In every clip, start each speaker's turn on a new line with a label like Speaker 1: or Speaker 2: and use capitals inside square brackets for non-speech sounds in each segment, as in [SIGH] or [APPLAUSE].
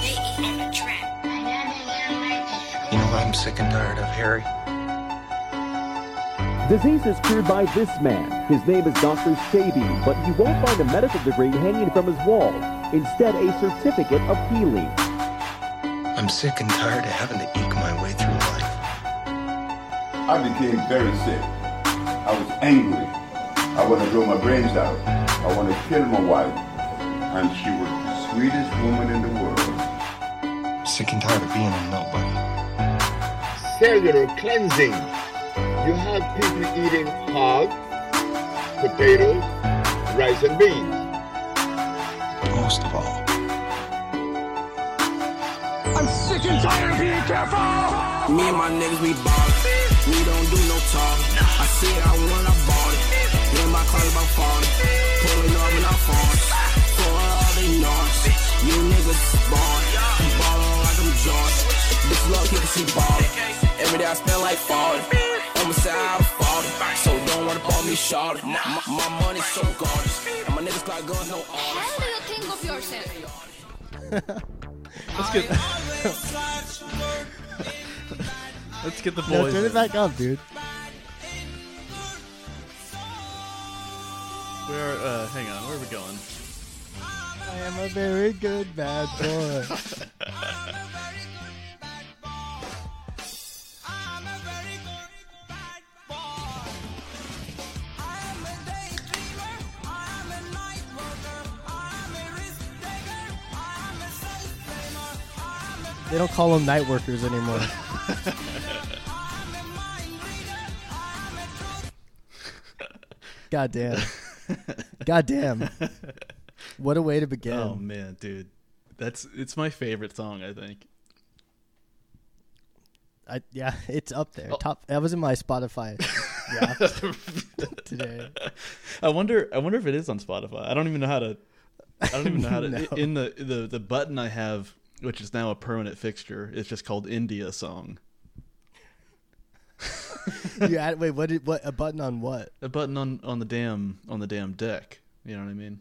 Speaker 1: human trap.
Speaker 2: You know what I'm sick and tired of, Harry?
Speaker 3: Disease is cured by this man. His name is Dr. Shabi, but you won't find a medical degree hanging from his wall. Instead, a certificate of healing.
Speaker 2: I'm sick and tired of having to eke my way through life.
Speaker 4: I became very sick. I was angry. I want to blow my brains out. I want to kill my wife. And she was the sweetest woman in the world.
Speaker 2: Sick and tired of being a nobody.
Speaker 5: cellular cleansing. You have people eating hog, potato, rice, and beans.
Speaker 2: But most of all,
Speaker 6: Me and my niggas, we ballin'. We don't do no talkin'. I see it, I want, I bought it. Then my car about fallin'. Pulling up and I'm fallin'. For all they narcs. You niggas ballin'. I'm ballin' like I'm George. Bitch, look, you can see ballin'. Every day I spend like fallin'. I'ma say I'm fallin'. So don't wanna ball me shorty. My, my, my money's so gorgeous. And my niggas like guns, no arms.
Speaker 7: How do you think of yourself?
Speaker 8: Let's get Let's get
Speaker 9: [LAUGHS]
Speaker 8: the
Speaker 9: No,
Speaker 8: boys.
Speaker 9: turn it
Speaker 8: in.
Speaker 9: back up, dude.
Speaker 8: Where? Uh, hang on. Where are we going?
Speaker 9: I am a very good bad boy. [LAUGHS] they don't call them night workers
Speaker 8: [LAUGHS]
Speaker 9: anymore. God damn. God damn. What a way to begin.
Speaker 8: Oh man, dude, that's it's my favorite song. I think.
Speaker 9: I yeah, it's up
Speaker 8: Oh.
Speaker 9: there. Top that was in my
Speaker 8: [LAUGHS]
Speaker 9: Spotify yeah, [LAUGHS] today.
Speaker 8: I wonder. I wonder if it is on Spotify. I don't even know how to. I don't even
Speaker 9: [LAUGHS]
Speaker 8: know how to. In the the the button I have, which is now a permanent fixture, it's just called India song.
Speaker 9: You add, wait, what did what a button on what?
Speaker 8: A button on on the damn on the damn deck. You know what I mean?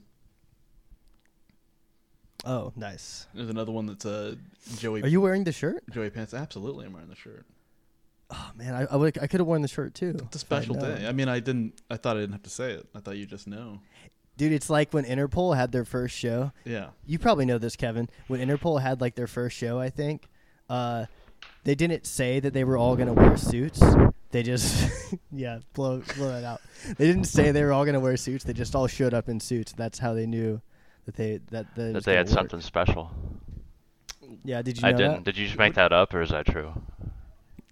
Speaker 9: Oh, nice.
Speaker 8: There's another one that's uh Joey
Speaker 9: Are you wearing the shirt?
Speaker 8: Joey pants. Absolutely, I'm wearing the shirt.
Speaker 9: Oh man, I I, would- I could have worn the shirt too.
Speaker 8: It's a special day. I mean, I didn't. I thought I didn't have to say it. I thought you just know.
Speaker 9: Dude, it's like when Interpol had their first show.
Speaker 8: Yeah.
Speaker 9: You probably know this, Kevin. When Interpol had like their first show, I think, uh, they didn't say that they were all gonna wear suits. They just [LAUGHS] yeah, blow blow that out. They didn't say they were all gonna wear suits. They just all showed up in suits. That's how they knew that they that, that, it was
Speaker 10: That they
Speaker 9: gonna
Speaker 10: had
Speaker 9: work.
Speaker 10: something special.
Speaker 9: Yeah, did you? Know
Speaker 10: I didn't.
Speaker 9: That?
Speaker 10: Did you just make that up, or is that true?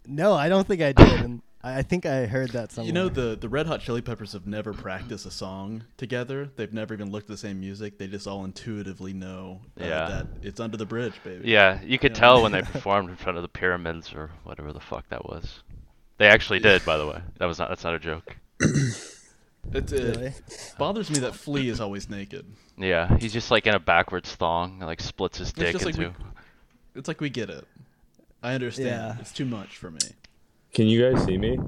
Speaker 9: No, I don't think I did. And I I think I heard that somewhere.
Speaker 8: You know the the Red Hot Chili Peppers have never practiced a song together. They've never even looked at the same music. They just all intuitively know uh,
Speaker 10: Yeah.
Speaker 8: that it's under the bridge, baby.
Speaker 10: Yeah, you could tell
Speaker 8: [LAUGHS]
Speaker 10: when they [LAUGHS] performed in front of the pyramids or whatever the fuck that was. They actually did, by the way. That was not. That's not a joke.
Speaker 8: It, it
Speaker 9: Really?
Speaker 8: bothers me that Flea is always naked.
Speaker 10: Yeah, he's just like in a backwards thong, like splits his dick
Speaker 8: just
Speaker 10: in
Speaker 8: like we-
Speaker 10: two.
Speaker 8: It's like we get it. I understand.
Speaker 9: Yeah.
Speaker 8: It's too much for me.
Speaker 11: Can you guys see me?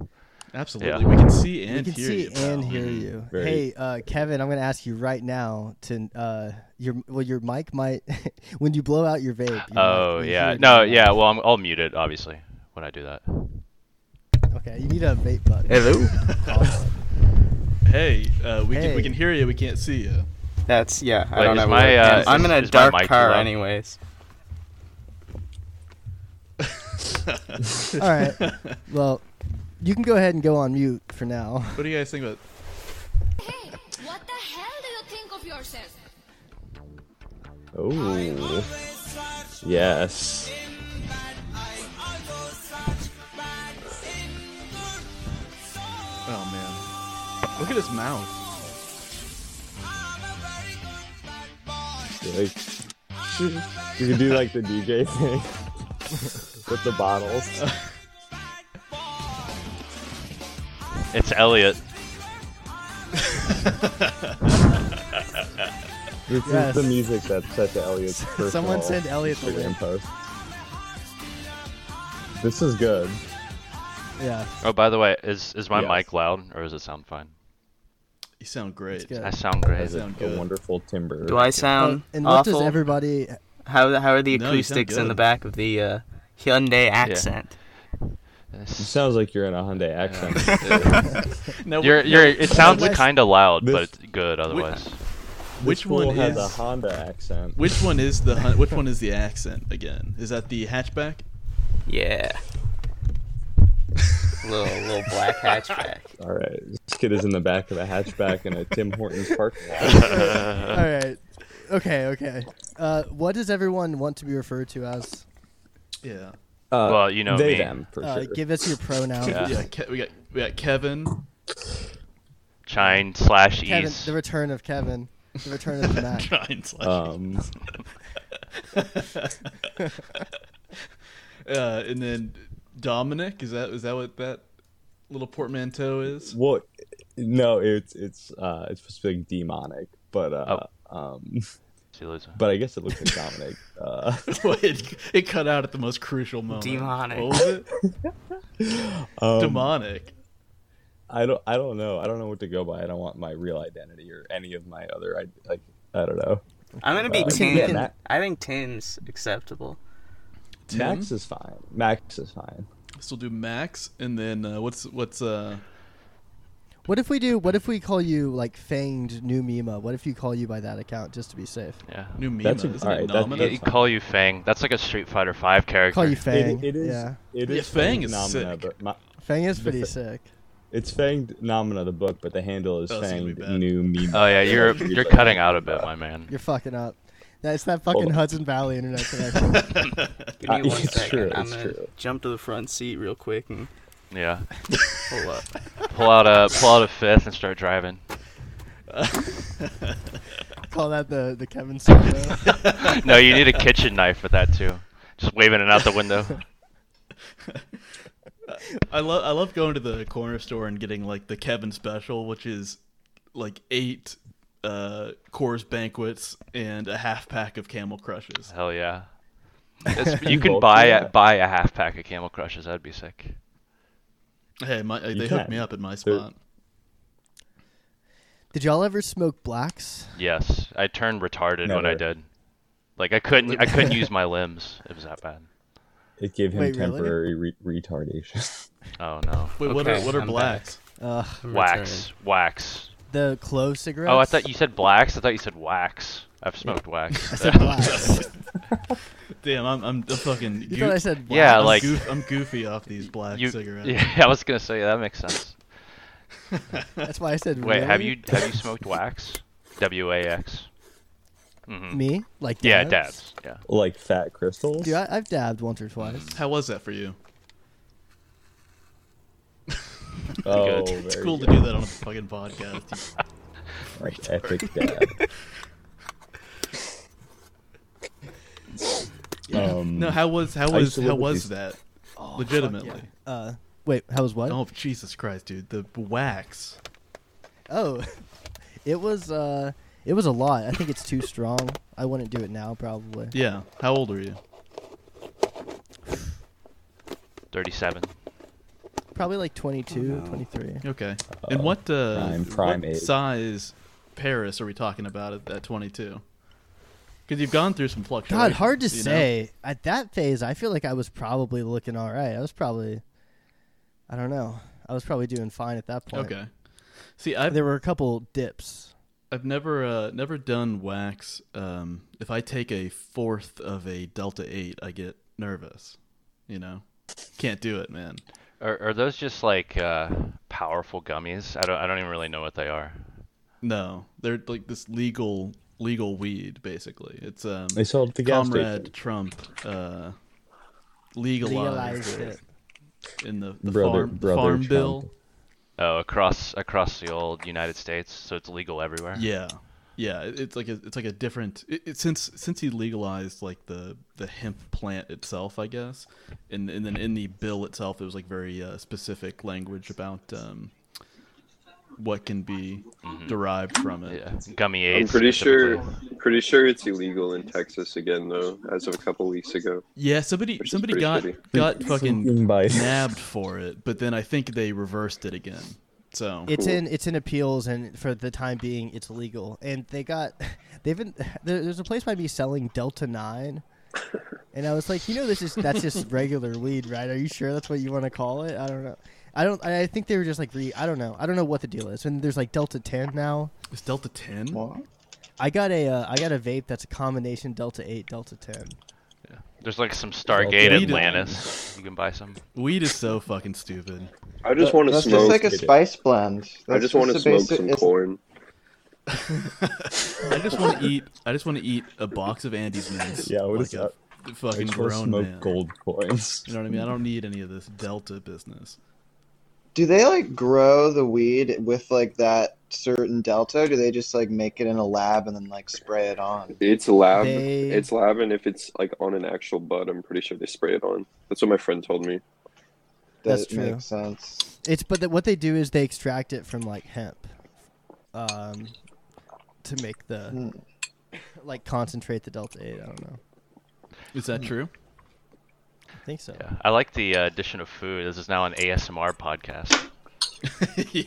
Speaker 8: Absolutely,
Speaker 10: Yeah.
Speaker 8: we can see and
Speaker 9: we can
Speaker 8: hear
Speaker 9: see
Speaker 8: you. pal.
Speaker 9: and hear you.
Speaker 11: Very-
Speaker 9: Hey, uh, Kevin, I'm going to ask you right now to uh, your well, your mic might [LAUGHS] when you blow out your vape. you might-
Speaker 10: Oh
Speaker 9: you
Speaker 10: yeah,
Speaker 9: hear
Speaker 10: no,
Speaker 9: it.
Speaker 10: yeah. Well, I'm, I'll mute it obviously when I do that.
Speaker 9: Okay, you need a vape button.
Speaker 12: Hello.
Speaker 9: [LAUGHS] Also.
Speaker 8: Hey, uh, we can
Speaker 9: Hey.
Speaker 8: we can hear you. We can't see you.
Speaker 12: That's yeah. I
Speaker 10: Wait,
Speaker 12: don't
Speaker 10: is
Speaker 12: know.
Speaker 10: my,
Speaker 12: where-
Speaker 10: uh,
Speaker 12: I'm
Speaker 10: is-
Speaker 12: in a
Speaker 10: is my
Speaker 12: dark
Speaker 10: mic
Speaker 12: car,
Speaker 10: low?
Speaker 12: anyways.
Speaker 8: [LAUGHS]
Speaker 9: All right. Well, you can go ahead and go on mute for now.
Speaker 8: What do you guys think about?
Speaker 7: Hey, what the hell do you think of yourself?
Speaker 11: Oh. Yes.
Speaker 8: Oh man, look at his mouth.
Speaker 11: Like, you can do like
Speaker 8: [LAUGHS]
Speaker 11: the DJ thing with the bottles.
Speaker 10: It's Elliot.
Speaker 11: This
Speaker 9: Yes.
Speaker 11: is the music that's set
Speaker 9: [LAUGHS]
Speaker 11: to Elliot's personal
Speaker 9: Someone send Elliot the
Speaker 11: Instagram
Speaker 9: link.
Speaker 11: post. This is good.
Speaker 9: Yeah.
Speaker 10: Oh, by the way, is is my
Speaker 11: Yes.
Speaker 10: mic loud, or does it sound fine?
Speaker 8: You sound great.
Speaker 9: good.
Speaker 10: I sound great.
Speaker 11: Has a,
Speaker 8: sound good.
Speaker 11: wonderful timbre.
Speaker 12: Do I
Speaker 9: Uh,
Speaker 12: sound
Speaker 9: and what
Speaker 12: awful?
Speaker 9: does everybody?
Speaker 1: How how are the
Speaker 10: No, you sound
Speaker 1: acoustics in the
Speaker 10: good.
Speaker 1: back of the uh, Hyundai accent?
Speaker 11: It sounds like you're in a Hyundai accent.
Speaker 8: [LAUGHS] Now,
Speaker 10: you're,
Speaker 8: wh-
Speaker 10: you're,
Speaker 8: now-
Speaker 10: it sounds
Speaker 8: This-
Speaker 10: kind of loud,
Speaker 8: this-
Speaker 10: but it's good otherwise.
Speaker 8: Which
Speaker 11: fool
Speaker 8: one
Speaker 11: had
Speaker 8: is
Speaker 11: the Honda accent?
Speaker 8: Which one is
Speaker 9: [LAUGHS]
Speaker 8: the hun- which one is the accent again? Is that the hatchback? [LAUGHS]
Speaker 1: Yeah. little little [LAUGHS] black hatchback.
Speaker 11: All right, this kid is in the back of a hatchback in a Tim Hortons
Speaker 8: [LAUGHS]
Speaker 11: parking lot.
Speaker 9: All right. Okay. Okay. Uh, what does everyone want to be referred to as?
Speaker 8: Yeah.
Speaker 11: Uh,
Speaker 10: well, you know
Speaker 11: they,
Speaker 10: me.
Speaker 11: them, for
Speaker 9: Uh, sure. give us
Speaker 10: [LAUGHS]
Speaker 9: your pronouns.
Speaker 10: Yeah.
Speaker 8: Yeah, Ke- we got we got Kevin.
Speaker 9: [LAUGHS]
Speaker 8: [LAUGHS]
Speaker 10: Chine slash
Speaker 9: Kevin.
Speaker 10: east.
Speaker 9: The return of Kevin. The return of Matt.
Speaker 8: Giant slash
Speaker 11: Um.
Speaker 8: uh, and then Dominic is that is that what that little portmanteau is?
Speaker 11: Well, no, it's it's uh, it's supposed to be like demonic, but uh,
Speaker 8: Oh.
Speaker 11: um, but I guess it looks like Dominic.
Speaker 8: [LAUGHS]
Speaker 11: Uh,
Speaker 8: it, it cut out at the most crucial moment.
Speaker 1: Demonic.
Speaker 8: What was it?
Speaker 11: um,
Speaker 8: Demonic.
Speaker 11: I don't I don't know. I don't know what to go by. I don't want my real identity or any of my other I like I don't know.
Speaker 1: I'm gonna be
Speaker 11: Uh,
Speaker 1: Tim.
Speaker 11: yeah, Max,
Speaker 1: I think Tim's [LAUGHS] acceptable.
Speaker 11: Max is fine. Max is fine.
Speaker 8: So we'll do Max, and then uh, what's what's uh
Speaker 9: [LAUGHS] What if we do? What if we call you like Fanged New Mima? What if you call you by that account just to be safe?
Speaker 10: Yeah.
Speaker 8: New Mima?
Speaker 11: That's a-
Speaker 8: Isn't
Speaker 11: alright,
Speaker 8: it
Speaker 11: that-
Speaker 8: Nomina?
Speaker 10: You- you call you Fang. That's like a Street Fighter Five character.
Speaker 9: Call you Fang.
Speaker 11: it is
Speaker 9: Yeah.
Speaker 11: it is
Speaker 8: Yeah, Fang is
Speaker 11: Nomina,
Speaker 8: sick.
Speaker 11: but
Speaker 10: Oh,
Speaker 11: my,
Speaker 9: Fang is
Speaker 11: the
Speaker 9: pretty
Speaker 11: fa-
Speaker 9: sick.
Speaker 11: It's Fang Nomina the book, but the handle is
Speaker 8: Oh, it's gonna be
Speaker 11: Fang
Speaker 8: bad.
Speaker 11: New Meme.
Speaker 10: Oh yeah, you're you're cutting out a bit, my man.
Speaker 9: You're fucking up. That's that fucking
Speaker 11: on.
Speaker 9: Hudson Valley internet connection.
Speaker 1: Give me
Speaker 11: Uh, [LAUGHS]
Speaker 1: one
Speaker 11: it's
Speaker 1: second.
Speaker 11: true,
Speaker 1: I'm
Speaker 11: it's
Speaker 1: gonna
Speaker 11: true.
Speaker 1: jump to the front seat real quick and
Speaker 10: Yeah. [LAUGHS]
Speaker 1: pull up.
Speaker 10: Pull out a pull out a fifth and start driving.
Speaker 9: call that the the Kevin Sorbo.
Speaker 10: [LAUGHS] No, you need a kitchen knife with that too. Just waving it out the
Speaker 11: [LAUGHS]
Speaker 10: window.
Speaker 8: I love I love going to the corner store and getting like the Kevin special, which is like eight uh Coors banquets and a half pack of Camel Crushes.
Speaker 10: Hell yeah. It's- you
Speaker 11: Bulk,
Speaker 10: can buy
Speaker 11: yeah.
Speaker 10: a, buy a half pack of Camel Crushes. That'd be sick.
Speaker 8: Hey, my, they
Speaker 11: can.
Speaker 8: hooked me up at my
Speaker 11: They're-
Speaker 8: spot.
Speaker 9: Did y'all ever smoke blacks?
Speaker 10: Yes, I turned retarded when I
Speaker 11: Never.
Speaker 10: did. Like I couldn't I couldn't use my limbs. It was that bad.
Speaker 11: It gave him
Speaker 9: Wait, really?
Speaker 11: temporary re- retardation. [LAUGHS]
Speaker 10: Oh no.
Speaker 8: Wait, what are
Speaker 1: Okay,
Speaker 8: what are
Speaker 1: I'm
Speaker 8: blacks?
Speaker 9: Uh,
Speaker 1: I'm
Speaker 10: Wax, wax.
Speaker 9: the clove cigarettes.
Speaker 10: Oh, I thought you said blacks. I thought you said wax. I've
Speaker 9: [LAUGHS]
Speaker 10: smoked wax.
Speaker 9: blacks.
Speaker 8: [LAUGHS] Damn, I'm I'm a fucking.
Speaker 9: you
Speaker 8: goof-
Speaker 9: thought I said blacks.
Speaker 10: Yeah,
Speaker 8: I'm
Speaker 10: like-
Speaker 8: goof- I'm goofy off these black
Speaker 10: You- [LAUGHS]
Speaker 8: cigarettes.
Speaker 10: yeah, I was gonna say that makes sense.
Speaker 9: that's why I said.
Speaker 10: Wait, have
Speaker 9: really?
Speaker 10: you have you smoked wax? W A X. Mm-hmm.
Speaker 9: Me? Like dabs?
Speaker 10: Yeah, dabs. Yeah.
Speaker 11: like fat crystals.
Speaker 9: Dude, I, I've dabbed once or twice.
Speaker 8: How was that for you?
Speaker 11: oh,
Speaker 10: good.
Speaker 11: very
Speaker 10: It's
Speaker 8: It's cool
Speaker 11: good.
Speaker 8: to do that on a fucking podcast.
Speaker 6: [LAUGHS]
Speaker 11: Like epic dad.
Speaker 8: [LAUGHS]
Speaker 11: um,
Speaker 8: no, how was how
Speaker 11: I
Speaker 8: was
Speaker 11: used to live
Speaker 8: how
Speaker 11: with
Speaker 8: was
Speaker 13: [LAUGHS]
Speaker 11: these-
Speaker 8: that? Legitimately.
Speaker 9: Oh, Uh, wait, how was what?
Speaker 8: Oh Jesus Christ, dude! The wax.
Speaker 9: Oh, [LAUGHS] it was uh, it was a lot. I think it's too strong. I wouldn't do it now, probably.
Speaker 8: Yeah. How old were you?
Speaker 10: Thirty-seven.
Speaker 9: Probably like 22, 23.
Speaker 8: Oh, Okay. And what uh,
Speaker 11: prime- prime
Speaker 8: what
Speaker 11: age.
Speaker 8: size Paris are we talking about at, at 22? Because you've gone through some fluctuations.
Speaker 9: God, hard to
Speaker 8: uh, you know?
Speaker 9: say. At that phase, I feel like I was probably looking all right. I was probably, I don't know. I was probably doing fine at that point.
Speaker 8: Okay. See, I've
Speaker 9: There were a couple dips.
Speaker 8: I've never uh, never done wax. Um, if I take a fourth of a delta eight, I get nervous. You know, can't do it, man.
Speaker 10: Are, are those just like uh, powerful gummies? I don't I don't even really know what they are.
Speaker 8: No, they're like this legal legal weed, basically. It's um,
Speaker 11: They sold at the gas
Speaker 8: Comrade
Speaker 11: station.
Speaker 8: Trump uh, legalized,
Speaker 9: Legalized it.
Speaker 8: it in the, the
Speaker 11: Brother-
Speaker 8: farm the
Speaker 11: brother
Speaker 8: farm
Speaker 11: Trump.
Speaker 8: bill.
Speaker 10: Oh, across across the old United States, so it's legal everywhere.
Speaker 8: Yeah, yeah. it- It's like a, it's like a different. It, it, since since he legalized like the the hemp plant itself, I guess, and and then in the bill itself, it was like very uh, specific language about um, what can be derived from it.
Speaker 10: Mm-hmm. Yeah. Gummy
Speaker 12: I'm
Speaker 10: aids.
Speaker 12: pretty sure,
Speaker 10: specifically.
Speaker 12: pretty sure it's illegal in Texas again, though, as of a couple weeks ago.
Speaker 8: Yeah, somebody
Speaker 12: Which is
Speaker 8: somebody
Speaker 12: pretty
Speaker 8: got
Speaker 12: shitty.
Speaker 8: got fucking
Speaker 11: Bite.
Speaker 8: nabbed for it, but then I think they reversed it again. So
Speaker 9: It's in it's in appeals, and for the time being, it's legal. And they got [LAUGHS] they've been there, there's a place by me selling Delta Nine, and I was like, you know, this is that's just regular weed, right? Are you sure that's what you want to call it? I don't know. I don't. I think they were just like re. I don't know. I don't know what the deal is. And there's like Delta Ten now.
Speaker 8: Is Delta Ten?
Speaker 9: I got a uh, I got a vape that's a combination Delta Eight, Delta Ten.
Speaker 10: There's like some
Speaker 8: Okay.
Speaker 10: Stargate
Speaker 8: Weed is-
Speaker 10: Atlantis. You can buy some.
Speaker 8: Weed is so fucking stupid.
Speaker 12: I just want to
Speaker 10: That's
Speaker 12: smoke.
Speaker 10: just like a spice blend.
Speaker 12: I
Speaker 10: That's
Speaker 12: just want to
Speaker 10: just a
Speaker 12: smoke
Speaker 10: basic-
Speaker 12: some
Speaker 10: it's-
Speaker 13: [LAUGHS]
Speaker 12: corn.
Speaker 8: I just want to eat. I just want to eat a box of Andes mints.
Speaker 11: Yeah, what
Speaker 8: like
Speaker 11: is
Speaker 8: a
Speaker 11: that?
Speaker 8: f- Fucking
Speaker 11: I just wanna
Speaker 8: grown
Speaker 11: smoke
Speaker 8: man.
Speaker 11: gold coins.
Speaker 8: You know what I mean? I don't need any of this Delta business. [LAUGHS]
Speaker 13: Do they like grow the weed with like that certain delta? Do they just like make it in a lab and then like spray it on?
Speaker 12: It's lab.
Speaker 13: They-
Speaker 12: It's lab, and if it's like on an actual bud, I'm pretty sure they spray it on. That's what my friend told me.
Speaker 9: That's true. It's but the, what they do is they extract it from like hemp, um, to make the like concentrate the delta eight. I don't know.
Speaker 8: Is that
Speaker 9: Hmm.
Speaker 8: true?
Speaker 9: I think so.
Speaker 10: I like the uh, addition of food. This is now an ASMR podcast.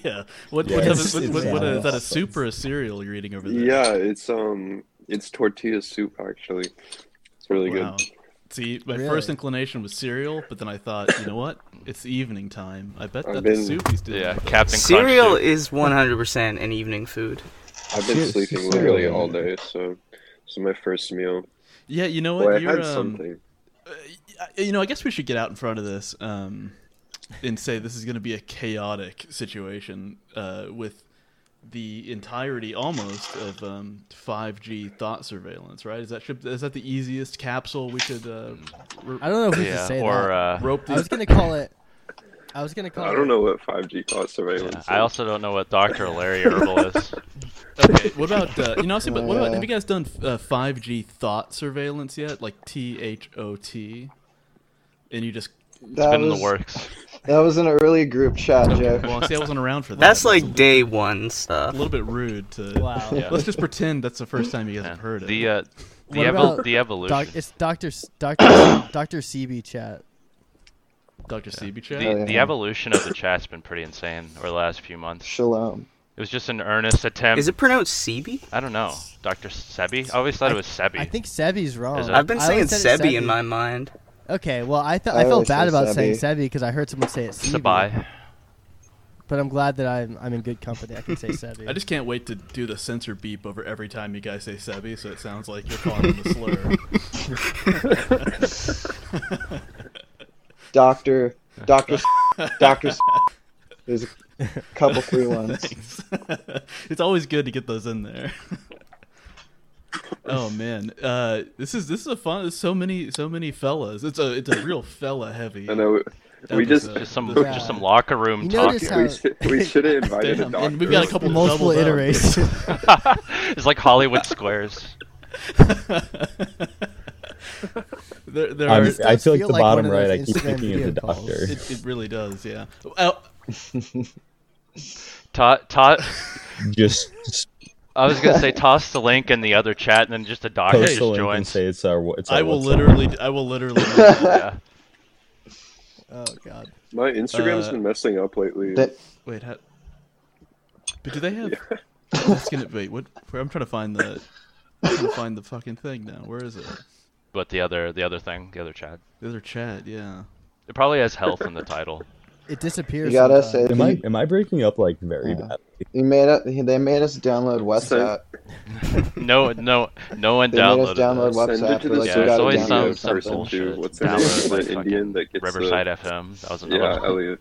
Speaker 8: yeah. What,
Speaker 10: Yeah,
Speaker 8: what,
Speaker 10: it's-
Speaker 8: what,
Speaker 10: it's
Speaker 8: what, what
Speaker 10: not
Speaker 8: is that? A
Speaker 10: awesome.
Speaker 8: soup or a cereal you're eating over there?
Speaker 12: Yeah, it's um, it's tortilla soup actually. It's really
Speaker 8: Wow.
Speaker 12: good.
Speaker 8: See, my
Speaker 12: Really?
Speaker 8: first inclination was cereal, but then I thought, you know what? It's evening time. I bet
Speaker 12: I've
Speaker 8: that the
Speaker 12: been-
Speaker 8: soup he's doing.
Speaker 10: Yeah,
Speaker 8: is-
Speaker 10: Captain
Speaker 1: Cereal is 100% an evening food.
Speaker 12: I've been sleeping literally all day, so this is my first meal.
Speaker 8: Yeah, you know
Speaker 12: Boy,
Speaker 8: what?
Speaker 12: I've
Speaker 8: You're,
Speaker 12: had
Speaker 8: um,
Speaker 12: something.
Speaker 8: uh, you know, I guess we should get out in front of this um, and say this is going to be a chaotic situation uh, with the entirety almost of um, 5G thought surveillance, right? Is that should, is that the easiest capsule we should? Uh,
Speaker 9: I don't know if we should say that.
Speaker 8: rope
Speaker 9: I was
Speaker 8: these
Speaker 9: gonna call it. I was gonna call.
Speaker 12: I don't
Speaker 9: it,
Speaker 12: know what 5G thought surveillance.
Speaker 10: I also don't know what Dr. Larry Herbal is.
Speaker 8: [LAUGHS] Okay, [LAUGHS] what about uh, you know? I was thinking, but what about
Speaker 10: Uh,
Speaker 8: have you guys done uh, 5G thought surveillance yet? Like T H O T, and you just
Speaker 13: That was- That was an early group chat
Speaker 8: Okay,
Speaker 13: joke.
Speaker 8: well, see, I wasn't around for that.
Speaker 1: That's like
Speaker 8: a-
Speaker 1: day one stuff.
Speaker 8: A little bit rude to.
Speaker 1: Wow.
Speaker 9: Yeah.
Speaker 8: Let's just pretend that's the first time you guys have heard it.
Speaker 10: The uh, the,
Speaker 9: What
Speaker 10: evol-
Speaker 9: about
Speaker 10: the evolution.
Speaker 9: Doc, it's Doctor
Speaker 10: [COUGHS]
Speaker 9: Doctor Doctor CB chat.
Speaker 8: Doctor CB
Speaker 10: The,
Speaker 8: chat.
Speaker 10: the evolution of the chat's been pretty insane over the last few months.
Speaker 13: Shalom.
Speaker 10: It was just an earnest attempt.
Speaker 1: Is it pronounced Sebi?
Speaker 10: I don't know. Dr. Sebi? I always thought it was Sebi.
Speaker 9: I think Sebi's wrong.
Speaker 10: Is it?
Speaker 1: I've been
Speaker 9: I
Speaker 1: saying
Speaker 9: always said it
Speaker 1: Sebi in my mind.
Speaker 9: Okay, well, I thought I,
Speaker 1: I
Speaker 13: Oh,
Speaker 9: felt
Speaker 1: always
Speaker 9: bad
Speaker 1: say
Speaker 9: about
Speaker 1: Sebi.
Speaker 9: saying Sebi because I heard someone say it Sebi.
Speaker 10: Sabai.
Speaker 9: But I'm glad that I'm I'm in good company. I can say Sebi.
Speaker 10: [LAUGHS]
Speaker 8: I just can't wait to do the censor beep over every time you guys say Sebi, so it sounds like you're calling him a slur.
Speaker 1: [LAUGHS]
Speaker 8: [LAUGHS]
Speaker 13: Doctor, Doctor, Doctor. There's a
Speaker 8: [LAUGHS]
Speaker 13: couple free ones.
Speaker 8: Thanks. [LAUGHS] it's always good to get those in there. oh man, uh, this is this is a fun. There's so many so many fellas. It's a it's a real fella heavy.
Speaker 12: I know. We just,
Speaker 8: episode.
Speaker 10: locker room
Speaker 9: You notice
Speaker 10: talk.
Speaker 9: how-
Speaker 12: We should, we should have invited a
Speaker 8: Damn,
Speaker 12: doctor.
Speaker 8: and we've got a couple
Speaker 9: Multiple
Speaker 8: doubled up.
Speaker 9: iterations.
Speaker 8: [LAUGHS]
Speaker 10: [LAUGHS] it's like Hollywood Squares.
Speaker 8: There, there
Speaker 11: I'm-
Speaker 8: are,
Speaker 11: I It feel like the like bottom one of right, those I keep Instagram thinking of the video calls. doctor.
Speaker 8: It, it really does, yeah. Oh,
Speaker 10: Todd, Todd,
Speaker 11: Just, just
Speaker 10: I was gonna say toss the link in the other chat, and then just a doctor
Speaker 11: post
Speaker 10: just
Speaker 11: the link and
Speaker 10: joins.
Speaker 11: say it's our. It's our
Speaker 8: I will
Speaker 11: WhatsApp.
Speaker 8: literally, I
Speaker 10: [LAUGHS]
Speaker 8: will literally.
Speaker 10: Yeah.
Speaker 9: Oh god.
Speaker 12: My Instagram's
Speaker 8: Uh,
Speaker 12: been messing up lately.
Speaker 13: That-
Speaker 8: Wait, how, but do they have? [LAUGHS] That's gonna wait. What? Where, I'm trying to find the, I'm trying to find the fucking thing now. Where is it?
Speaker 10: But the other, the other thing, the other chat.
Speaker 8: The other chat, yeah.
Speaker 10: It probably has health in the title.
Speaker 9: It disappears.
Speaker 13: You gotta
Speaker 9: sometimes.
Speaker 13: say-
Speaker 11: Am I am I breaking up like very
Speaker 13: Yeah.
Speaker 11: bad?
Speaker 13: You made it. They made us download WhatsApp.
Speaker 10: No, no, no one
Speaker 13: They made us
Speaker 10: downloaded.
Speaker 13: download
Speaker 10: this.
Speaker 13: WhatsApp, Send it to but, the like,
Speaker 10: yeah,
Speaker 13: we
Speaker 10: it's
Speaker 13: gotta
Speaker 10: always some,
Speaker 13: download something
Speaker 10: some
Speaker 13: too.
Speaker 10: bullshit.
Speaker 12: What's the name of
Speaker 10: Download
Speaker 12: that
Speaker 10: fucking
Speaker 12: Indian that gets the-
Speaker 10: Riverside FM. That was another
Speaker 12: Yeah,
Speaker 10: one.
Speaker 12: Elliot.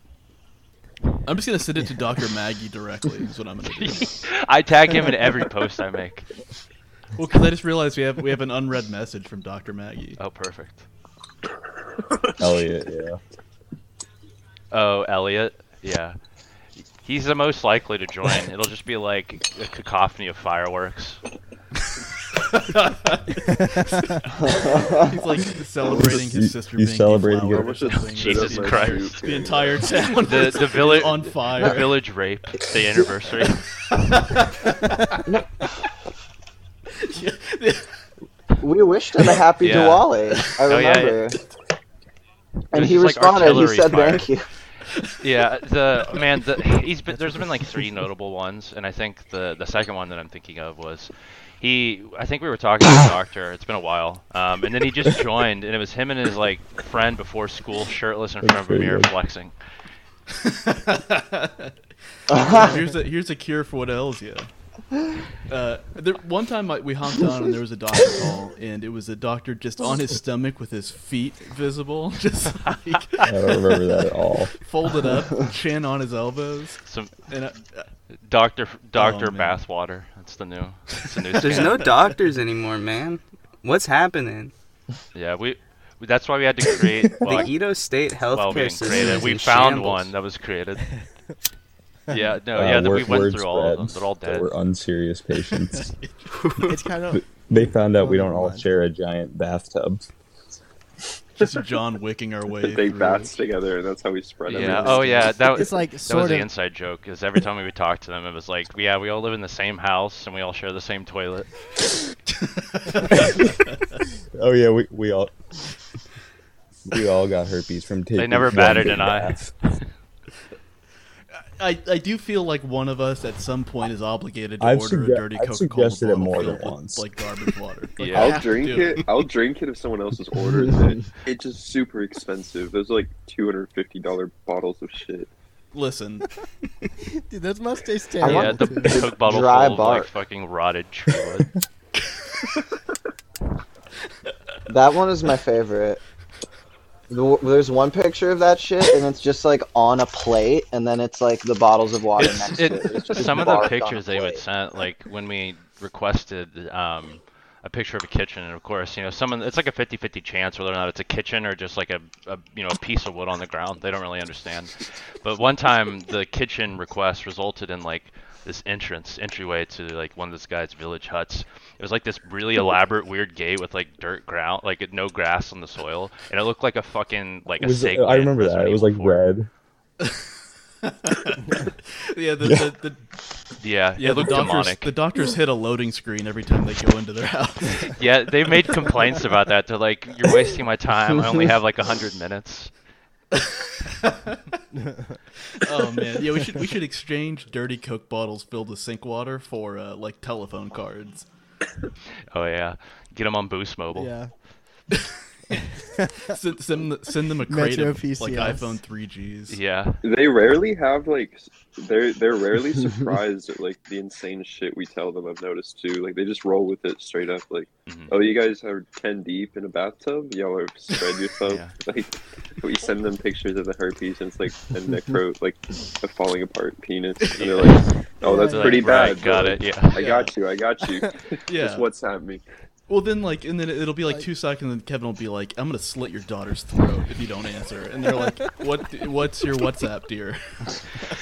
Speaker 8: I'm just gonna send it
Speaker 9: [LAUGHS]
Speaker 8: to Doctor Maggie directly. Is what I'm gonna do.
Speaker 10: [LAUGHS] I tag him in every post I make.
Speaker 8: Well, because I just realized we have we have an unread message from Doctor Maggie.
Speaker 10: Oh, perfect.
Speaker 11: Elliot, yeah.
Speaker 10: Oh, Elliot. Yeah. He's the most likely to join. It'll just be like a cacophony of fireworks.
Speaker 8: [LAUGHS] He's like celebrating [LAUGHS] his sister
Speaker 11: He's
Speaker 8: being
Speaker 11: celebrating it.
Speaker 8: deflowered or
Speaker 11: [LAUGHS]
Speaker 8: something.
Speaker 10: Jesus
Speaker 8: The-
Speaker 10: Christ.
Speaker 8: The entire town
Speaker 10: The,
Speaker 8: is
Speaker 10: the village
Speaker 8: on fire.
Speaker 10: The village rape. The anniversary.
Speaker 13: We wished him a happy
Speaker 10: Yeah.
Speaker 13: Diwali. I
Speaker 10: Oh, yeah,
Speaker 13: remember.
Speaker 10: yeah. It
Speaker 13: And
Speaker 10: was
Speaker 13: he
Speaker 10: just like
Speaker 13: responded. he
Speaker 10: artillery
Speaker 13: said,
Speaker 10: fire.
Speaker 13: "Thank you."
Speaker 10: yeah, the man, the, he's been, there's been like three notable ones, and I think the the second one that I'm thinking of was he. I think we were talking to the doctor. It's been a while, um, and then he just joined, and it was him and his like friend before school, shirtless in
Speaker 8: That's
Speaker 10: front of a
Speaker 8: pretty
Speaker 10: mirror,
Speaker 8: good.
Speaker 10: flexing.
Speaker 8: [LAUGHS] here's a here's a cure for what ails you. Uh, there, one time I, we hopped on and there was a doctor call, and it was a doctor just on his stomach with his feet visible, [LAUGHS] just like
Speaker 11: I don't remember that at all.
Speaker 8: folded
Speaker 11: [LAUGHS]
Speaker 8: up, chin on his elbows.
Speaker 10: Some
Speaker 8: and I,
Speaker 10: Doctor Doctor
Speaker 8: Oh, man.
Speaker 10: Bathwater. That's the new. That's the new
Speaker 1: There's
Speaker 10: scam.
Speaker 1: no doctors anymore, man. What's happening?
Speaker 10: Yeah, we. we- That's why we had to create
Speaker 1: [LAUGHS] the Edo State healthcare
Speaker 10: well, being
Speaker 1: system.
Speaker 10: created.
Speaker 1: is
Speaker 10: We
Speaker 1: in
Speaker 10: found
Speaker 1: shambles.
Speaker 10: one that was
Speaker 1: [LAUGHS]
Speaker 10: created. Yeah, no,
Speaker 11: Uh,
Speaker 10: yeah, that we
Speaker 11: word-
Speaker 10: went
Speaker 11: word
Speaker 10: through all of
Speaker 11: spread
Speaker 10: them. They're all
Speaker 11: that
Speaker 10: dead.
Speaker 11: We're
Speaker 8: [LAUGHS]
Speaker 11: unserious patients.
Speaker 13: [LAUGHS]
Speaker 9: It's kind of
Speaker 11: they found out we don't all share a giant bathtub.
Speaker 8: just John Wicking our way.
Speaker 12: [LAUGHS] They
Speaker 8: through.
Speaker 12: bats together, and that's how we spread
Speaker 10: Yeah.
Speaker 12: everything.
Speaker 10: Oh, yeah.
Speaker 8: [LAUGHS]
Speaker 10: That
Speaker 9: It's like
Speaker 10: that
Speaker 9: sort
Speaker 10: was the
Speaker 9: of-
Speaker 10: inside joke. Is every time we would talk to them, it was like, yeah, we all live in the same house and we all share the
Speaker 9: [LAUGHS]
Speaker 10: same toilet.
Speaker 11: Oh yeah, we, we all [LAUGHS] we all got herpes from taking.
Speaker 10: they never
Speaker 11: one
Speaker 10: batted
Speaker 11: big
Speaker 10: an eye.
Speaker 11: bath.
Speaker 8: I, I do feel like one of us at some point is obligated to
Speaker 11: [LAUGHS] I've
Speaker 8: order
Speaker 11: sugge-
Speaker 8: a dirty
Speaker 11: I've
Speaker 8: Coca Cola
Speaker 11: suggested it
Speaker 8: bottle
Speaker 11: more
Speaker 8: filled
Speaker 11: than
Speaker 8: with,
Speaker 11: once.
Speaker 8: like garbage water. Like, I
Speaker 12: I'll
Speaker 8: have to
Speaker 12: drink
Speaker 8: do
Speaker 12: it. I'll drink it if someone else has ordered
Speaker 8: [LAUGHS]
Speaker 12: it. It's just super expensive. Those are like two hundred fifty dollar bottles of shit.
Speaker 8: Listen,
Speaker 9: [LAUGHS] dude, those must taste
Speaker 10: Yeah,
Speaker 9: terrible.
Speaker 10: the
Speaker 8: [LAUGHS]
Speaker 9: too.
Speaker 10: Coke bottle
Speaker 9: Dry
Speaker 10: full of like
Speaker 9: bark.
Speaker 10: fucking rotted tree wood.
Speaker 13: [LAUGHS] That one is my favorite. The- There's one picture of that shit, and it's just like on a plate, and then it's like the bottles
Speaker 10: [LAUGHS]
Speaker 13: of water next to it. It's
Speaker 10: it,
Speaker 13: just
Speaker 10: some of the
Speaker 13: bark on
Speaker 10: pictures they would send, like when we requested um, a picture of a kitchen, and of course, you know, someone it's like a 50-50 chance whether or not it's a kitchen or just like a, a you know a piece of wood on the ground. They don't really understand. But one time, the kitchen request resulted in like this entrance entryway to like one of this guy's village huts. It was like this really elaborate weird gate with like dirt ground, like no grass on the soil, and it looked like a fucking like
Speaker 11: It
Speaker 10: a
Speaker 11: was- uh,
Speaker 10: steak.
Speaker 11: I remember that. It was like red.
Speaker 8: [LAUGHS] yeah, the, the, the
Speaker 10: Yeah, it
Speaker 8: the
Speaker 10: looked
Speaker 8: doctors,
Speaker 10: demonic.
Speaker 8: The doctors hit a loading screen every time they go into their house.
Speaker 10: [LAUGHS] Yeah, they made complaints about that. They're like, "You're wasting my time. I only have like hundred minutes." [LAUGHS]
Speaker 8: [LAUGHS] oh man, yeah, we should we should exchange dirty Coke bottles filled with sink water for uh, like telephone cards.
Speaker 10: Oh yeah, get them on Boost Mobile.
Speaker 9: Yeah.
Speaker 8: [LAUGHS] Send, send, them- send them a crate
Speaker 9: Metro
Speaker 8: of like
Speaker 9: PCS.
Speaker 8: iPhone 3Gs.
Speaker 10: Yeah.
Speaker 12: They rarely have like s- they're they're rarely surprised at like the insane shit we tell them. I've noticed too. Like they just roll with it straight up. Like,
Speaker 10: Mm-hmm.
Speaker 12: oh, you guys are ten deep in a bathtub. Y'all are spread yourself. [LAUGHS] Like we send them pictures of the herpes and it's like a necro like a falling apart penis. And they're like, oh, that's
Speaker 8: They're
Speaker 12: pretty
Speaker 10: like,
Speaker 12: bad.
Speaker 10: right, got
Speaker 12: bro.
Speaker 10: it, yeah.
Speaker 12: I got you. I got
Speaker 10: [LAUGHS]
Speaker 12: you.
Speaker 8: [LAUGHS] Yeah.
Speaker 12: Just WhatsApp me.
Speaker 8: Well, then like, and then it'll be like two seconds, and then Kevin will be like, "I'm gonna slit your daughter's throat if you don't answer." And they're like, "What? What's your WhatsApp, dear?"
Speaker 10: [LAUGHS]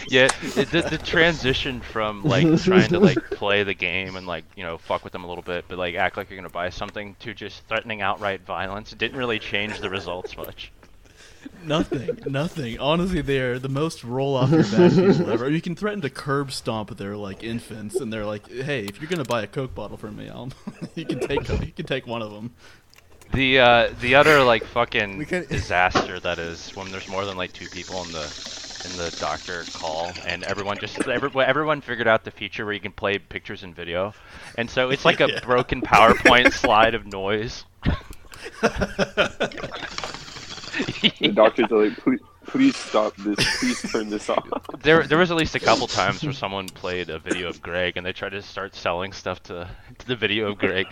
Speaker 10: Yeah, it, the, the transition from like
Speaker 9: [LAUGHS]
Speaker 10: trying to like play the game and like you know fuck with them a little bit, but like act like you're gonna buy something to just threatening outright violence. It didn't really change the results much.
Speaker 8: Nothing, nothing. Honestly, they're the most roll off your back
Speaker 9: [LAUGHS]
Speaker 8: people ever. You can threaten to curb stomp their like infants, and they're like, "Hey, if you're gonna buy a Coke bottle from me, I'll, [LAUGHS] you can take you can take one of them."
Speaker 10: The uh, the utter like fucking disaster that is when there's more than like two people in the in the doctor call and everyone just every, everyone figured out the feature where you can play pictures and video, and so it's like a broken PowerPoint slide of noise.
Speaker 12: The doctors are like, please, please stop this. Please turn this off.
Speaker 10: There there was at least a couple times where someone played a video of Greg and they tried to start selling stuff to, to the video of Greg.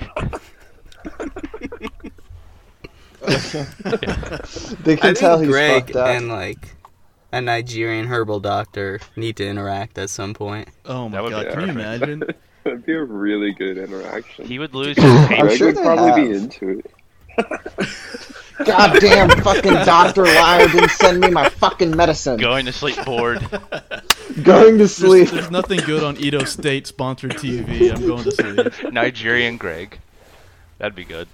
Speaker 13: They can
Speaker 1: I
Speaker 13: tell
Speaker 1: think
Speaker 13: he's
Speaker 1: Greg
Speaker 13: fucked up.
Speaker 1: and like a Nigerian herbal doctor need to interact at some point.
Speaker 8: Oh
Speaker 12: my That would be God, can you perfect.
Speaker 8: imagine?
Speaker 12: [LAUGHS] That'd be a really good interaction.
Speaker 10: He would lose
Speaker 12: his
Speaker 10: taste. [LAUGHS] I'm sure
Speaker 12: would
Speaker 10: they
Speaker 12: probably be
Speaker 10: have.
Speaker 12: into it.
Speaker 13: Goddamn fucking doctor liar didn't send me my fucking medicine.
Speaker 10: Going to sleep bored.
Speaker 13: Going to
Speaker 8: There's-
Speaker 13: sleep.
Speaker 8: There's, nothing good on Edo State sponsored TV. I'm going to sleep.
Speaker 12: [LAUGHS]
Speaker 10: [LAUGHS]
Speaker 13: [LAUGHS]
Speaker 10: Nigerian Greg. That'd be good.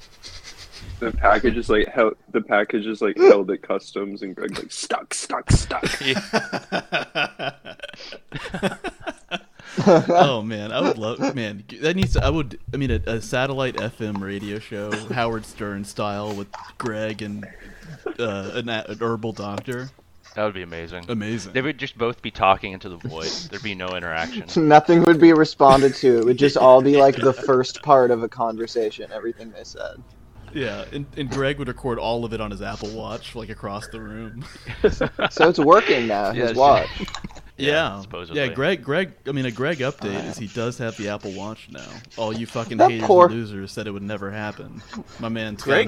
Speaker 12: The package is like held. The package is like held at customs, and Greg's like stuck, stuck,
Speaker 10: [LAUGHS]
Speaker 12: stuck.
Speaker 13: [LAUGHS]
Speaker 8: oh man, I would love man. That needs. To, I would. I mean, a, a satellite FM radio show, Howard Stern style, with Greg and uh, an, a- an herbal doctor.
Speaker 10: That would be amazing.
Speaker 8: Amazing.
Speaker 10: They would just both be talking into the void. There'd be no interaction.
Speaker 13: So [LAUGHS] nothing would be responded to. It would just all be like the first part of a conversation, everything they said.
Speaker 8: Yeah, and, and Greg would record all of it on his Apple Watch, like across the room.
Speaker 13: [LAUGHS] So it's working now, his
Speaker 8: Yes.
Speaker 13: watch.
Speaker 8: Yeah,
Speaker 10: supposedly.
Speaker 8: yeah. Greg, Greg. I mean, a Greg update is he does have the Apple Watch now. All you fucking
Speaker 13: That
Speaker 8: haters
Speaker 13: poor-
Speaker 8: and losers said it would never happen. My man,
Speaker 1: Greg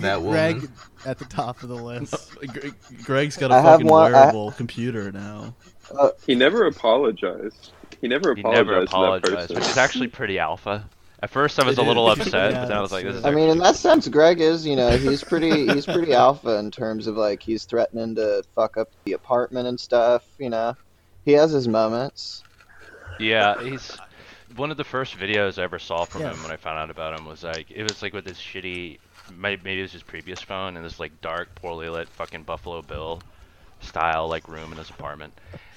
Speaker 9: [LAUGHS]
Speaker 8: [LAUGHS]
Speaker 1: that woman.
Speaker 9: Greg at the top of the list.
Speaker 8: Greg, Greg's got a
Speaker 13: I have
Speaker 8: fucking
Speaker 13: one- I-
Speaker 8: wearable computer now.
Speaker 12: Uh, he never apologized. He never
Speaker 10: He
Speaker 12: apologized.
Speaker 10: never
Speaker 12: to that
Speaker 10: apologized,
Speaker 12: person.
Speaker 10: which is actually pretty alpha. At first, I was
Speaker 12: It
Speaker 10: a little
Speaker 12: is.
Speaker 10: upset,
Speaker 12: Yeah,
Speaker 10: but then I was like, "This is."
Speaker 13: I mean, in that sense, Greg is, you know, he's pretty, he's pretty alpha in terms of like he's threatening to fuck up the apartment and stuff. You know, he has his moments.
Speaker 10: Yeah, he's one of the first videos I ever saw from
Speaker 13: Yeah.
Speaker 10: him when I found out about him was like it was like with this shitty, may- maybe it was his previous phone and this like dark, poorly lit fucking Buffalo Bill style like room in his apartment,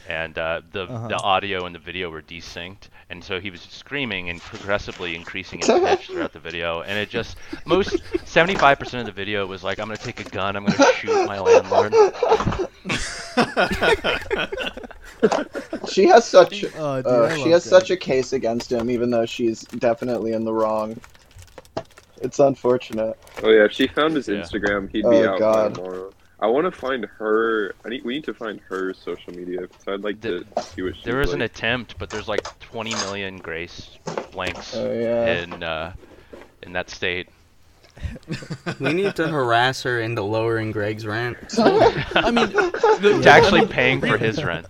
Speaker 10: and uh, the
Speaker 14: Uh-huh.
Speaker 10: the audio and the video were desynced, and so he was screaming and progressively increasing in pitch throughout the video, and it just most seventy five percent of the video was like I'm gonna take a gun, I'm gonna shoot
Speaker 6: [LAUGHS]
Speaker 10: my landlord. [LAUGHS]
Speaker 6: [LAUGHS]
Speaker 13: She has such,
Speaker 9: Oh, dude,
Speaker 13: uh,
Speaker 9: I
Speaker 13: she
Speaker 9: love
Speaker 13: has
Speaker 9: Greg.
Speaker 13: such a case against him, even though she's definitely in the wrong. It's unfortunate.
Speaker 12: Oh yeah, if she found his Instagram, he'd be
Speaker 13: Oh,
Speaker 12: out
Speaker 13: God.
Speaker 12: by tomorrow. I want to find her. I need. We need to find her social media. So I'd like to see what she's
Speaker 10: There was an
Speaker 12: like.
Speaker 10: attempt, but there's like 20 million grace blanks
Speaker 12: Oh, yeah.
Speaker 10: in uh, in that state.
Speaker 1: [LAUGHS] We need to harass her into lowering Greg's rent.
Speaker 8: [LAUGHS] I mean, the-
Speaker 10: [LAUGHS] to actually paying for his rent.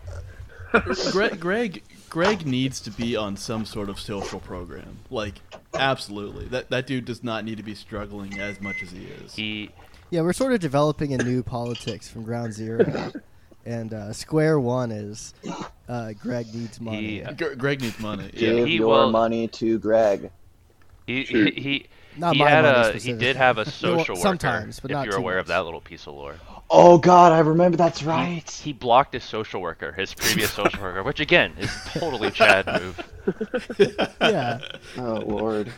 Speaker 8: Greg, Greg, Greg needs to be on some sort of social program. Like, absolutely. That that dude does not need to be struggling as much as he is.
Speaker 10: He
Speaker 9: Yeah, we're sort of developing a new politics from ground
Speaker 13: [LAUGHS]
Speaker 9: zero, and uh, square one is uh, Greg needs money.
Speaker 8: Greg needs money.
Speaker 13: Give
Speaker 10: Yeah, he
Speaker 13: your
Speaker 10: will-
Speaker 13: money to Greg.
Speaker 10: He
Speaker 13: Sure.
Speaker 10: he he,
Speaker 13: Not
Speaker 10: he
Speaker 13: my
Speaker 10: had
Speaker 13: money
Speaker 10: a he did have a
Speaker 13: specifically.
Speaker 10: social
Speaker 13: Well,
Speaker 10: worker.
Speaker 13: sometimes, but
Speaker 10: if
Speaker 13: not
Speaker 10: you're
Speaker 13: too
Speaker 10: aware of that little piece of lore.
Speaker 13: Oh God, I remember. That's
Speaker 10: He-
Speaker 13: right.
Speaker 10: He, blocked his social worker, his previous social worker, which again is totally Chad move.
Speaker 9: Yeah.
Speaker 13: Oh Lord.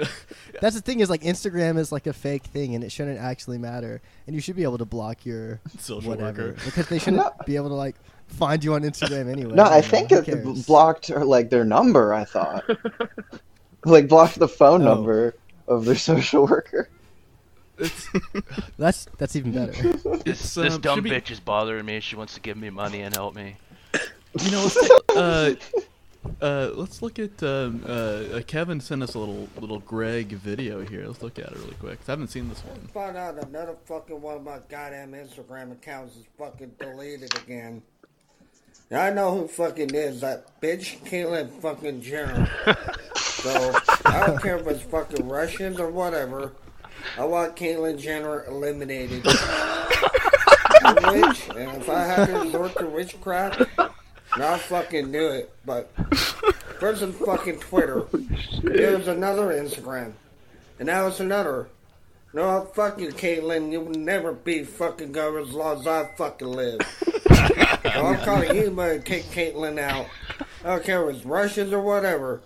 Speaker 13: uh,
Speaker 9: [LAUGHS] That's the thing is like Instagram is like a fake thing and it shouldn't actually matter. And you should be able to block your
Speaker 8: Social
Speaker 9: whatever
Speaker 8: worker.
Speaker 9: because they shouldn't
Speaker 13: [LAUGHS]
Speaker 9: be able to like find you on Instagram anyway.
Speaker 13: No,
Speaker 9: you
Speaker 13: I
Speaker 9: know,
Speaker 13: think
Speaker 9: oh, who
Speaker 13: it
Speaker 9: cares?
Speaker 13: b- blocked her, like their number. I
Speaker 9: [LAUGHS]
Speaker 13: thought, like blocked the phone
Speaker 9: Oh.
Speaker 13: number of their [LAUGHS] social worker.
Speaker 9: that's that's even
Speaker 13: [LAUGHS]
Speaker 9: better.
Speaker 10: This,
Speaker 8: um,
Speaker 10: this
Speaker 8: should
Speaker 10: dumb
Speaker 8: be-
Speaker 10: bitch is bothering me. She wants to give me money and help me.
Speaker 8: You know, let's take, uh, uh, let's look at um, uh, uh, Kevin sent us a little little Greg video here. Let's look at it really quick. 'cause I haven't seen this one.
Speaker 15: Found out another fucking one of my goddamn Instagram accounts is fucking deleted again. And I know who fucking is that bitch Caitlyn fucking Jenner. so I don't care if it's fucking Russians or whatever. I want Caitlyn Jenner eliminated. I'm rich, and if I had to resort to witchcraft, and I'll fucking do it. But there's a fucking Twitter. There's another Instagram. And now it's another. No, fuck you, Caitlin. You will never be fucking governor as long as I fucking live. so I'm calling you, but kick Caitlin out. I don't care if it's Russians or whatever.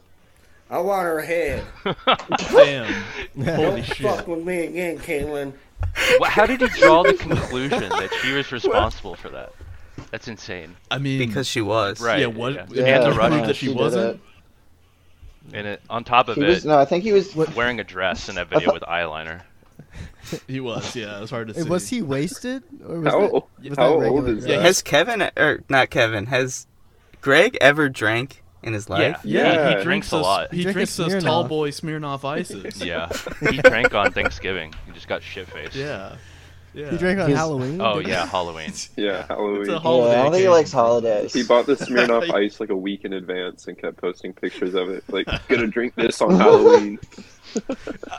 Speaker 15: I want her head.
Speaker 8: [LAUGHS] Damn.
Speaker 15: Don't fuck with me again, Caitlin.
Speaker 10: Wha- How did he draw
Speaker 14: [LAUGHS]
Speaker 10: the conclusion that she was responsible for that? That's insane.
Speaker 8: I mean,
Speaker 1: because she was
Speaker 10: Right.
Speaker 8: Yeah, what-
Speaker 10: And
Speaker 8: yeah,
Speaker 10: the
Speaker 8: she
Speaker 10: Russian
Speaker 8: proved that she She did wasn't?
Speaker 10: And it, on top of
Speaker 13: He
Speaker 10: it,
Speaker 13: was- no, I think he was-
Speaker 10: wearing a dress in that
Speaker 13: I
Speaker 10: video
Speaker 13: thought-
Speaker 10: with eyeliner.
Speaker 8: He was, yeah. It's hard to
Speaker 9: Hey,
Speaker 8: see.
Speaker 9: was he wasted or was
Speaker 8: How
Speaker 9: that,
Speaker 8: old-
Speaker 9: was
Speaker 8: how
Speaker 9: that
Speaker 8: old
Speaker 9: regular
Speaker 8: is
Speaker 9: Greg?
Speaker 8: that?
Speaker 1: Has Kevin or not Kevin? Has Greg ever drank in his life?
Speaker 8: He, he drinks those, He
Speaker 9: Drink a
Speaker 8: drinks those tall
Speaker 9: Smirnoff.
Speaker 8: boy Smirnoff ices. [LAUGHS]
Speaker 10: Yeah, he drank on Thanksgiving. He just got shit faced.
Speaker 8: Yeah. Yeah.
Speaker 9: He drank on
Speaker 8: He's-
Speaker 9: Halloween.
Speaker 10: Oh yeah,
Speaker 8: [LAUGHS]
Speaker 10: Halloween.
Speaker 12: Yeah, Halloween.
Speaker 9: a holiday Yeah, I don't think he game. likes holidays.
Speaker 12: He bought the Smirnoff Ice like a week in advance and kept posting pictures of it. Like, gonna drink this on Halloween.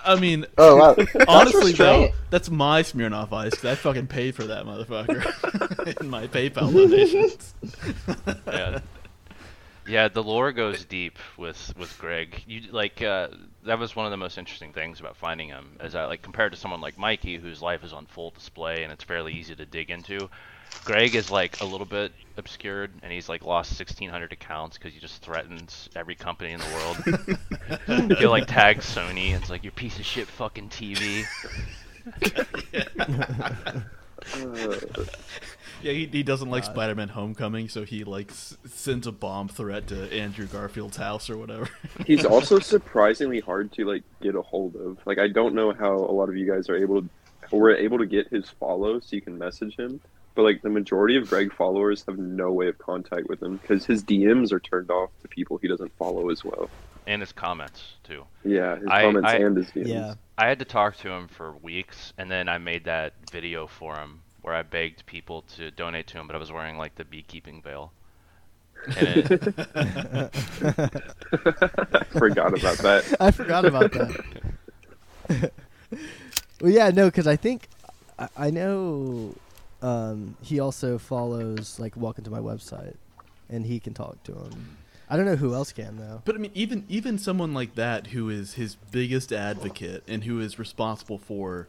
Speaker 8: I mean,
Speaker 12: Oh,
Speaker 8: [LAUGHS]
Speaker 12: wow. That's
Speaker 8: honestly though,
Speaker 12: restraint.
Speaker 8: that's my Smirnoff Ice. 'cause I fucking paid for that motherfucker [LAUGHS] in my PayPal donations. [LAUGHS]
Speaker 10: yeah. Yeah, the lore goes deep with with Greg. You like uh, that was one of the most interesting things about finding him is that like compared to someone like Mikey whose life is on full display and it's fairly easy to dig into, Greg is like a little bit obscured and he's like lost 1600 accounts cuz he just threatens every company in the world. He'll like tag Sony and it's like your piece of shit fucking TV.
Speaker 8: Yeah, he, he doesn't like Spider-Man: Homecoming, so he like s- sends a bomb threat to Andrew Garfield's house or whatever. [LAUGHS]
Speaker 12: He's also surprisingly hard to like get a hold of. Like I don't know how a lot of you guys are able to were able to get his follow so you can message him. But like the majority of Greg followers have no way of contact with him because his DMs are turned off to people he doesn't follow as well.
Speaker 10: and his comments too.
Speaker 12: Yeah, his comments and his DMs. Yeah.
Speaker 10: I had to talk to him for weeks, and then I made that video for him where I begged people to donate to him, but I was wearing like the beekeeping veil.
Speaker 9: [LAUGHS]
Speaker 10: And it-
Speaker 12: [LAUGHS] Forgot about that.
Speaker 9: I forgot about that. well, yeah, no, because I think I, I know um, he also follows like welcome to my website, and he can talk to him. I don't know who else can though.
Speaker 8: But I mean, even even someone like that who is his biggest advocate and who is responsible for,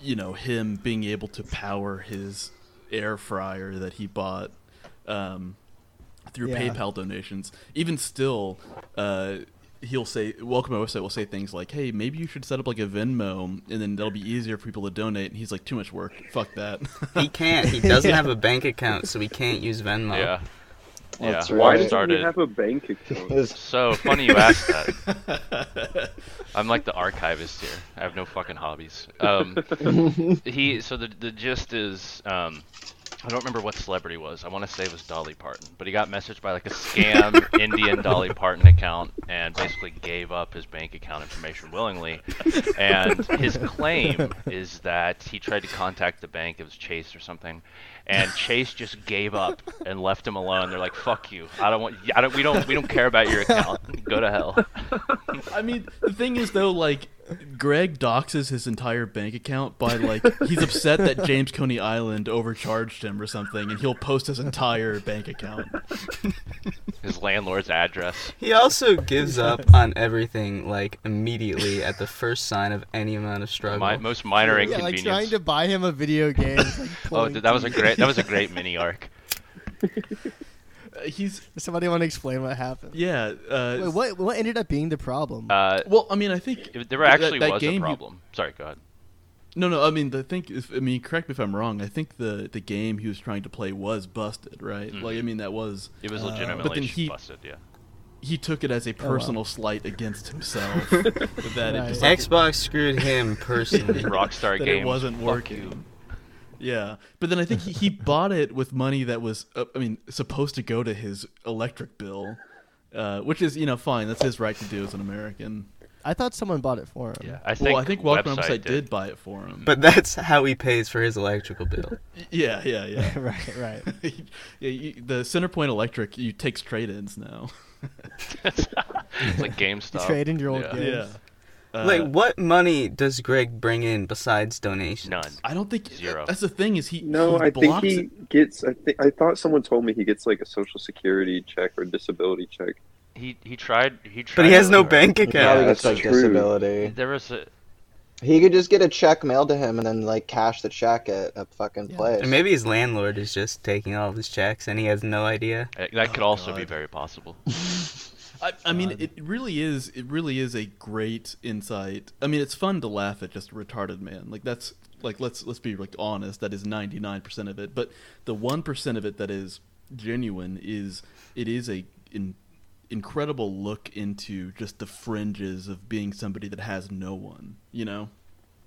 Speaker 8: you know, him being able to power his air fryer that he bought um, through
Speaker 9: Yeah.
Speaker 8: PayPal donations. Even still, uh, he'll say, "Welcome to my website." Will say things like, "Hey, maybe you should set up like a Venmo, and then that'll be easier for people to donate." And he's like, "Too much work. Fuck that."
Speaker 1: He can't.
Speaker 8: [LAUGHS]
Speaker 1: He doesn't have a bank account, so he can't use Venmo.
Speaker 10: Yeah.
Speaker 1: That's
Speaker 10: yeah.
Speaker 1: right. Why
Speaker 10: I
Speaker 1: doesn't he
Speaker 10: started.
Speaker 12: have a bank account?
Speaker 10: so funny you
Speaker 12: [LAUGHS]
Speaker 10: asked [LAUGHS] that. I'm like the archivist here. I have no fucking hobbies. Um, he so the the gist is um, I don't remember what celebrity it was. I want to say it was Dolly Parton, but he got messaged by like a scam Indian Dolly Parton account and basically gave up his bank account information willingly. And
Speaker 8: [LAUGHS]
Speaker 10: his claim is that he tried to contact the bank. It was Chase or something, and Chase just gave up and left him alone. They're like, "Fuck you! I don't want. I don't. We don't. We don't care about your account. Go to hell."
Speaker 8: I mean, the thing is though, like Greg doxes his entire bank account by like he's upset that James Coney Island overcharged him or something, and he'll post his entire bank account.
Speaker 10: His landlord's address.
Speaker 1: He
Speaker 8: [LAUGHS]
Speaker 1: also gives up on everything like immediately at the first sign of any amount of struggle.
Speaker 10: My, most minor
Speaker 9: yeah, like
Speaker 10: inconvenience.
Speaker 9: trying to buy him a video game. it's Like
Speaker 10: oh,
Speaker 9: pulling
Speaker 10: dude, that was a
Speaker 9: teeth.
Speaker 10: great. That was a great mini arc.
Speaker 8: Uh, he's
Speaker 9: Somebody want to explain what happened?
Speaker 8: Yeah. Uh,
Speaker 9: Wait, what what ended up being the problem?
Speaker 10: Uh,
Speaker 8: well, I mean, I think
Speaker 10: It- there
Speaker 8: that-
Speaker 10: actually
Speaker 8: that
Speaker 10: was
Speaker 8: game
Speaker 10: a
Speaker 8: you-
Speaker 10: problem. Sorry, go ahead.
Speaker 8: No, no. I mean, the thing. Is, I mean, correct me if I'm wrong. I think the the game he was trying to play was busted, right?
Speaker 10: Mhm.
Speaker 8: Like, I mean, that was
Speaker 10: It was
Speaker 8: uh,
Speaker 10: legitimately
Speaker 8: but then he,
Speaker 10: busted, yeah.
Speaker 8: He took it as a
Speaker 1: wow.
Speaker 8: personal slight against himself that it just like,
Speaker 1: Xbox screwed him personally.
Speaker 10: Rockstar
Speaker 8: that it wasn't working. Yeah, but then I think he, he bought it with money that was, uh, I mean, supposed to go to his electric bill, uh, which is you know fine. That's his right to do as an American.
Speaker 9: I thought someone bought it for him. Yeah,
Speaker 8: well, I think Welcome website, website did. buy it for him.
Speaker 1: But that's how he pays for his electrical bill.
Speaker 8: [LAUGHS] Yeah, yeah,
Speaker 9: [LAUGHS]
Speaker 8: yeah.
Speaker 9: right, right.
Speaker 8: [LAUGHS] yeah, you, the Centerpoint Electric you takes trade-ins now. [LAUGHS]
Speaker 10: it's [LAUGHS] like GameStop.
Speaker 9: Trade in your old
Speaker 8: yeah.
Speaker 9: games.
Speaker 8: Yeah.
Speaker 1: like,
Speaker 8: Uh,
Speaker 1: what money does Greg bring in besides donations?
Speaker 10: None.
Speaker 8: I don't think
Speaker 10: zero.
Speaker 8: That's the thing is he.
Speaker 12: No,
Speaker 8: he
Speaker 12: I think
Speaker 8: blocks
Speaker 12: he
Speaker 8: it.
Speaker 12: gets. I think I thought someone told me he gets like a social security check or disability check.
Speaker 10: He he tried. He tried.
Speaker 1: But he has no
Speaker 10: to-
Speaker 1: bank
Speaker 13: He
Speaker 1: account.
Speaker 13: probably gets like disability.
Speaker 10: There was a,
Speaker 13: He could just get a check mailed to him and then like cash the check at a fucking place.
Speaker 1: And maybe his landlord is just taking all of his checks and he has no idea.
Speaker 10: Uh, That
Speaker 8: Oh,
Speaker 10: could also be very possible.
Speaker 8: I, I mean, it really is. It really is a great insight. I mean, it's fun to laugh at just a retarded man. Like that's like let's let's be like honest. That is ninety nine percent of it. But the one percent of it that is genuine is it is a in, incredible look into just the fringes of being somebody that has no one. You know.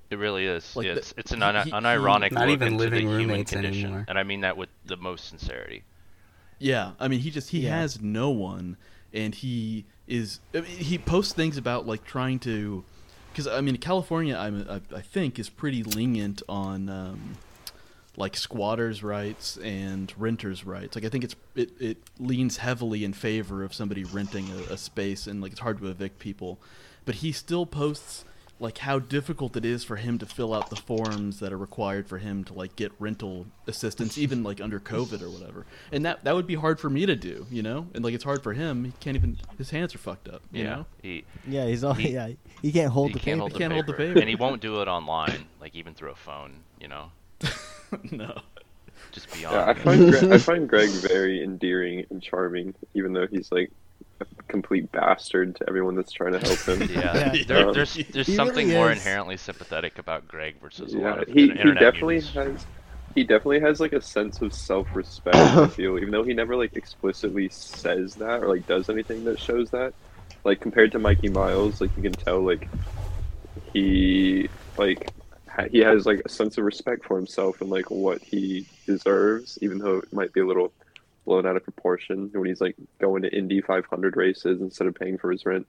Speaker 10: It really is.
Speaker 8: Like,
Speaker 10: it's
Speaker 8: the-
Speaker 10: it's an un-
Speaker 8: he- he-
Speaker 10: unironic
Speaker 8: Not
Speaker 10: look
Speaker 8: even
Speaker 10: into
Speaker 8: living
Speaker 10: the human
Speaker 8: roommates
Speaker 10: condition,
Speaker 8: anymore.
Speaker 10: and I mean that with the most sincerity.
Speaker 8: Yeah, I mean, he just he
Speaker 10: Yeah.
Speaker 8: has no one, and he is I mean, he posts things about like trying to, because I mean, California, I'm, I I think is pretty lenient on um, like squatters' rights and renters' rights. Like I think it's it, it leans heavily in favor of somebody renting a, a space, and like it's hard to evict people, but he still posts like how difficult it is for him to fill out the forms that are required for him to like get rental assistance even like under covid or whatever and that that would be hard for me to do you know and like it's hard for him he can't even his hands are fucked up you
Speaker 10: yeah.
Speaker 8: know
Speaker 10: He
Speaker 9: Yeah, he's all
Speaker 10: He-
Speaker 9: yeah. He can't hold
Speaker 10: he
Speaker 9: the
Speaker 10: can't
Speaker 9: paper.
Speaker 10: hold the
Speaker 8: Can't hold the
Speaker 10: paper,
Speaker 8: paper.
Speaker 10: and he won't do it online, like even through a phone. You know.
Speaker 8: no.
Speaker 10: Just
Speaker 12: Yeah,
Speaker 10: beyond.
Speaker 12: I find
Speaker 10: [LAUGHS]
Speaker 12: Gre- I find Greg very endearing and charming, even though he's like a complete bastard to everyone that's trying to help him.
Speaker 10: [LAUGHS] Yeah, there,
Speaker 12: Um,
Speaker 10: there's there's
Speaker 12: He
Speaker 10: something
Speaker 12: really
Speaker 10: more
Speaker 12: is.
Speaker 10: inherently sympathetic about Greg versus a lot
Speaker 12: Yeah,
Speaker 10: of
Speaker 12: he, he
Speaker 10: internet
Speaker 12: definitely
Speaker 10: mutants.
Speaker 12: has he definitely has like a sense of self-respect. I feel, even though he never like explicitly says that or like does anything that shows that. Like compared to Mikey Miles, like you can tell like he like ha- he has like a sense of respect for himself and like what he deserves, even though it might be a little blown out of proportion when he's like going to Indy 500 races instead of paying for his rent.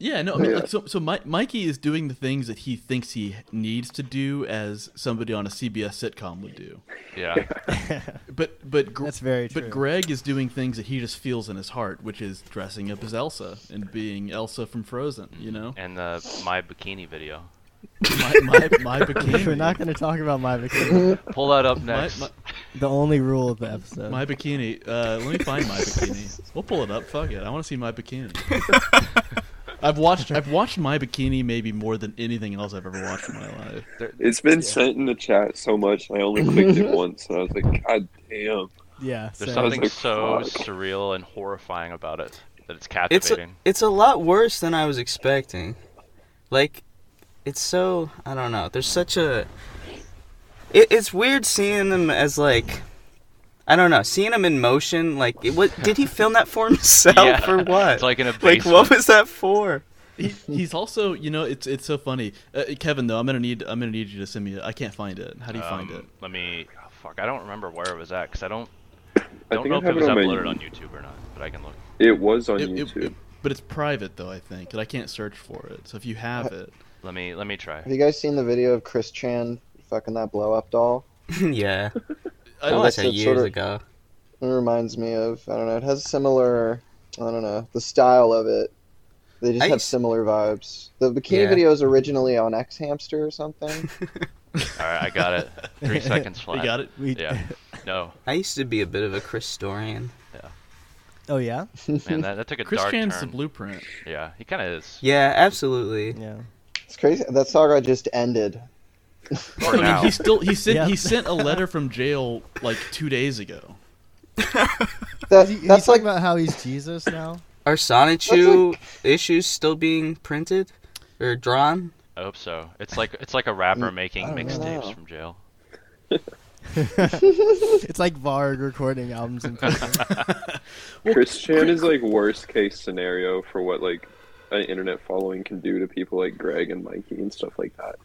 Speaker 8: Yeah, no, I mean,
Speaker 12: Yeah.
Speaker 8: like, so so Mi- Mikey is doing the things that he thinks he needs to do as somebody on a CBS sitcom would do.
Speaker 9: [LAUGHS]
Speaker 10: Yeah.
Speaker 8: but but Gr-
Speaker 9: That's very true.
Speaker 8: But Greg is doing things that he just feels in his heart, which is dressing up as Elsa and being Elsa from Frozen. You know,
Speaker 10: and the my bikini video.
Speaker 8: [LAUGHS] my my, [LAUGHS] my bikini.
Speaker 9: We're not going to talk about my bikini.
Speaker 10: [LAUGHS] Pull that up
Speaker 8: My-
Speaker 10: next.
Speaker 8: my-
Speaker 9: the only rule of the episode.
Speaker 8: My bikini. Uh, let me find my bikini. We'll pull it up. Fuck it. I want to see
Speaker 10: [LAUGHS]
Speaker 8: my bikini. I've watched. I've watched my bikini maybe more than anything else I've ever watched in my life.
Speaker 12: It's been sent in the chat so much, and I only clicked
Speaker 10: [LAUGHS]
Speaker 12: it once, and I was like, God damn.
Speaker 9: Yeah,
Speaker 10: There's
Speaker 12: I was
Speaker 10: something
Speaker 12: like,
Speaker 10: so
Speaker 12: "Fuck."
Speaker 10: surreal and horrifying about it that it's
Speaker 1: It's a,
Speaker 10: captivating.
Speaker 1: it's a lot worse than I was expecting. Like, it's so I don't know. There's such a. It, it's weird seeing them as like, I don't know, seeing him in motion. Like, it, what did he film that for [LAUGHS] himself
Speaker 8: Yeah.
Speaker 1: or what?
Speaker 8: It's like in a
Speaker 1: Like,
Speaker 8: basement.
Speaker 1: what was that for?
Speaker 8: He, he's also, you know, it's it's so funny. Uh, Kevin, though, I'm gonna need I'm gonna need you to send me. it. I can't find it. How do you find
Speaker 10: Um,
Speaker 8: it?
Speaker 10: Let me. oh, fuck, I don't remember where it was at because I don't.
Speaker 12: I
Speaker 10: Don't
Speaker 12: think
Speaker 10: know
Speaker 12: I
Speaker 10: if
Speaker 12: have
Speaker 10: it
Speaker 12: it
Speaker 10: was
Speaker 12: on my-
Speaker 10: uploaded on YouTube or not, but I can look.
Speaker 12: It was on
Speaker 8: It- it-
Speaker 12: YouTube.
Speaker 8: it- but it's private though, I think, and I can't search for it. So if you have it,
Speaker 10: let me let me try.
Speaker 13: Have you guys seen the video of Chris Chan fucking that blow up doll?
Speaker 1: [LAUGHS]
Speaker 9: [LAUGHS]
Speaker 1: yeah.
Speaker 13: I
Speaker 1: I
Speaker 13: don't
Speaker 1: watched
Speaker 13: like
Speaker 1: that
Speaker 13: that
Speaker 1: years
Speaker 13: sorta-
Speaker 1: ago.
Speaker 13: It reminds me of I don't know. It has a similar I don't know the style of it. They just
Speaker 1: I
Speaker 13: have
Speaker 1: used-
Speaker 13: similar vibes. The bikini
Speaker 1: Yeah.
Speaker 13: video is originally on X Hamster
Speaker 1: [LAUGHS]
Speaker 13: or something.
Speaker 10: All right, I got it. Three seconds
Speaker 1: We
Speaker 10: flat.
Speaker 1: got it? We- [LAUGHS]
Speaker 10: Yeah. No.
Speaker 1: I used to be a bit of a Christorian.
Speaker 10: Yeah.
Speaker 9: Oh yeah.
Speaker 10: [LAUGHS] Man, that, that took a
Speaker 8: Chris
Speaker 10: dark
Speaker 8: Chan's the
Speaker 10: turn.
Speaker 8: blueprint.
Speaker 10: Yeah, he kind of is.
Speaker 1: Yeah, absolutely.
Speaker 9: Yeah.
Speaker 13: It's crazy. That saga just ended.
Speaker 10: For
Speaker 8: I mean,
Speaker 10: now.
Speaker 8: he still he sent he
Speaker 13: Yep.
Speaker 8: sent a letter from jail like two days ago.
Speaker 13: That,
Speaker 9: that's like about how he's Jesus now. [LAUGHS]
Speaker 1: Are Sonichu issues still being printed or drawn?
Speaker 10: I hope so. It's like it's like a rapper making
Speaker 9: I don't know.
Speaker 10: mixtapes from jail.
Speaker 9: it's like Varg recording albums
Speaker 8: [LAUGHS]
Speaker 9: in prison.
Speaker 12: Chris Chan is like worst case scenario for what like an internet following can do to people like Greg and Mikey and stuff like that.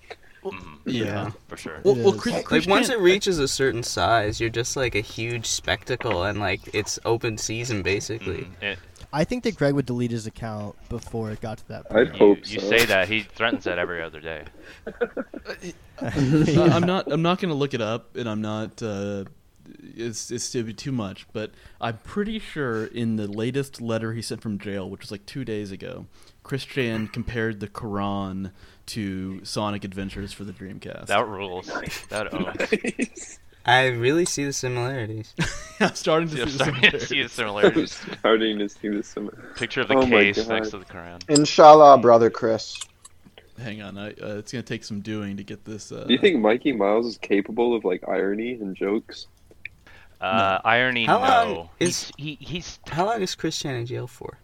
Speaker 8: Yeah.
Speaker 10: for
Speaker 1: [LAUGHS]
Speaker 10: sure. [LAUGHS]
Speaker 8: Well- well, Chris-
Speaker 1: like
Speaker 8: Chris
Speaker 1: once
Speaker 8: Chan-
Speaker 1: it reaches a certain size, you're just like a huge spectacle, and like it's open season basically.
Speaker 10: Mm,
Speaker 9: I think that Greg would delete his account before it got to that point.
Speaker 1: I'd
Speaker 10: you,
Speaker 1: hope
Speaker 10: You
Speaker 1: so.
Speaker 10: say that he threatens that every other day. [LAUGHS]
Speaker 8: Uh, I'm not. I'm not gonna look it up, and I'm not. Uh, it's it's it'd be too much, but I'm pretty sure in the latest letter he sent from jail, which was like two days ago, Christian compared the Quran to Sonic Adventures for the Dreamcast.
Speaker 10: That rules.
Speaker 8: [LAUGHS]
Speaker 10: That owns.
Speaker 1: [LAUGHS] I really see the similarities.
Speaker 8: [LAUGHS] I'm starting to
Speaker 10: Yeah,
Speaker 8: see the
Speaker 10: starting to see the similarities.
Speaker 12: [LAUGHS] I'm starting to see the similarities.
Speaker 10: Picture of the
Speaker 12: Oh my
Speaker 10: case
Speaker 12: God.
Speaker 10: next to the Quran.
Speaker 13: Inshallah, brother Chris.
Speaker 8: Hang on, I, uh, it's gonna take some doing to get this. Uh,
Speaker 12: Do you think Mikey Miles is capable of like irony and jokes?
Speaker 10: Uh, Irony,
Speaker 1: How
Speaker 10: no.
Speaker 1: long is
Speaker 10: he, he's
Speaker 1: how long is Chris Chan in jail for?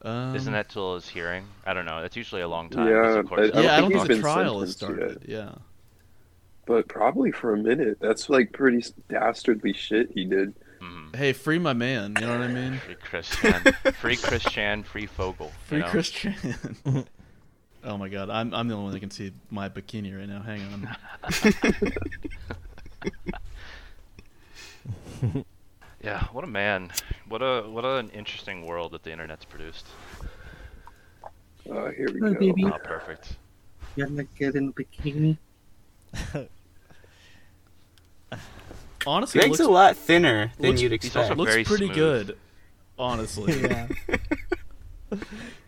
Speaker 8: Um,
Speaker 10: Isn't that till his hearing? I don't know. That's usually a long time.
Speaker 12: Yeah,
Speaker 10: It's a court
Speaker 12: I, I
Speaker 10: session.
Speaker 12: don't think,
Speaker 8: think
Speaker 12: he's
Speaker 8: the
Speaker 12: been
Speaker 8: trial has
Speaker 12: sentenced
Speaker 8: started, Yeah,
Speaker 12: but probably for a minute. That's like pretty dastardly shit he did.
Speaker 8: Hey, free my man. You know what I mean?
Speaker 10: Free Christian. Free Christian. Free Fogel. you
Speaker 8: [LAUGHS] Free
Speaker 10: know?
Speaker 8: Christian. oh my god, I'm I'm the only one that can see my bikini right now. Hang on.
Speaker 10: [LAUGHS] Yeah, what a man. What a what an interesting world that the internet's produced.
Speaker 12: Oh, here we
Speaker 14: Hi,
Speaker 12: go.
Speaker 14: baby.
Speaker 10: Not perfect.
Speaker 14: You gonna get in
Speaker 8: [LAUGHS]
Speaker 14: bikini?
Speaker 8: Honestly,
Speaker 1: Greg's
Speaker 8: looks-
Speaker 1: a lot thinner than
Speaker 8: looks-
Speaker 1: you'd
Speaker 8: he's also
Speaker 1: expect.
Speaker 8: Looks pretty good, honestly.
Speaker 9: Yeah.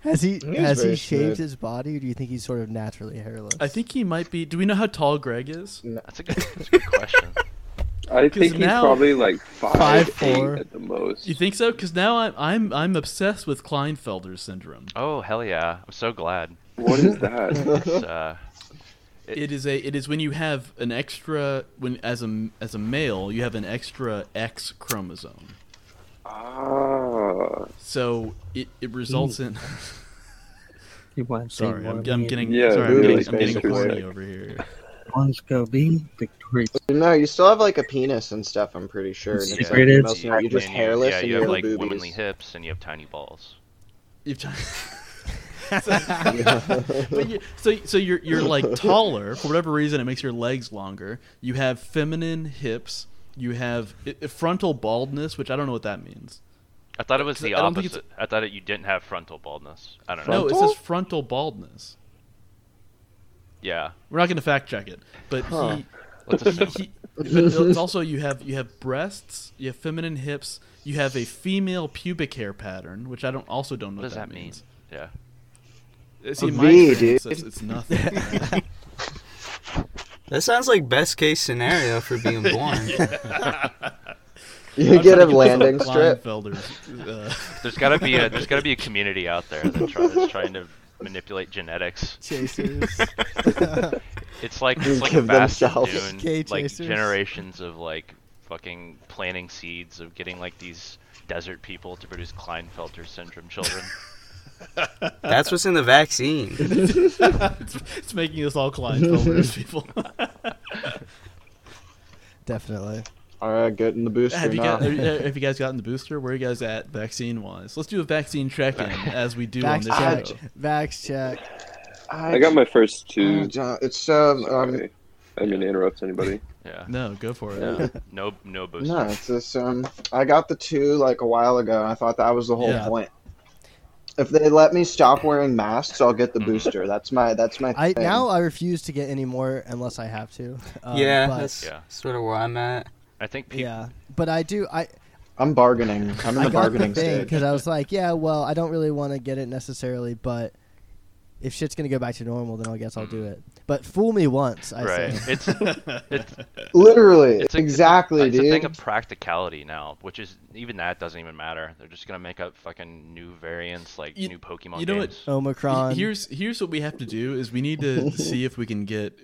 Speaker 9: Has he
Speaker 8: He is
Speaker 9: has he
Speaker 8: very
Speaker 9: shaved
Speaker 8: smooth.
Speaker 9: his body, or do you think he's sort of naturally hairless?
Speaker 8: I think he might be. Do we know how tall Greg is?
Speaker 10: That's a good, that's a good question.
Speaker 12: [LAUGHS] I think he's probably like five,
Speaker 8: five
Speaker 12: eight
Speaker 8: four
Speaker 12: at the most.
Speaker 8: You think so? Because now I'm I'm I'm obsessed with Kleinfelder syndrome.
Speaker 10: Oh hell yeah! I'm so glad.
Speaker 12: What is that?
Speaker 10: [LAUGHS] It's, uh,
Speaker 8: it is a it is when you have an extra when as a as a male you have an extra X chromosome.
Speaker 12: Ah.
Speaker 8: So it, it results in. [LAUGHS]
Speaker 14: You want to see
Speaker 8: sorry,
Speaker 14: more
Speaker 8: I'm,
Speaker 14: of
Speaker 8: I'm
Speaker 14: me?
Speaker 8: getting
Speaker 14: Yeah,
Speaker 8: sorry, I'm
Speaker 14: really
Speaker 8: getting, I'm getting
Speaker 14: space
Speaker 8: horny
Speaker 14: cadet.
Speaker 8: over here.
Speaker 14: One's gonna be Victoria.
Speaker 13: No, you still have like a penis and stuff. I'm pretty sure. And it's, like,
Speaker 14: Secreted.
Speaker 13: mostly- you're just
Speaker 10: And you-
Speaker 13: hairless
Speaker 10: Yeah,
Speaker 13: and
Speaker 10: you
Speaker 13: you
Speaker 10: have
Speaker 13: have
Speaker 10: like
Speaker 13: boobies.
Speaker 10: womanly hips and you have tiny balls.
Speaker 8: You've [LAUGHS]
Speaker 13: [LAUGHS]
Speaker 8: done. [LAUGHS] but you, so so you're you're
Speaker 13: [LAUGHS]
Speaker 8: like taller for whatever reason. It makes your legs longer. You have feminine hips. You have i- i- frontal baldness, which I don't know what that means.
Speaker 10: I thought it was the
Speaker 8: I don't think it's-
Speaker 10: opposite. I thought that you didn't have frontal baldness. I don't
Speaker 8: No,
Speaker 10: know.
Speaker 8: it says frontal baldness.
Speaker 10: Yeah.
Speaker 8: We're not going to fact check it, but
Speaker 10: Huh.
Speaker 8: he,
Speaker 10: Let's assume.
Speaker 8: he, he- but it's also you have you have breasts, you have feminine hips, you have a female pubic hair pattern, which I don't also don't know what,
Speaker 10: does
Speaker 8: that,
Speaker 10: that mean?
Speaker 8: means.
Speaker 10: Yeah.
Speaker 8: Uh, See, in
Speaker 10: A
Speaker 8: my
Speaker 10: V,
Speaker 8: experience,
Speaker 10: dude.
Speaker 8: it's,
Speaker 10: [LAUGHS]
Speaker 8: it's nothing.
Speaker 1: [LAUGHS] That sounds like best case scenario for
Speaker 8: [LAUGHS]
Speaker 1: being born.
Speaker 13: You get a landing strip.
Speaker 8: Uh,
Speaker 10: There's gotta be a there's gotta be a community out there that try, that's trying to manipulate genetics.
Speaker 9: Chasers.
Speaker 10: [LAUGHS] it's like it's like
Speaker 13: Give
Speaker 10: Vast and
Speaker 13: themselves-
Speaker 10: Dune,
Speaker 9: Gay
Speaker 10: like
Speaker 9: chasers.
Speaker 10: generations of like fucking planting seeds of getting like these desert people to produce Klinefelter syndrome
Speaker 13: [LAUGHS]
Speaker 10: children.
Speaker 1: That's what's in the vaccine.
Speaker 8: [LAUGHS]
Speaker 1: [LAUGHS]
Speaker 8: it's, it's [LAUGHS] making us all
Speaker 13: [LAUGHS]
Speaker 8: Kleinfelders, people.
Speaker 9: Definitely.
Speaker 13: All right, getting the booster
Speaker 8: have you
Speaker 13: now.
Speaker 8: got, have you-
Speaker 13: [LAUGHS]
Speaker 8: have you guys gotten the booster? Where are you guys at vaccine wise? Let's do a vaccine check in as we do on
Speaker 9: Vax
Speaker 8: this
Speaker 9: check.
Speaker 8: show.
Speaker 9: Vax check.
Speaker 12: I got my first two.
Speaker 13: Oh, John, it's um, um
Speaker 12: Sorry. I didn't mean to interrupt anybody.
Speaker 10: Yeah.
Speaker 8: No, go for it.
Speaker 10: No no booster.
Speaker 13: no, it's this um. I got the two like a while ago, and I thought that was the whole
Speaker 10: Yeah.
Speaker 13: point. If they let me stop wearing masks, I'll get the
Speaker 10: Mm-hmm.
Speaker 13: booster. That's my that's my.
Speaker 9: I
Speaker 13: thing.
Speaker 9: now I refuse to get any more unless I have to. [LAUGHS]
Speaker 1: [LAUGHS]
Speaker 9: Um,
Speaker 1: yeah,
Speaker 9: but,
Speaker 1: that's sort of where I'm at.
Speaker 10: I think
Speaker 9: yeah, but I do. I
Speaker 13: I'm bargaining. I'm in
Speaker 9: I
Speaker 13: the
Speaker 9: got the
Speaker 13: bargaining
Speaker 9: thing
Speaker 13: stage.
Speaker 9: because I was like, yeah, well, I don't really want to get it necessarily, but if shit's gonna go back to normal, then I guess I'll do it. But fool me once, I
Speaker 10: Mm. right.
Speaker 9: say. [LAUGHS]
Speaker 10: It's
Speaker 1: [LAUGHS]
Speaker 10: it's
Speaker 13: Literally,
Speaker 10: it's a-
Speaker 13: exactly,
Speaker 10: it's a,
Speaker 13: dude.
Speaker 10: thing of practicality now, which is even that doesn't even matter. They're just gonna make up fucking new variants like new Pokemon
Speaker 8: You know
Speaker 10: games.
Speaker 8: what?
Speaker 9: Omicron.
Speaker 8: Here's here's what we have to do is we
Speaker 9: [LAUGHS]
Speaker 8: need to see if we can get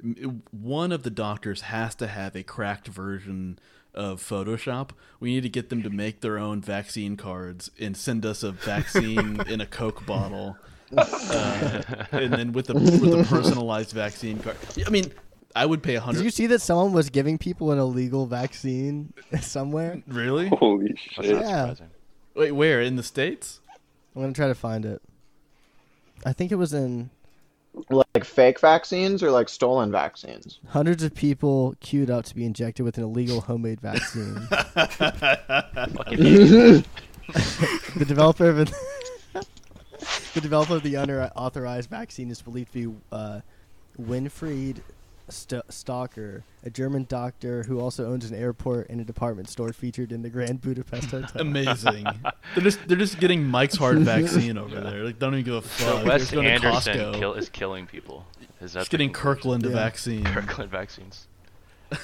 Speaker 8: one of the doctors has to have a cracked version of Photoshop. We need to get them to make their own vaccine cards and send us
Speaker 9: [LAUGHS]
Speaker 8: a vaccine in a Coke bottle, uh, and then with the with a personalized vaccine card. I mean, I would pay a
Speaker 9: Did
Speaker 8: hundred.
Speaker 9: you see that someone was giving people an illegal vaccine [LAUGHS] somewhere?
Speaker 8: Really?
Speaker 12: Holy shit!
Speaker 9: Yeah,
Speaker 8: Wait, where in the states?
Speaker 9: I'm gonna try to find it. I think it was in
Speaker 13: like fake vaccines or like stolen vaccines.
Speaker 9: hundreds of people queued up to be injected with an illegal homemade vaccine. the developer of an- [LAUGHS] the developer of the unauthorized vaccine is believed to be uh, Winfried St- Stalker, a German doctor who also owns an airport and a department store featured in the Grand Budapest Hotel.
Speaker 8: [LAUGHS]
Speaker 10: [LAUGHS]
Speaker 8: Amazing. they're just they're just getting Mike's hard vaccine over there. Like, don't even give a [LAUGHS] fuck.
Speaker 10: So
Speaker 8: They're
Speaker 10: Wes
Speaker 8: just going to
Speaker 10: Anderson
Speaker 8: Costco.
Speaker 10: kill, is killing people. Is that
Speaker 8: Just
Speaker 10: the
Speaker 8: getting
Speaker 10: conclusion?
Speaker 8: Kirkland a Yeah. vaccine.
Speaker 10: Kirkland vaccines.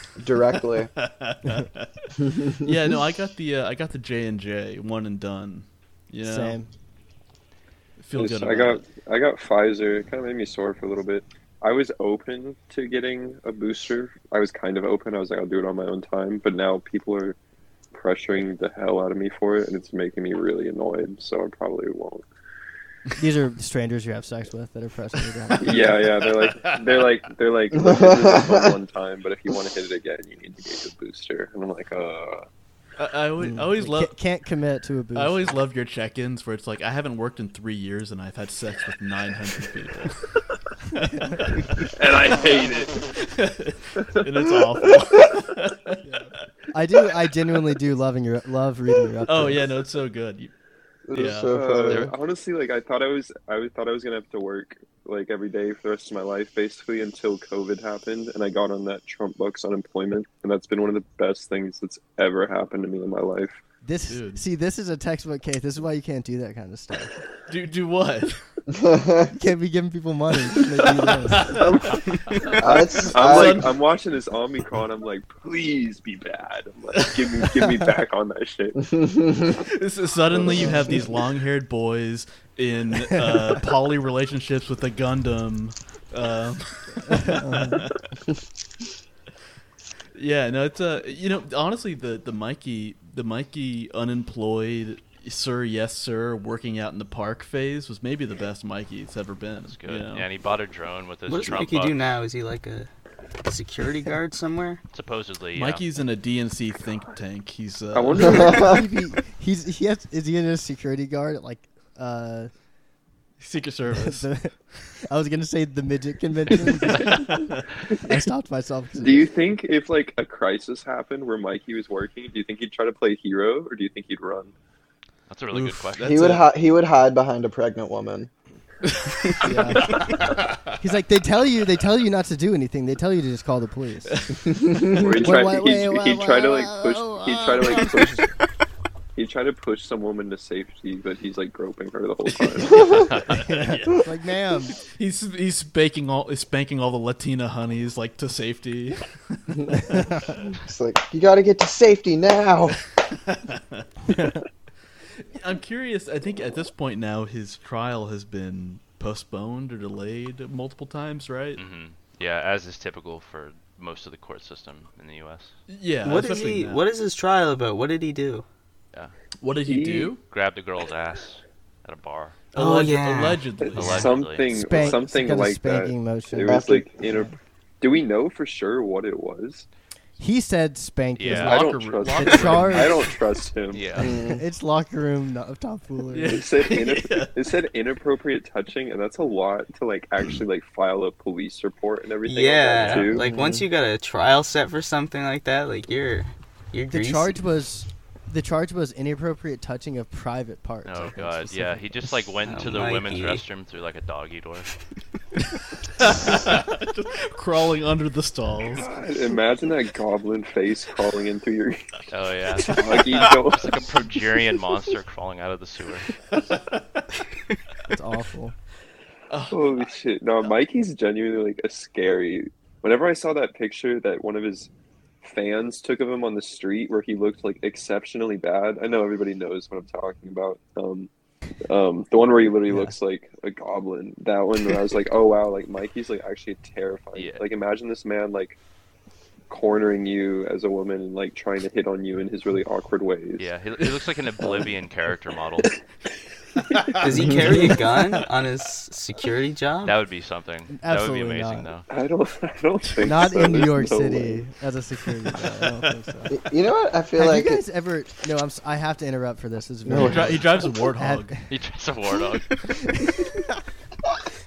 Speaker 13: [LAUGHS] Directly.
Speaker 8: yeah, no, I
Speaker 10: [LAUGHS]
Speaker 8: got the uh, I got the J and J one and done. You know?
Speaker 9: Same.
Speaker 8: Feel
Speaker 12: It's-
Speaker 8: good.
Speaker 12: I
Speaker 8: about
Speaker 12: got
Speaker 8: it.
Speaker 12: I got Pfizer. It kind of made me sore for a little bit. I was open to getting a booster. I was kind of open. I was like, I'll do it on my own time. But now people are pressuring the hell out of me for it, and it's making me really annoyed. So I probably won't.
Speaker 9: These are strangers you have sex with that are pressing you down.
Speaker 12: yeah, yeah. They're
Speaker 9: [LAUGHS]
Speaker 12: like, they're like, they're like, "Look, this is on one time. But if you want to hit it again, you need to get the booster. And I'm like, uh.
Speaker 8: I, I always, I always
Speaker 9: Can't-
Speaker 8: love.
Speaker 9: can't commit to a boost.
Speaker 8: I always love your check-ins where it's like I haven't worked in three years and I've had sex with 900 people,
Speaker 12: [LAUGHS] [LAUGHS] And I
Speaker 8: [LAUGHS]
Speaker 12: hate it.
Speaker 8: and it's awful.
Speaker 12: [LAUGHS]
Speaker 8: [LAUGHS]
Speaker 9: I do. I genuinely do loving your love reading your. Updates.
Speaker 8: oh yeah, no, it's so good. You-
Speaker 12: It was
Speaker 8: yeah,
Speaker 12: so funny. Uh, honestly, like I thought I was, I was- thought I was gonna have to work like every day for the rest of my life, basically until COVID happened, and I got on that Trump bucks unemployment, and that's been one of the best things that's ever happened to me in my [LAUGHS] life.
Speaker 9: This see, this is a textbook case. This is why you can't do that kind of stuff.
Speaker 8: [LAUGHS] do
Speaker 12: [LAUGHS]
Speaker 8: do what?
Speaker 9: you can't be giving people money. when they do
Speaker 12: [LAUGHS]
Speaker 9: this.
Speaker 8: [LAUGHS]
Speaker 12: I'm like, I'm watching this Omicron. I'm like, please be bad. I'm like, give me, give me back on that [LAUGHS] shit.
Speaker 8: So [LAUGHS] suddenly you
Speaker 12: [LAUGHS]
Speaker 8: have these long-haired boys in uh, poly relationships with a Gundam. uh, Um [LAUGHS] yeah, no, it's uh, you know, honestly, the the Mikey, the Mikey unemployed, sir, yes, sir, working out in the park phase was maybe the best Mikey's ever been. That's
Speaker 10: Good. Yeah, and he bought a drone with his
Speaker 1: What does
Speaker 10: Trump
Speaker 1: Mickey
Speaker 10: bucks.
Speaker 1: do now? Is he like a
Speaker 9: [LAUGHS]
Speaker 1: security guard somewhere?
Speaker 10: Supposedly, yeah.
Speaker 8: Mikey's in a DNC think tank. He's. Uh,
Speaker 9: [LAUGHS]
Speaker 10: I
Speaker 8: [LAUGHS]
Speaker 9: He'd
Speaker 12: [LAUGHS]
Speaker 9: be- he's he has is he in a security guard at like uh
Speaker 8: Secret
Speaker 9: [LAUGHS]
Speaker 8: Service.
Speaker 9: the- I was gonna say the midget convention.
Speaker 8: [LAUGHS]
Speaker 9: I stopped myself. 'cause it
Speaker 12: Do you
Speaker 9: was-
Speaker 12: think if like a crisis happened where Mikey was working, do you think he'd try to play hero or do you think he'd run?
Speaker 10: That's a really
Speaker 12: good question.
Speaker 13: he
Speaker 9: [LAUGHS]
Speaker 12: [LAUGHS]
Speaker 13: would hi- he would hide behind a
Speaker 8: [LAUGHS]
Speaker 13: pregnant woman.
Speaker 9: He's like they tell you they tell you not to do anything. They tell you to just call the
Speaker 12: [LAUGHS]
Speaker 9: police.
Speaker 12: Or he'd
Speaker 9: Wait,
Speaker 12: try,
Speaker 9: wait,
Speaker 12: he'd,
Speaker 9: wait,
Speaker 12: he'd
Speaker 9: wait,
Speaker 12: try to
Speaker 9: wait,
Speaker 12: like push. He'd try to like push.
Speaker 9: [LAUGHS]
Speaker 12: He'd try to push some woman to safety, but he's like groping her the whole
Speaker 9: [LAUGHS]
Speaker 12: time.
Speaker 10: [LAUGHS]
Speaker 9: like, ma'am,
Speaker 8: he's he's spanking all he's spanking all the Latina honeys like
Speaker 9: [LAUGHS]
Speaker 8: to safety.
Speaker 13: It's like you got to get to safety now.
Speaker 8: I'm curious. I think at this point now his trial has been postponed or delayed multiple times, right?
Speaker 10: Mm-hmm. [LAUGHS] Yeah, as is typical for most of the court system in the U.S.
Speaker 8: Yeah.
Speaker 1: what is
Speaker 8: especially
Speaker 1: he?
Speaker 8: now.
Speaker 1: What is his trial about? What did he do?
Speaker 10: Yeah.
Speaker 8: What did he He- do?
Speaker 10: Grabbed a girl's ass at a bar.
Speaker 1: Oh, Alleged- yeah.
Speaker 8: allegedly.
Speaker 10: Allegedly. Oh,
Speaker 12: something
Speaker 9: Spank-
Speaker 12: something
Speaker 9: some kind of
Speaker 12: like that.
Speaker 9: spanking motion.
Speaker 12: It was
Speaker 9: After-
Speaker 12: like in a. Do we know for sure what it was?
Speaker 9: He said spank. was
Speaker 12: I
Speaker 9: locker
Speaker 12: don't
Speaker 9: room-
Speaker 12: trust
Speaker 9: The
Speaker 12: him.
Speaker 9: charge-
Speaker 12: I
Speaker 9: [LAUGHS]
Speaker 12: don't trust him.
Speaker 9: Mm, [LAUGHS] it's locker room no,
Speaker 12: [LAUGHS]
Speaker 9: tomfoolery.
Speaker 12: It
Speaker 10: [LAUGHS]
Speaker 1: [LAUGHS]
Speaker 12: said inap- it said inappropriate touching, and that's a lot to like actually like file a police report and everything. on
Speaker 1: Yeah,
Speaker 12: that, too.
Speaker 1: like
Speaker 9: Mm-hmm.
Speaker 1: once you got a trial set for something like that, like you're you're
Speaker 9: the
Speaker 1: greasy.
Speaker 9: charge was the charge was inappropriate touching of private parts. I
Speaker 10: Oh
Speaker 9: think,
Speaker 10: god, yeah. He just like went
Speaker 1: Oh,
Speaker 10: to the women's
Speaker 1: Mikey.
Speaker 10: restroom through like a doggy
Speaker 8: [LAUGHS]
Speaker 10: door.
Speaker 8: [LAUGHS] Just crawling under
Speaker 12: [LAUGHS]
Speaker 8: the stalls.
Speaker 12: Imagine that goblin face crawling in through your. [LAUGHS]
Speaker 10: Oh yeah, it's
Speaker 12: Doggy door.
Speaker 10: like a progerian monster crawling out of the sewer.
Speaker 9: It's [LAUGHS] awful.
Speaker 10: Oh,
Speaker 12: Holy shit! No, Mikey's genuinely like a scary. Whenever I saw that picture that one of his fans took of him on the street, where he looked like exceptionally bad. I know everybody knows what I'm talking about. Um, um, the one where he literally looks like a goblin. That one, where I was like, oh wow, like Mikey's like actually terrifying. Like imagine this man like cornering you as a woman and like trying to hit on you in his really awkward ways.
Speaker 10: Yeah, he, he looks
Speaker 12: [LAUGHS]
Speaker 10: like an Oblivion
Speaker 9: [LAUGHS]
Speaker 10: character model.
Speaker 1: [LAUGHS] Does he carry a gun on his security job?
Speaker 10: That would be something. that would
Speaker 9: Absolutely
Speaker 10: be amazing though.
Speaker 12: I don't. I don't think
Speaker 9: Not
Speaker 12: so.
Speaker 9: in New
Speaker 12: There's
Speaker 9: York
Speaker 12: no
Speaker 9: City
Speaker 12: way.
Speaker 9: as a security guard. I don't think so.
Speaker 13: You know what? I feel
Speaker 9: Have
Speaker 13: like it-
Speaker 9: you guys ever? No, I'm. s- I have to interrupt for this. this is very-
Speaker 13: No, he dri- he
Speaker 9: [LAUGHS]
Speaker 8: drives a warthog.
Speaker 9: Have-
Speaker 10: He drives a warthog.
Speaker 9: [LAUGHS]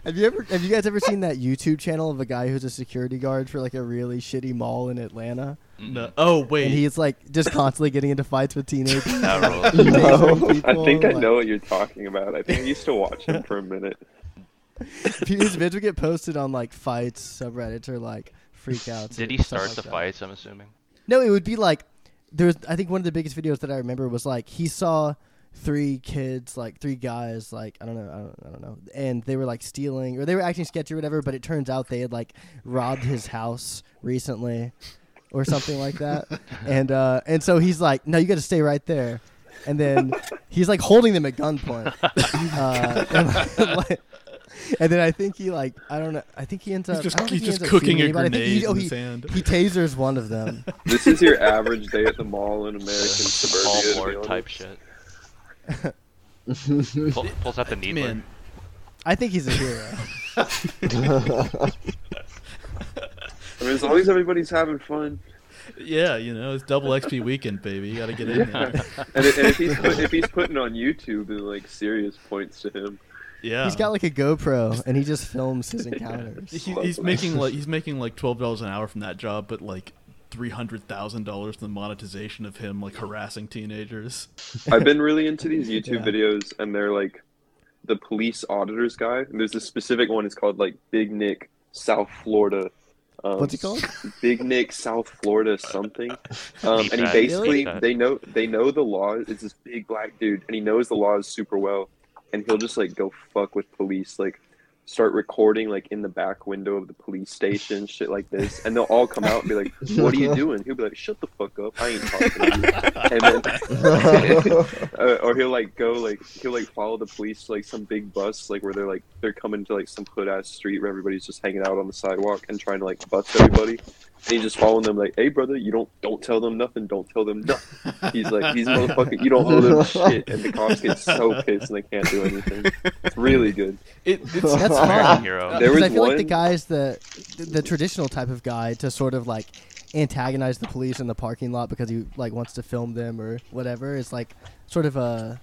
Speaker 9: Have you ever? Have you guys ever seen that YouTube channel of a guy who's a security guard for like a really shitty mall in Atlanta?
Speaker 8: No. Oh wait.
Speaker 9: And he's like just constantly getting into fights with
Speaker 12: [LAUGHS]
Speaker 9: teenagers. [LAUGHS]
Speaker 10: That
Speaker 9: Tasing
Speaker 12: I
Speaker 9: people,
Speaker 12: think I
Speaker 9: like-
Speaker 12: know what you're talking about. I think I used to watch him for a minute.
Speaker 9: [LAUGHS] His vids would get posted on like fights subreddits or like freakouts.
Speaker 10: Did
Speaker 9: or
Speaker 10: he
Speaker 9: stuff
Speaker 10: start
Speaker 9: like
Speaker 10: the
Speaker 9: that.
Speaker 10: fights? I'm assuming.
Speaker 9: No, it would be like there was. I think one of the biggest videos that I remember was like he saw three kids, like three guys, like I don't know, I don't, I don't know, and they were like stealing or they were acting sketchy or whatever. But it turns out they had like robbed his house recently or something like
Speaker 8: [LAUGHS]
Speaker 9: that, and uh, and so he's like, no, you got to stay right there. And then he's like holding them at
Speaker 8: [LAUGHS]
Speaker 9: gunpoint, uh, and, [LAUGHS] like- and then I think he like I don't know. I think he ends
Speaker 8: He's
Speaker 9: up
Speaker 8: just-
Speaker 9: I don't think he
Speaker 8: he's just
Speaker 9: ends up
Speaker 8: cooking
Speaker 9: shooting
Speaker 8: a
Speaker 9: anybody. I think he-
Speaker 8: grenade
Speaker 9: oh,
Speaker 8: in the
Speaker 9: he-
Speaker 8: sand.
Speaker 9: He tasers one of
Speaker 8: [LAUGHS]
Speaker 9: them.
Speaker 12: This is your average day at the mall in American suburbia. to be
Speaker 10: Hallmark
Speaker 12: honest.
Speaker 10: type shit. Pull, pulls out the needler.
Speaker 8: Man.
Speaker 9: I think he's a hero.
Speaker 12: I mean, as long as everybody's having fun.
Speaker 8: Yeah, you know it's double XP weekend, baby. You got to get in
Speaker 12: Yeah.
Speaker 8: there.
Speaker 12: [LAUGHS] and, if- and if he's put, if he's putting on YouTube, then like serious points to him.
Speaker 8: yeah.
Speaker 9: He's got like a GoPro and he just films his encounters.
Speaker 8: He, he's making [LAUGHS] like he's making like twelve dollars an hour from that job, but like three hundred thousand dollars in the monetization of him like harassing teenagers.
Speaker 12: [LAUGHS] I've been really into these YouTube videos, and they're like the police auditors guy. And there's this specific one. It's called like Big Nick South Florida. Um,
Speaker 9: What's it called?
Speaker 12: [LAUGHS] Big Nick South Florida something. Um, and
Speaker 8: Deep
Speaker 12: he
Speaker 8: dive,
Speaker 12: basically
Speaker 8: deep dive.
Speaker 12: they know they know the laws. It's this big black dude, and he knows the laws super well. And he'll just like go fuck with police, like start recording like in the back window of the police station, shit like this. And they'll all come out and be like, "What
Speaker 9: [LAUGHS]
Speaker 12: are you doing?" He'll be like, "Shut the fuck up, I ain't talking to you." And then, Uh, or he'll like go like he'll like follow the police to like some big bus like where they're like they're coming to like some hood ass street where everybody's just hanging out on the sidewalk and trying to like bust everybody. And he's just following them like, "Hey brother, you don't don't tell them nothing. Don't tell them nothing." He's like, "These motherfucking, you don't
Speaker 6: [LAUGHS]
Speaker 9: [LAUGHS]
Speaker 12: owe them shit." And the cops get so pissed and they can't do anything. It's really good.
Speaker 8: It, it's,
Speaker 6: [LAUGHS]
Speaker 9: That's [LAUGHS] fun.
Speaker 10: There
Speaker 9: Uh, Because
Speaker 10: was
Speaker 9: I feel like the
Speaker 10: one-
Speaker 9: guy's the, the the traditional type of guy to sort of like antagonize the police in the parking lot because he like wants to film them or whatever. It's like sort of a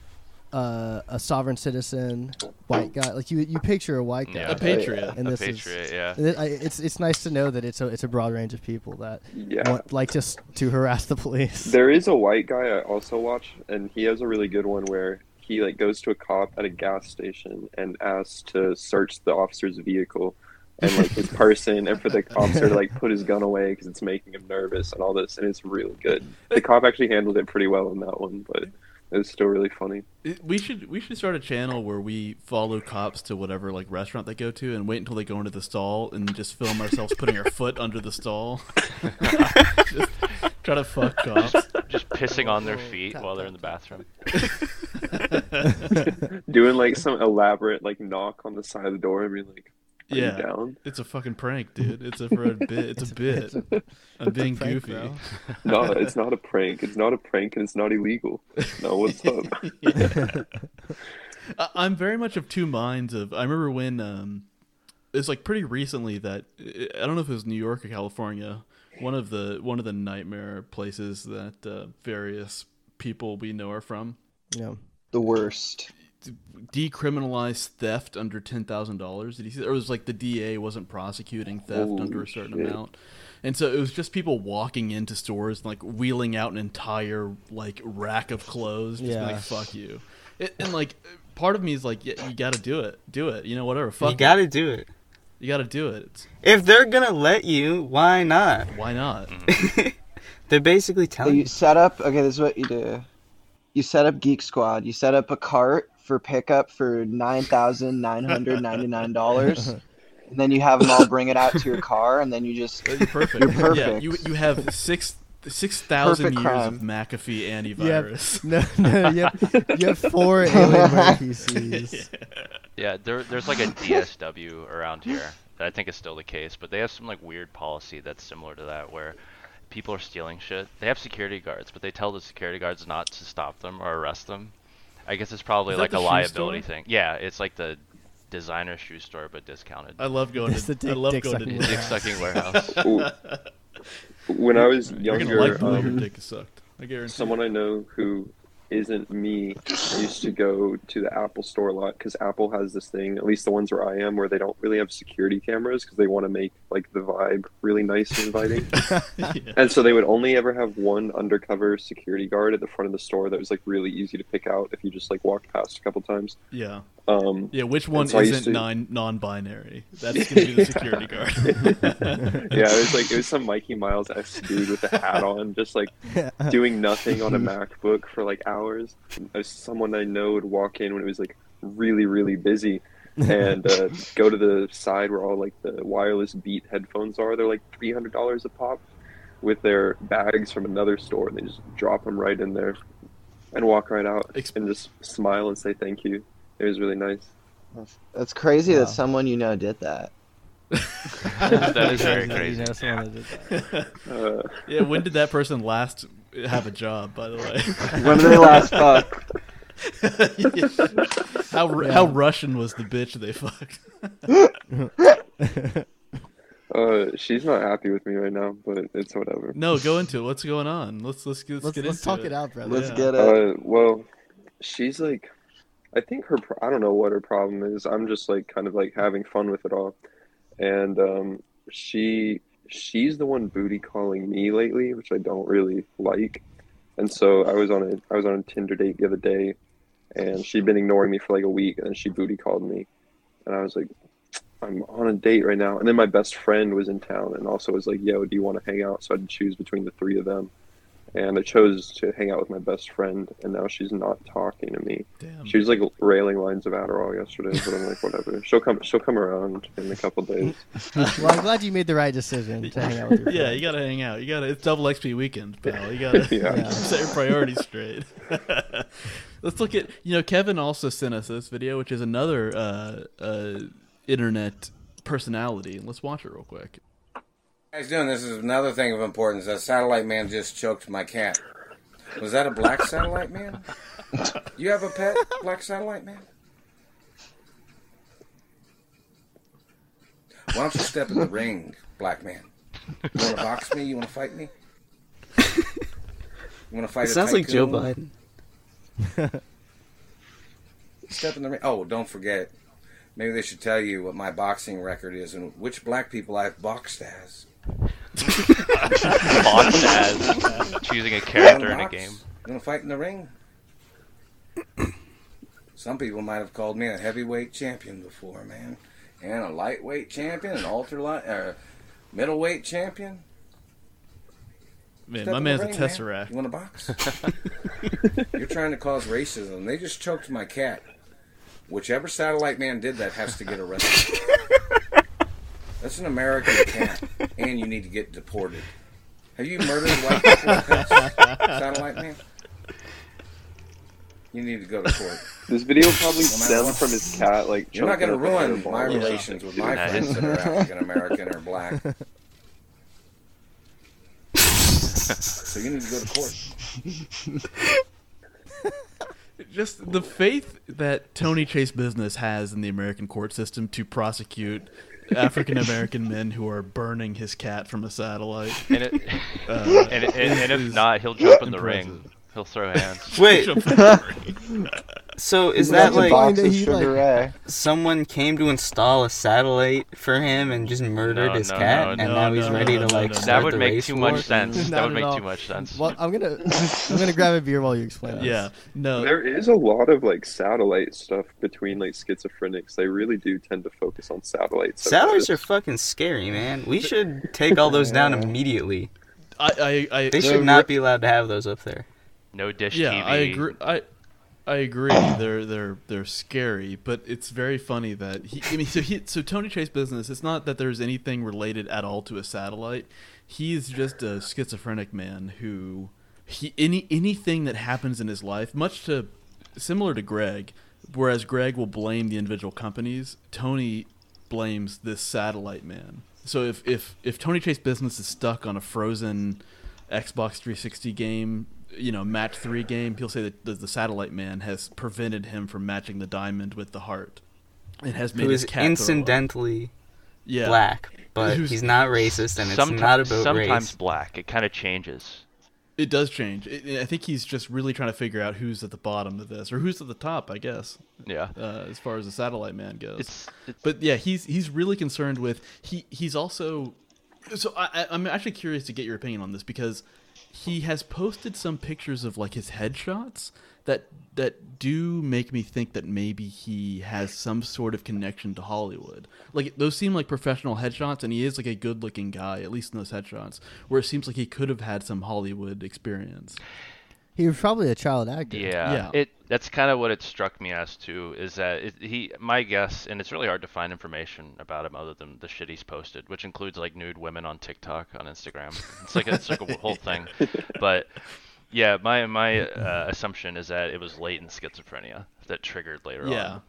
Speaker 9: a, a sovereign citizen white guy. Like you you picture a white guy,
Speaker 10: Yeah. A patriot. A patriot,
Speaker 9: Is,
Speaker 10: yeah.
Speaker 9: and it- I- it's it's nice to know that it's a it's a broad range of people that
Speaker 12: Yeah.
Speaker 9: want, like just to harass the police.
Speaker 12: There is a white guy I also watch, and he has a really good one where he like goes to a cop at a gas station and asks to search the officer's vehicle and like his person, and for the officer to like put his gun away because it's making him nervous and all this, and it's really good. The cop actually handled it pretty well in that one, but it's still really funny.
Speaker 8: It- [LAUGHS] we should we should start a channel where we follow cops to whatever like restaurant they go to and wait until they go into the stall and just film ourselves putting our foot under the stall. [LAUGHS] just try to fuck cops.
Speaker 10: Just, just pissing on their feet while they're in the bathroom.
Speaker 12: [LAUGHS] Doing like some elaborate like knock on the side of the door and being like, Are
Speaker 8: Yeah,
Speaker 12: you down?
Speaker 8: it's a fucking prank, dude. It's a for a bit. [LAUGHS] It's, a bit. I'm being goofy.
Speaker 12: [LAUGHS] no, it's not a prank. It's not a prank, and it's not illegal. No, what's up? [LAUGHS]
Speaker 8: I- I'm very much of two minds. Of I remember when um, it's like pretty recently that I don't know if it was New York or California, one of the one of the nightmare places that uh, various people we know are from.
Speaker 9: Yeah.
Speaker 13: The worst.
Speaker 8: Decriminalized theft under ten thousand dollars. Did you see? Or it was like the DA wasn't prosecuting theft
Speaker 10: Holy
Speaker 8: under a certain
Speaker 10: shit.
Speaker 8: amount, and so it was just people walking into stores and like wheeling out an entire like rack of clothes. Just
Speaker 10: Yeah.
Speaker 8: like fuck you, It- and like part of me is like, yeah, you got to do it, do it. You know, whatever. Fuck.
Speaker 1: you gotta do it.
Speaker 8: You gotta do it. It's,
Speaker 1: If they're gonna let you, why not?
Speaker 8: Why not?
Speaker 10: Mm-hmm.
Speaker 1: they're basically
Speaker 13: So
Speaker 1: telling
Speaker 13: you
Speaker 1: you.
Speaker 13: set up. Okay, this is what you do. You set up Geek Squad. You set up a cart for pickup for nine thousand nine hundred ninety
Speaker 9: [LAUGHS]
Speaker 13: nine dollars, and then you have them all bring it out to your car, and then you just
Speaker 8: you're perfect.
Speaker 13: You're perfect.
Speaker 8: Yeah, you you have six six thousand
Speaker 13: Perfect
Speaker 8: years of
Speaker 13: crime.
Speaker 8: McAfee
Speaker 9: You
Speaker 8: antivirus.
Speaker 9: have, [LAUGHS] no, no, you have, you have
Speaker 8: [LAUGHS]
Speaker 9: four Alienware PCs.
Speaker 10: Yeah, there, there's
Speaker 8: [LAUGHS]
Speaker 10: like a DSW around here. That I think is still the case, but they have some like weird policy that's similar to that where people are stealing shit. They have security guards, but they tell the security guards not to stop them or arrest them. I guess it's probably
Speaker 8: Is that
Speaker 10: like
Speaker 8: the
Speaker 10: a
Speaker 8: shoe
Speaker 10: liability
Speaker 8: store?
Speaker 10: thing. Yeah, it's like the designer shoe store but discounted.
Speaker 8: I love going
Speaker 10: It's
Speaker 8: to.
Speaker 10: the
Speaker 8: I
Speaker 10: dick-
Speaker 8: love
Speaker 10: dick
Speaker 8: going
Speaker 10: sucking
Speaker 8: to the
Speaker 10: warehouse. Dick sucking
Speaker 12: [LAUGHS]
Speaker 10: warehouse. [LAUGHS]
Speaker 12: when I was
Speaker 8: You're gonna
Speaker 12: younger,
Speaker 8: like the way your
Speaker 12: um,
Speaker 8: dick is sucked. I guarantee.
Speaker 12: someone I know who isn't me used to go to the Apple store a lot because Apple has this thing, at least the ones where I am, where they don't really have security cameras because they want to make like the vibe really nice and
Speaker 8: [LAUGHS]
Speaker 12: inviting. And so they would only ever have one undercover security guard at the front of the store that was like really easy to pick out if you just like walked past a couple times.
Speaker 8: Yeah.
Speaker 12: Um,
Speaker 8: [LAUGHS] yeah. Which
Speaker 12: and
Speaker 8: one
Speaker 12: so I used
Speaker 8: isn't
Speaker 12: to-
Speaker 8: non non-binary? That's gonna be
Speaker 12: [LAUGHS]
Speaker 8: the security guard.
Speaker 12: yeah, it was like it was some Mikey Miles esque dude with a hat on, just like doing nothing on a MacBook for like hours. Uh, Someone I know would walk in when it was like really, really busy, and uh, go to the side where all like the wireless Beat headphones are. They're like three hundred dollars a pop, with their bags from another store, and they just drop them right in there, and walk right out, and just smile and say thank you. It was really nice.
Speaker 13: That's crazy that someone you know did that.
Speaker 12: That is
Speaker 13: [LAUGHS]
Speaker 12: very
Speaker 13: crazy. Uh,
Speaker 8: yeah. When did that person last have a job? By the way.
Speaker 13: When did they last fuck?
Speaker 8: Yeah. [LAUGHS] How
Speaker 12: Yeah.
Speaker 8: how Russian was the bitch they fucked?
Speaker 12: Uh, she's not happy with me right now, but it's whatever.
Speaker 8: No, go into it. What's going on? Let's let's get let's,
Speaker 9: Let's-
Speaker 8: get
Speaker 9: let's
Speaker 8: into
Speaker 9: talk
Speaker 8: it.
Speaker 9: it out, brother.
Speaker 13: Let's
Speaker 8: Yeah.
Speaker 13: get it.
Speaker 12: Uh, well, she's like, I think her. Pro- I don't know what her problem is. I'm just like kind of like having fun with it all, and um, she she's the one booty calling me lately, which I don't really like. And so I was on a I was on a Tinder date the other day, and she'd been ignoring me for like a week, and then she booty called me, and I was like, I'm on a date right now. And then my best friend was in town and also was like, Yo, do you want to hang out? So I had to choose between the three of them. And I chose to hang out with my best friend, and now she's not talking to me.
Speaker 8: Damn.
Speaker 12: She was like railing lines of Adderall yesterday, but I'm like, whatever. She'll come. She'll come around in a couple days.
Speaker 9: [LAUGHS] well, I'm glad you made the right decision to hang out
Speaker 10: [LAUGHS]
Speaker 9: with your
Speaker 8: Yeah, you gotta hang out. You gotta. It's double XP weekend, pal. You gotta
Speaker 12: Yeah.
Speaker 8: you gotta [LAUGHS] set your priorities straight. [LAUGHS] Let's look at you know Kevin also sent us this video, which is another uh, uh, internet personality. Let's watch it real quick.
Speaker 16: guys doing? This is another thing of importance. That satellite man just choked my cat. Was that a black satellite man? You have a pet black satellite man? Why don't you step in the ring, black man? You want to box me? You want to fight me? You want to fight?
Speaker 1: It
Speaker 16: a
Speaker 1: sounds like Joe
Speaker 16: tycoon?
Speaker 1: Biden.
Speaker 16: Step in the ring. Oh, don't forget. Maybe they should tell you what my boxing record is and which black people I've boxed
Speaker 10: [LAUGHS]
Speaker 16: as.
Speaker 10: Boxed as. Choosing a character in a
Speaker 16: Box.
Speaker 10: game.
Speaker 16: You want to fight in the ring? Some people might have called me a heavyweight champion before, man, and a lightweight champion, an alter light, or middleweight champion.
Speaker 8: Man,
Speaker 16: Step
Speaker 8: my
Speaker 16: in the
Speaker 8: man's a
Speaker 16: ring, man.
Speaker 8: tesseract.
Speaker 16: You want to box? You're trying to cause racism. They just choked my cat. Whichever satellite man did that has to get arrested. That's an American cat, and you need to get deported. Have you murdered
Speaker 9: [LAUGHS]
Speaker 16: white people with pets, satellite man? You need to go to court.
Speaker 12: This video probably
Speaker 16: No matter
Speaker 12: stemmed
Speaker 16: what.
Speaker 12: from his cat, like.
Speaker 16: You're not
Speaker 12: choking
Speaker 16: going to
Speaker 12: up a
Speaker 16: ruin
Speaker 12: hairball
Speaker 16: my
Speaker 12: or something,
Speaker 16: relations with
Speaker 12: dude.
Speaker 16: my friends that are African American or black. so you need to go to court.
Speaker 8: Just the faith that Tony Chase Business has in the American court system to prosecute African American men who are burning his cat from a satellite.
Speaker 10: And, it,
Speaker 8: uh,
Speaker 10: and, and, and if
Speaker 8: is
Speaker 10: not, he'll jump in the
Speaker 8: impressive.
Speaker 10: ring. He'll throw hands.
Speaker 1: [LAUGHS] Wait.
Speaker 10: Jump in the ring.
Speaker 1: so is
Speaker 10: That's
Speaker 1: that
Speaker 10: a box of
Speaker 1: like
Speaker 10: Sugar
Speaker 1: someone came to install a satellite for him and just murdered
Speaker 10: No,
Speaker 1: his
Speaker 10: no,
Speaker 1: cat,
Speaker 10: no,
Speaker 1: and
Speaker 10: no,
Speaker 1: now
Speaker 10: no,
Speaker 1: he's
Speaker 10: no,
Speaker 1: ready
Speaker 10: no,
Speaker 1: to
Speaker 10: no,
Speaker 1: like
Speaker 10: no, no.
Speaker 1: start
Speaker 10: That would
Speaker 1: the
Speaker 10: make
Speaker 1: race
Speaker 10: too much
Speaker 1: war?
Speaker 10: sense. That
Speaker 9: Not
Speaker 10: would
Speaker 9: at
Speaker 10: make
Speaker 9: all.
Speaker 10: too much sense.
Speaker 9: Well, I'm gonna [LAUGHS] I'm gonna grab a beer while you explain. this.
Speaker 8: [LAUGHS] Yeah, no.
Speaker 12: There is a lot of like satellite stuff between like schizophrenics. They really do tend to focus on satellites.
Speaker 1: Satellites are fucking scary, man. We should take all those down immediately.
Speaker 8: I, I, I
Speaker 1: they should not be allowed to have those up there.
Speaker 10: No dish
Speaker 8: yeah,
Speaker 10: TV.
Speaker 8: I agree. I I agree. They're they're they're scary, but it's very funny that he. I mean, so he so Tony Chase business. It's not that there's anything related at all to a satellite. He's just a schizophrenic man who he any anything that happens in his life, much to similar to Greg, whereas Greg will blame the individual companies. Tony blames this satellite man. So if if if Tony Chase business is stuck on a frozen Xbox 360 game, you know, match three game, he'll say that the, the satellite man has prevented him from matching the diamond with the heart. It has made
Speaker 1: Who
Speaker 8: his
Speaker 1: is
Speaker 8: cat throw up.
Speaker 1: incidentally
Speaker 8: Yeah.
Speaker 1: black, but
Speaker 8: Who's-
Speaker 1: he's not racist, and it's
Speaker 10: Someti-
Speaker 1: not about
Speaker 10: sometimes
Speaker 1: race.
Speaker 10: black. It kind of changes.
Speaker 8: It does change. It, I think he's just really trying to figure out who's at the bottom of this or who's at the top, I guess.
Speaker 10: Yeah.
Speaker 8: Uh, as far as the satellite man goes.
Speaker 10: It's-
Speaker 8: but yeah, he's he's really concerned with he he's also so I, I- I'm actually curious to get your opinion on this because he has posted some pictures of like his headshots that that do make me think that maybe he has some sort of connection to Hollywood. Like those seem like professional headshots, and he is like a good-looking guy, at least in those headshots, where it seems like he could have had some Hollywood experience.
Speaker 9: He was probably a child actor.
Speaker 10: Yeah, it that's kind of what it struck me as too is that it, he my guess and it's really hard to find information about him other than the shit he's posted, which includes like nude women on TikTok on Instagram. It's like it's like a whole thing, but yeah, my my uh, assumption is that it was latent schizophrenia that triggered later
Speaker 8: yeah.
Speaker 10: on.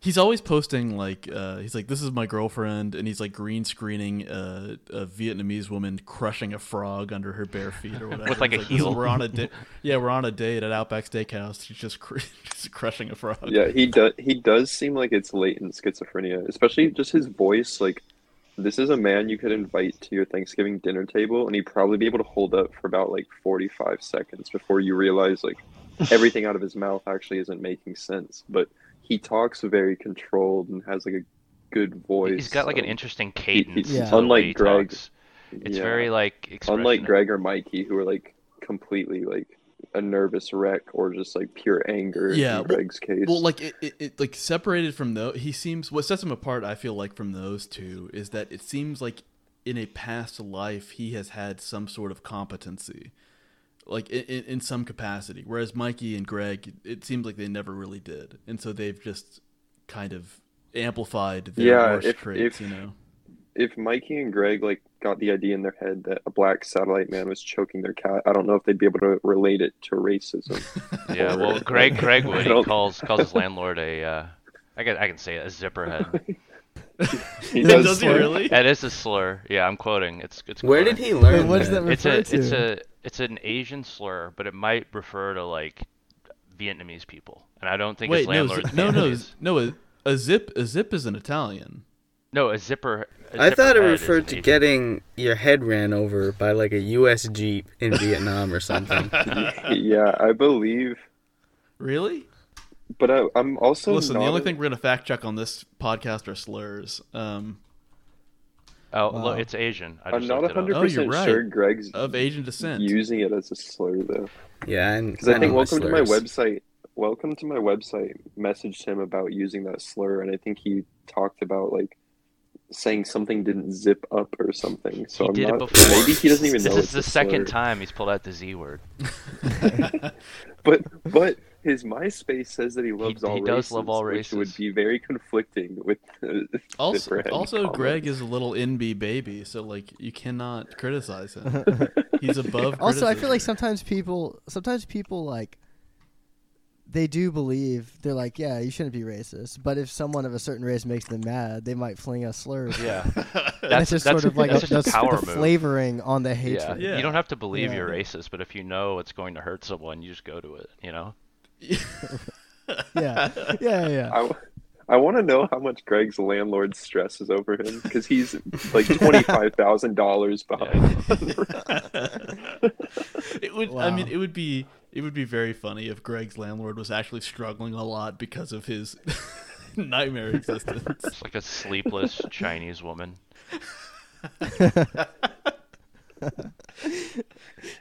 Speaker 8: He's always posting like uh, he's like this is my girlfriend and he's like green screening uh, a Vietnamese woman crushing a frog under her bare
Speaker 10: [LAUGHS]
Speaker 8: feet or whatever.
Speaker 10: With, like,
Speaker 8: He's
Speaker 10: a
Speaker 8: "This is-
Speaker 10: heel."
Speaker 8: We're
Speaker 10: [LAUGHS]
Speaker 8: on a da- yeah, we're on a date at Outback Steakhouse. She's just, cr- [LAUGHS] just crushing a frog.
Speaker 12: Yeah, he does. He does seem like it's latent schizophrenia, especially just his voice. Like, this is a man you could invite to your Thanksgiving dinner table, and he'd probably be able to hold up for about like forty-five seconds before you realize
Speaker 10: [LAUGHS]
Speaker 12: like everything out of his mouth actually isn't making sense. But he talks very controlled and has like a good voice.
Speaker 10: He's got like an
Speaker 12: so-
Speaker 10: interesting cadence.
Speaker 12: He-
Speaker 10: to the way he
Speaker 12: Unlike Greg,
Speaker 10: talks. It's very, like,
Speaker 12: unlike
Speaker 10: expressionist.
Speaker 12: Greg or Mikey, who are like completely like a nervous wreck or just like pure anger. in
Speaker 8: yeah, well-
Speaker 12: Greg's case.
Speaker 8: Well, like it, it, it like separated from those. He seems what sets him apart. I feel like from those two is that it seems like in a past life he has had some sort of competency, like in, in, in some capacity. Whereas Mikey and Greg, it seems like they never really did, and so they've just kind of amplified their worst traits. you know,
Speaker 12: If Mikey and Greg like got the idea in their head that a black satellite man was choking their cat, I don't know if they'd be able to relate it to racism.
Speaker 10: [LAUGHS]
Speaker 12: [LAUGHS]
Speaker 10: Yeah,
Speaker 12: Or-
Speaker 10: well, Greg Greg would
Speaker 12: I
Speaker 10: he
Speaker 12: don't-
Speaker 10: calls calls his landlord a uh, I can I can say it, a zipperhead.
Speaker 12: He does Does he slur.
Speaker 8: really?
Speaker 10: That is a slur. Yeah, I'm quoting. It's it's.
Speaker 1: Where
Speaker 10: quoting.
Speaker 1: did he learn Wait, what does that? that
Speaker 10: it's a
Speaker 1: refer
Speaker 10: it's
Speaker 1: to?
Speaker 10: a it's an Asian slur, but it might refer to like Vietnamese people, and I don't think
Speaker 8: wait,
Speaker 10: his
Speaker 8: no,
Speaker 10: landlord.
Speaker 8: no, no, no, a, a zip, a zip is an Italian.
Speaker 10: No, a zipper
Speaker 1: I thought it
Speaker 10: different head
Speaker 1: referred
Speaker 10: is
Speaker 1: to
Speaker 10: each-
Speaker 1: getting your head ran over by like a U.S. jeep in Vietnam or something.
Speaker 12: [LAUGHS] yeah, I believe.
Speaker 8: Really?
Speaker 12: But I, I'm also
Speaker 8: Listen, the
Speaker 12: not
Speaker 8: only
Speaker 12: a-
Speaker 8: thing we're gonna fact check on this podcast are slurs. Um,
Speaker 10: oh, look, it's Asian. I
Speaker 12: I'm
Speaker 10: just
Speaker 12: not
Speaker 10: looked it up.
Speaker 12: 100
Speaker 8: Oh, you're
Speaker 12: percent
Speaker 8: right.
Speaker 12: sure Greg's
Speaker 8: of Asian descent.
Speaker 12: using it as a slur though.
Speaker 1: Yeah, and
Speaker 12: because I,
Speaker 1: I
Speaker 12: think
Speaker 1: know my
Speaker 12: welcome to my
Speaker 1: slurs.
Speaker 12: website. Welcome to my website. Messaged him about using that slur, and I think he talked about like saying something didn't zip up or something. So
Speaker 10: He
Speaker 12: I'm
Speaker 10: did
Speaker 12: not,
Speaker 10: it before.
Speaker 12: Maybe he doesn't even
Speaker 10: this
Speaker 12: know.
Speaker 10: is
Speaker 12: it's
Speaker 10: the
Speaker 12: a
Speaker 10: second
Speaker 12: slur.
Speaker 10: time he's pulled out the
Speaker 12: [LAUGHS]
Speaker 10: Z word.
Speaker 12: but but his MySpace says that he loves all
Speaker 10: he
Speaker 12: races,
Speaker 10: does love all
Speaker 12: which would be very conflicting with the the
Speaker 8: Also,
Speaker 12: brand
Speaker 8: also
Speaker 12: comment.
Speaker 8: Greg is a little NB baby, so like you cannot
Speaker 12: [LAUGHS]
Speaker 8: criticize him. He's above.
Speaker 9: also, I
Speaker 8: criticism.
Speaker 9: feel like sometimes people, sometimes people like, they do believe they're like, yeah, you shouldn't be racist. But if someone of a certain race makes them mad, they might fling a slur. at them. [LAUGHS]
Speaker 10: Yeah.
Speaker 9: and
Speaker 10: That's-
Speaker 9: it's just
Speaker 10: that's-
Speaker 9: sort of like
Speaker 10: that's
Speaker 9: a,
Speaker 10: just a
Speaker 9: that's
Speaker 10: power
Speaker 9: the
Speaker 10: move.
Speaker 9: flavoring on the hatred.
Speaker 10: Yeah. You don't have to believe
Speaker 9: Yeah.
Speaker 10: you're racist, but if you know it's going to hurt someone, you just go to it. You know.
Speaker 9: yeah, yeah, yeah.
Speaker 12: I, I want to know how much Greg's landlord stresses over him because he's
Speaker 8: [LAUGHS]
Speaker 12: like twenty five thousand dollars behind.
Speaker 8: it would. I
Speaker 12: Wow.
Speaker 8: mean, it would be. It would be very funny if Greg's landlord was actually struggling a lot because of his
Speaker 12: [LAUGHS]
Speaker 8: [LAUGHS] nightmare existence.
Speaker 10: It's like a sleepless Chinese
Speaker 8: [LAUGHS]
Speaker 10: woman.
Speaker 9: She's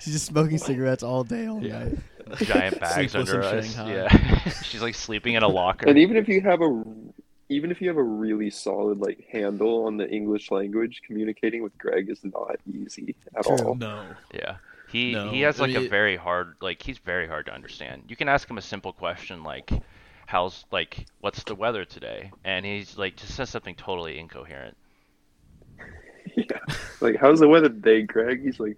Speaker 9: just smoking cigarettes all day, all night.
Speaker 10: [LAUGHS] Giant bags
Speaker 8: Sleepless
Speaker 10: under
Speaker 8: in
Speaker 10: her eyes.
Speaker 8: Shanghai.
Speaker 9: [LAUGHS]
Speaker 10: Yeah. [LAUGHS] She's like sleeping in a locker.
Speaker 12: And even if you have a, even if you have a really solid like handle on the English language, communicating with Greg is not easy at all.
Speaker 8: No.
Speaker 10: Yeah. He
Speaker 8: No,
Speaker 10: he has
Speaker 8: I
Speaker 10: like
Speaker 8: mean-
Speaker 10: a very hard like he's very hard to understand. You can ask him a simple question like how's like what's the weather today and he's like just says something totally incoherent.
Speaker 12: Like, how's the weather today, Greg? He's like,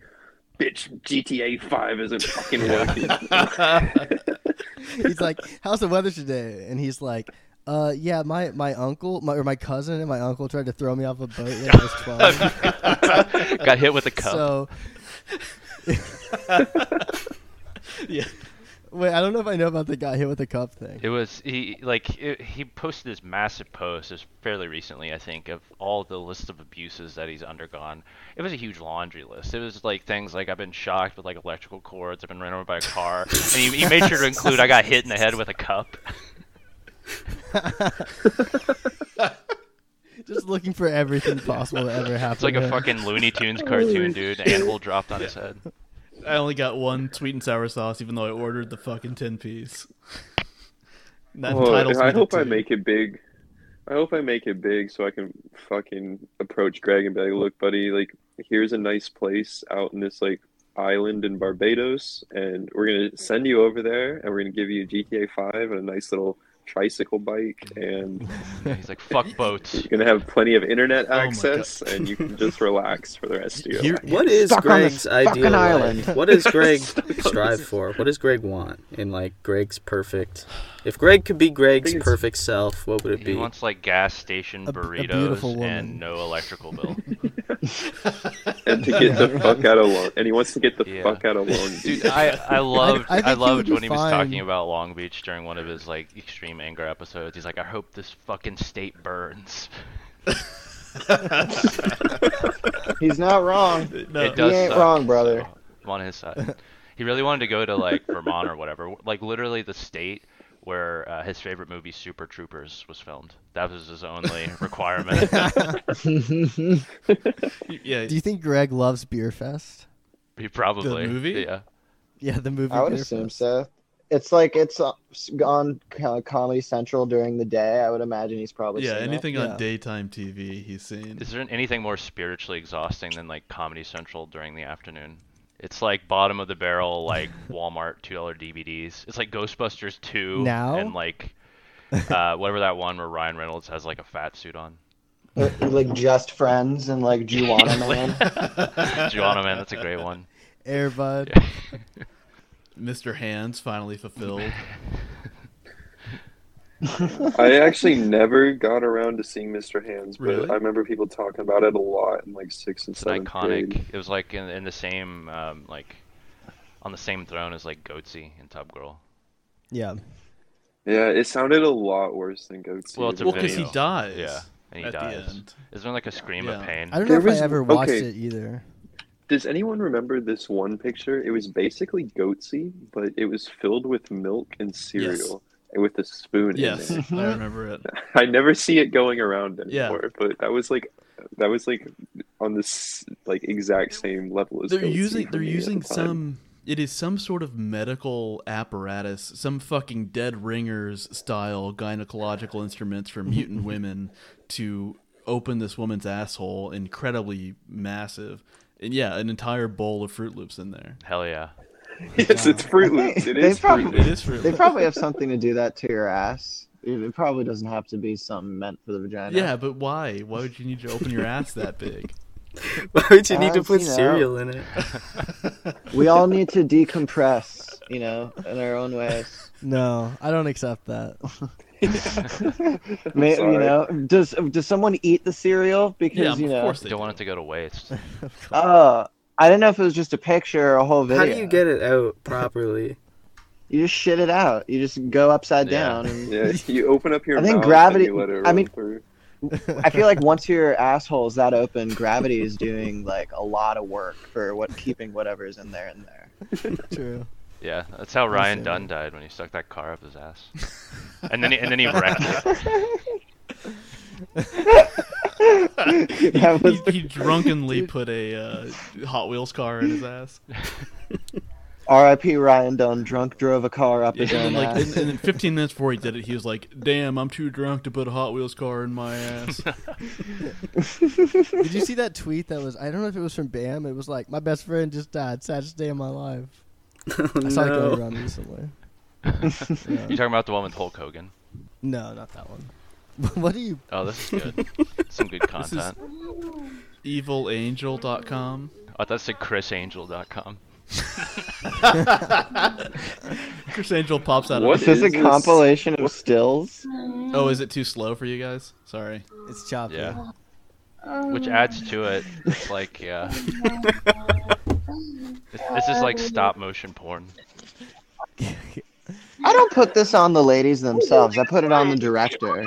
Speaker 12: bitch, GTA Five isn't fucking working. [LAUGHS]
Speaker 8: [LAUGHS]
Speaker 9: he's like, "How's the weather today?" And he's like, "Uh, yeah, my my uncle, my or my cousin, and my uncle tried to throw me off a boat when I was twelve.
Speaker 10: [LAUGHS] Got hit with a cup. [LAUGHS]
Speaker 9: So,
Speaker 8: yeah.
Speaker 9: Wait, I don't know if I know about the got hit with a cup thing.
Speaker 10: It was he like it, he posted this massive post this fairly recently I think of all the list of abuses that he's undergone. It was a huge laundry list. It was like things like I've been shocked with like electrical cords. I've been run over by a car. and he, he made sure to include I got hit in the head with a cup.
Speaker 9: Just looking for everything possible to ever happen.
Speaker 10: It's like a
Speaker 9: to him.
Speaker 10: fucking Looney Tunes cartoon,
Speaker 9: [LAUGHS]
Speaker 10: dude. An [LAUGHS] Animal dropped on his head.
Speaker 8: I only got one sweet and sour sauce, even though I ordered the fucking ten piece. And That
Speaker 12: Oh,
Speaker 8: entitles me
Speaker 12: I
Speaker 8: to
Speaker 12: hope I
Speaker 8: two.
Speaker 12: make it big. I hope I make it big so I can fucking approach Greg and be like, "Look, buddy, like here's a nice place out in this like island in Barbados, and we're gonna send you over there, and we're gonna give you GTA Five and a nice little tricycle bike,
Speaker 8: [LAUGHS]
Speaker 12: and
Speaker 10: he's like, "Fuck boats."
Speaker 12: You're gonna have plenty of
Speaker 8: Oh
Speaker 12: internet access, and you can just relax for the rest of your [LAUGHS]
Speaker 8: [LAUGHS]
Speaker 12: life."
Speaker 1: What is Greg's ideal life? What does [LAUGHS] Greg
Speaker 12: Stuck on
Speaker 1: strive
Speaker 12: this-
Speaker 1: for? What does Greg want in like Greg's perfect? If Greg could be Greg's
Speaker 10: think it's-
Speaker 1: perfect self, what would it
Speaker 10: He
Speaker 1: be?
Speaker 10: wants like gas station
Speaker 1: A- a
Speaker 10: burritos
Speaker 1: beautiful
Speaker 10: and no
Speaker 12: [LAUGHS]
Speaker 10: electrical bill.
Speaker 12: and to get the fuck out of long, and he wants to get the fuck out of long.
Speaker 10: Dude,
Speaker 12: Beach.
Speaker 10: I I loved
Speaker 12: I
Speaker 10: I,
Speaker 12: think he would
Speaker 10: loved
Speaker 12: be
Speaker 10: when he was talking
Speaker 12: fine.
Speaker 10: about Long Beach during one of his like extreme anger episodes. He's like, "I hope this fucking state
Speaker 12: [LAUGHS]
Speaker 10: burns."
Speaker 13: He's not wrong.
Speaker 10: It
Speaker 13: he
Speaker 10: does
Speaker 13: ain't
Speaker 10: suck,
Speaker 13: wrong, brother.
Speaker 10: so I'm [LAUGHS] on his side. he really wanted to go to like Vermont or whatever, like literally the state where uh, his favorite movie Super Troopers was filmed. That was his only
Speaker 12: [LAUGHS]
Speaker 10: requirement.
Speaker 8: yeah.
Speaker 9: Do you think Greg loves Beer Fest?
Speaker 10: he probably
Speaker 9: The movie?
Speaker 10: Yeah.
Speaker 9: Yeah, the movie.
Speaker 13: I would
Speaker 9: Beer
Speaker 13: assume
Speaker 9: Fest.
Speaker 13: so. It's like it's uh, on Co- uh, Comedy Central during the day. I would imagine he's probably
Speaker 8: yeah,
Speaker 13: seen it.
Speaker 8: anything on daytime TV he's seen.
Speaker 10: Is there anything more spiritually exhausting than like Comedy Central during the afternoon? It's like bottom of the barrel,
Speaker 8: [LAUGHS]
Speaker 10: like Walmart two dollar DVDs. It's like Ghostbusters two
Speaker 9: Now?
Speaker 10: and like uh, whatever that one where Ryan Reynolds has like a fat suit
Speaker 13: [LAUGHS]
Speaker 10: on.
Speaker 13: Uh, like just friends and like
Speaker 9: [LAUGHS]
Speaker 13: Juana
Speaker 10: [LAUGHS]
Speaker 13: man.
Speaker 10: Juana man, that's a great
Speaker 13: [LAUGHS]
Speaker 10: one.
Speaker 9: Airbud.
Speaker 8: Mr. Hands finally fulfilled.
Speaker 12: I actually never got around to seeing Mr. Hands, but
Speaker 10: Really?
Speaker 12: I remember people talking about it a lot in like sixth and
Speaker 10: It's an
Speaker 12: seventh
Speaker 10: iconic.
Speaker 12: grade.
Speaker 10: It was like in, in the same um, like on the same throne as like Goatsy and Tub Girl.
Speaker 9: Yeah.
Speaker 12: Yeah, it sounded a lot worse than Goatsy.
Speaker 10: Well, it's a
Speaker 8: Well, 'cause he
Speaker 10: video.
Speaker 8: dies.
Speaker 10: Yeah, and he
Speaker 8: At the
Speaker 10: dies.
Speaker 8: end.
Speaker 10: Is there like a scream of
Speaker 9: Yeah.
Speaker 10: pain?
Speaker 9: I don't know
Speaker 12: There
Speaker 9: if
Speaker 12: was-
Speaker 9: I ever watched
Speaker 12: okay.
Speaker 9: it either.
Speaker 12: Does anyone remember this one picture? It was basically goatsy, but it was filled with milk and cereal and with a spoon
Speaker 8: Yes,
Speaker 12: in
Speaker 8: I
Speaker 12: it. [LAUGHS]
Speaker 8: remember it.
Speaker 12: I never see it going around
Speaker 8: Yeah.
Speaker 12: anymore, but that was like that was like on this like exact same level as
Speaker 8: they're
Speaker 12: goatsy
Speaker 8: using
Speaker 12: for
Speaker 8: they're
Speaker 12: me at the
Speaker 8: using
Speaker 12: time.
Speaker 8: some it is some sort of medical apparatus some fucking dead ringers style gynecological instruments for mutant women to open this woman's asshole incredibly massive and yeah an entire bowl of fruit loops in there
Speaker 10: hell yeah
Speaker 12: yes it's fruit
Speaker 13: [LAUGHS]
Speaker 12: loops it is
Speaker 13: probably,
Speaker 12: fruit loops
Speaker 8: It is Fruit
Speaker 13: They
Speaker 8: Loops.
Speaker 13: probably have
Speaker 8: [LAUGHS]
Speaker 13: something to do that to your ass. It it probably doesn't have to be something meant for the vagina.
Speaker 8: yeah but why why would you need to open your ass that big
Speaker 1: [LAUGHS] why would you need to
Speaker 13: Um,
Speaker 1: put
Speaker 13: you know.
Speaker 1: cereal in it?
Speaker 13: [LAUGHS] we all
Speaker 1: [LAUGHS]
Speaker 13: need to decompress, you know, in our own ways.
Speaker 9: No, I don't accept
Speaker 12: [LAUGHS]
Speaker 9: that.
Speaker 13: May, you know, does does someone eat the cereal because you know?
Speaker 10: they don't want it to go to
Speaker 13: [LAUGHS]
Speaker 10: waste.
Speaker 13: Oh, I didn't know if it was just a picture or a whole
Speaker 1: How
Speaker 13: video.
Speaker 1: do you get it out properly?
Speaker 13: You just shit it out. You just go upside down. And...
Speaker 12: yeah
Speaker 13: [LAUGHS]
Speaker 12: you open up your
Speaker 13: I think
Speaker 12: mouth
Speaker 13: gravity.
Speaker 12: and you let it
Speaker 13: I
Speaker 12: run
Speaker 13: mean,
Speaker 12: through.
Speaker 13: I feel like once your asshole is that open, gravity is doing like a lot of work for what keeping whatever's in there in there.
Speaker 8: [LAUGHS]
Speaker 9: True.
Speaker 10: Yeah, that's how Ryan
Speaker 13: Listen.
Speaker 10: Dunn died when he stuck that car up his ass, and then he, and then he wrecked
Speaker 13: [LAUGHS]
Speaker 10: it.
Speaker 13: That was-
Speaker 8: he, he drunkenly put a uh, hot wheels car in
Speaker 10: [LAUGHS]
Speaker 8: his ass
Speaker 13: R.I.P. Ryan Dunn drunk drove a car up
Speaker 8: Yeah,
Speaker 13: his own
Speaker 8: and then like,
Speaker 13: ass.
Speaker 8: and, and then 15 minutes before he did it, he was like, "Damn, I'm too drunk to put a Hot Wheels car in
Speaker 10: [LAUGHS]
Speaker 8: my ass."
Speaker 9: Did you see that tweet that was? I don't know if it was from Bam. It was like my best friend just died. Saddest day of my life.
Speaker 13: [LAUGHS]
Speaker 9: I saw it
Speaker 10: no.
Speaker 9: going around recently.
Speaker 10: You talking about the one with Hulk Hogan?
Speaker 9: No, not that one. [LAUGHS] what are you?
Speaker 10: Oh, this is
Speaker 8: [LAUGHS]
Speaker 10: good. Some good
Speaker 8: This is
Speaker 10: content.
Speaker 8: evilangel.com.
Speaker 10: I thought it said chrisangel.com.
Speaker 8: Chris Angel pops out.
Speaker 13: What
Speaker 8: of
Speaker 13: is this a compilation of stills?
Speaker 8: Oh, is it too slow for you guys? Sorry.
Speaker 9: It's choppy.
Speaker 10: Yeah. Which adds to it. It's like,
Speaker 8: [LAUGHS]
Speaker 13: [LAUGHS]
Speaker 10: yeah. It's- this
Speaker 13: Uh,
Speaker 10: is like [LAUGHS] stop motion porn.
Speaker 13: I don't put this on the ladies themselves. I put it on the director.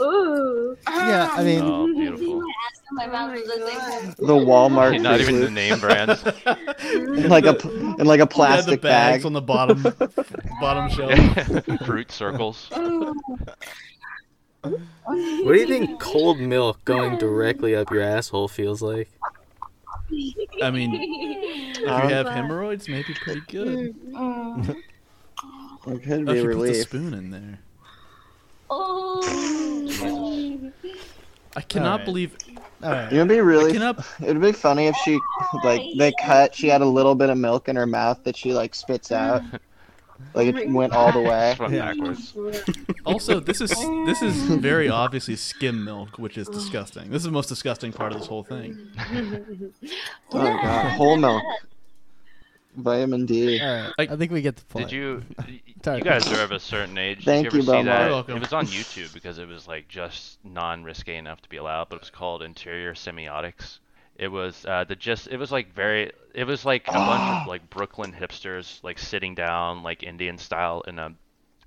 Speaker 17: Ooh.
Speaker 9: Yeah, I mean-
Speaker 10: Oh, beautiful.
Speaker 13: The Walmart.
Speaker 10: Not
Speaker 13: Fruit
Speaker 10: even the
Speaker 13: Loops.
Speaker 10: name
Speaker 13: [LAUGHS]
Speaker 10: brands.
Speaker 13: in like a pl- in like a plastic
Speaker 8: yeah, the bags
Speaker 13: bag.
Speaker 8: on the
Speaker 13: [LAUGHS]
Speaker 8: bottom bottom
Speaker 10: Yeah.
Speaker 8: shelf.
Speaker 10: [LAUGHS] Fruit circles.
Speaker 1: What do you think cold
Speaker 12: [LAUGHS]
Speaker 1: milk going directly up your asshole feels like?
Speaker 8: I mean, if you
Speaker 13: Um,
Speaker 1: Huh?
Speaker 8: have hemorrhoids, maybe pretty good. [LAUGHS] oh,
Speaker 13: It could be
Speaker 8: she puts a
Speaker 13: relief.
Speaker 8: spoon in there.
Speaker 17: Oh.
Speaker 8: I cannot
Speaker 13: right.
Speaker 8: believe.
Speaker 13: It would be really. [LAUGHS] It'd be funny if she like they cut. She had a little bit of milk in her mouth that she like spits out. Like it went all the way.
Speaker 10: Swung backwards.
Speaker 8: Also, this is this
Speaker 13: [LAUGHS]
Speaker 8: is very obviously skim milk, which is disgusting. This is the most disgusting part of this whole thing.
Speaker 13: Oh my god, whole milk. Vitamin D.
Speaker 9: I think we get the point.
Speaker 10: Did
Speaker 9: [LAUGHS]
Speaker 10: you?
Speaker 9: Tired.
Speaker 10: You guys are of a certain age.
Speaker 13: Thank
Speaker 10: Did you, ever
Speaker 13: you,
Speaker 10: see
Speaker 13: Belmont.
Speaker 10: that?
Speaker 13: You're welcome.
Speaker 10: It was on YouTube because it was like just non-risque enough to be allowed, but it was called Interior Semiotics. It was uh, the just. It was like very. It was like a bunch of like Brooklyn hipsters like sitting down like Indian style in a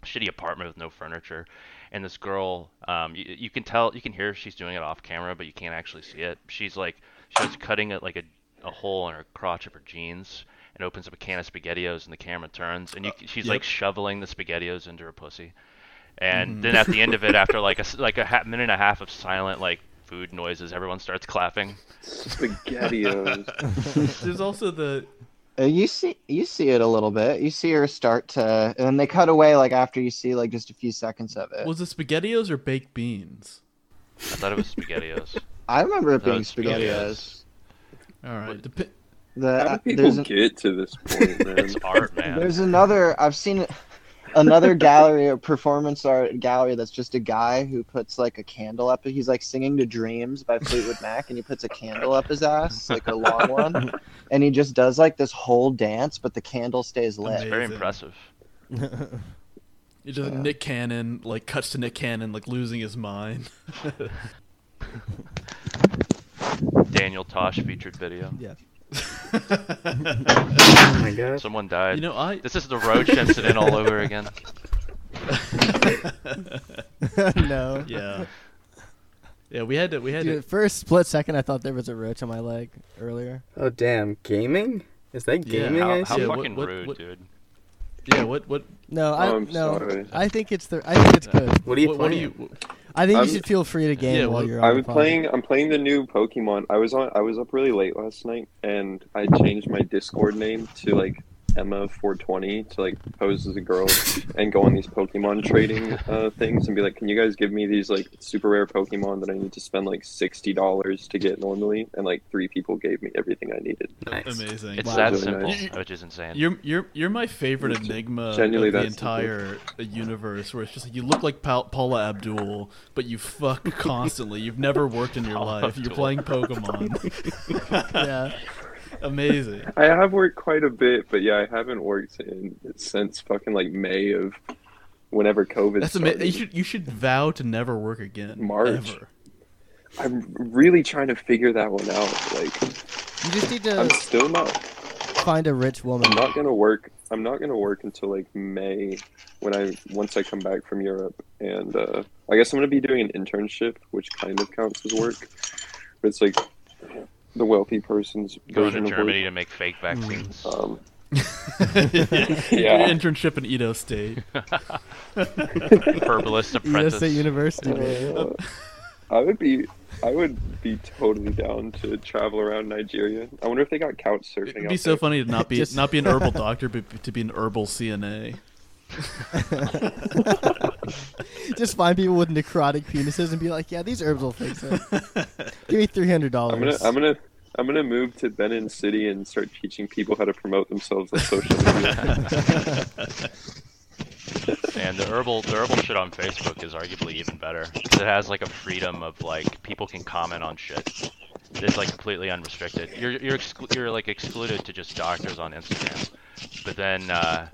Speaker 10: shitty apartment with no furniture, and this girl. Um, you, you can tell. You can hear she's doing it off camera, but you can't actually see it. She's like she was cutting it like a a hole in her crotch of her jeans and opens up a can of spaghettios and the camera turns and you, she's like
Speaker 8: yep.
Speaker 10: shoveling the spaghettios into her pussy and
Speaker 8: Mhm.
Speaker 10: then at the end
Speaker 8: [LAUGHS]
Speaker 10: of it after like a s- like a ha- minute and a half of silent like food noises everyone starts clapping
Speaker 13: Spaghettios.
Speaker 8: There's also the
Speaker 13: Uh, You see, you see it a little bit. You see her start to, and then they cut away like after you see like just a few seconds of it.
Speaker 8: was it spaghettios or baked beans?
Speaker 10: i thought it was spaghettios
Speaker 13: [LAUGHS] I remember it
Speaker 10: That
Speaker 13: being
Speaker 10: was spaghettios.
Speaker 13: spaghettios.
Speaker 8: All right, depi-
Speaker 13: The, uh,
Speaker 12: How do
Speaker 13: there's
Speaker 12: people
Speaker 13: an-
Speaker 12: get to this point, man?
Speaker 10: [LAUGHS] it's art man
Speaker 13: There's another. I've seen another gallery, a performance art gallery that's just a guy who puts like a candle up. He's like singing to Dreams by Fleetwood Mac, and he puts a candle up his ass, like a long
Speaker 10: [LAUGHS]
Speaker 13: [LAUGHS] one, and he just does like this whole dance, but the candle stays
Speaker 10: it's
Speaker 13: lit.
Speaker 10: very impressive
Speaker 8: It does Nick Cannon like cuts to Nick Cannon like losing his mind.
Speaker 10: daniel tosh [LAUGHS] featured video
Speaker 13: [LAUGHS]
Speaker 9: yeah
Speaker 10: someone died
Speaker 8: You know, I- [LAUGHS]
Speaker 10: this is the roach incident all over again
Speaker 9: no.
Speaker 8: [LAUGHS] Yeah. Yeah, we had to. We had
Speaker 9: Dude,
Speaker 8: to.
Speaker 9: at first split second, I thought there was a roach on my leg earlier.
Speaker 1: [LAUGHS] Oh damn, gaming? Is that gaming? I see?
Speaker 10: dude.
Speaker 8: Yeah, what what?
Speaker 9: No, I no. I think it's the. I think it's good.
Speaker 1: What are you
Speaker 9: What,
Speaker 1: playing?
Speaker 9: do you? I think
Speaker 12: I'm-
Speaker 9: you should feel free to game while you're on.
Speaker 12: I'm
Speaker 9: the pod.
Speaker 12: playing. I'm playing the new Pokemon. I was on. I was up really late last night, and I changed my Discord name to like Emma420 to like pose as a girl and go on these Pokemon trading uh, things and be like, "Can you guys give me these like super rare Pokemon that I need to spend like sixty dollars to get normally?" And like three people gave me everything I needed.
Speaker 8: Amazing.
Speaker 10: It's that
Speaker 12: Really
Speaker 10: simple,
Speaker 12: nice.
Speaker 10: which is insane.
Speaker 8: You're you're you're my favorite enigma
Speaker 12: Genuinely
Speaker 8: of the
Speaker 12: that simple.
Speaker 8: entire uh, universe, where it's just like you look like Pau- Paula Abdul, but
Speaker 12: [LAUGHS]
Speaker 8: you fuck constantly. You've never worked in your
Speaker 12: Paula
Speaker 8: life. You're
Speaker 12: Abdul.
Speaker 8: playing Pokemon.
Speaker 9: [LAUGHS]
Speaker 8: yeah. Amazing.
Speaker 12: I have worked quite a bit, but yeah, I haven't worked in since fucking like May of whenever COVID.
Speaker 8: That's
Speaker 12: started.
Speaker 8: amazing. You should you should vow to never work again.
Speaker 12: March. [LAUGHS]
Speaker 8: Ever. [LAUGHS]
Speaker 12: I'm really trying to figure that one out. Like,
Speaker 9: you just need to.
Speaker 12: I'm still not.
Speaker 9: Find a rich woman.
Speaker 12: I'm not gonna work. I'm not gonna work until like May, when I once I come back from Europe, and uh, I guess I'm gonna be doing an internship, which kind of counts as work, but it's like the wealthy person's
Speaker 10: Going
Speaker 12: version of
Speaker 10: to
Speaker 12: work.
Speaker 10: Germany to make fake vaccines.
Speaker 8: [LAUGHS]
Speaker 12: Um,
Speaker 8: Your internship in
Speaker 10: [LAUGHS]
Speaker 8: Edo State.
Speaker 12: [LAUGHS]
Speaker 10: Herbalist apprentice.
Speaker 9: State University,
Speaker 8: [LAUGHS]
Speaker 9: man.
Speaker 12: Uh, I would be, I would be totally down to travel around Nigeria. I wonder if they got couch surfing.
Speaker 8: It'd
Speaker 12: out
Speaker 8: be so
Speaker 12: there. [LAUGHS]
Speaker 8: funny to not be
Speaker 12: Just-
Speaker 8: not be an herbal doctor, but to be an herbal CNA.
Speaker 9: [LAUGHS] Just find people with necrotic penises and be like, yeah, these herbs will fix
Speaker 8: [LAUGHS]
Speaker 9: it. Give me three hundred
Speaker 12: I'm gonna,
Speaker 9: dollars.
Speaker 12: I'm gonna, I'm gonna move to Benin City and start teaching people how to promote themselves on social
Speaker 8: [LAUGHS]
Speaker 12: media.
Speaker 10: And the herbal, the herbal shit on Facebook is arguably even better 'cause it has like a freedom of like people can comment on shit. It's like completely unrestricted. You're you're exclu- you're like excluded to just doctors on Instagram, but then uh,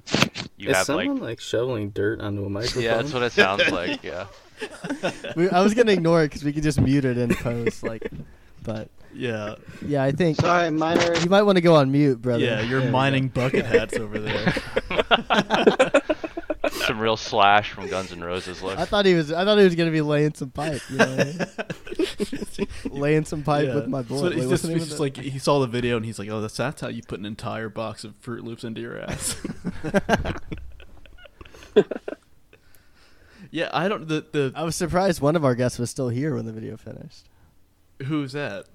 Speaker 10: you
Speaker 1: Is
Speaker 10: have like
Speaker 1: someone like... shoveling dirt onto a
Speaker 10: [LAUGHS]
Speaker 1: microphone?
Speaker 10: yeah, that's what it sounds
Speaker 1: [LAUGHS]
Speaker 10: like. Yeah.
Speaker 9: [LAUGHS] We, I was gonna ignore it because we could just mute it in post, like, but
Speaker 8: Yeah.
Speaker 9: yeah, I think.
Speaker 13: Sorry, minor.
Speaker 9: You might want to go on mute, brother.
Speaker 8: Yeah, you're
Speaker 9: There we
Speaker 8: mining
Speaker 9: go.
Speaker 8: bucket hats over there.
Speaker 10: Some real slash from Guns N' Roses. Look.
Speaker 9: [LAUGHS] I thought he was. uh, I thought he was gonna be laying some pipe. You know what I
Speaker 8: [LAUGHS]
Speaker 9: mean? laying some pipe
Speaker 8: Yeah.
Speaker 9: with my bullet.
Speaker 8: So he's
Speaker 9: Wait, what's
Speaker 8: just,
Speaker 9: the name
Speaker 8: he's
Speaker 9: of
Speaker 8: just
Speaker 9: that?
Speaker 8: like he saw the video and he's like, "Oh, that's that's how you put an entire box of Fruit Loops into your
Speaker 9: [LAUGHS]
Speaker 8: ass." yeah, I don't. The the
Speaker 9: I was surprised one of our guests was still here when the video finished.
Speaker 8: who's that?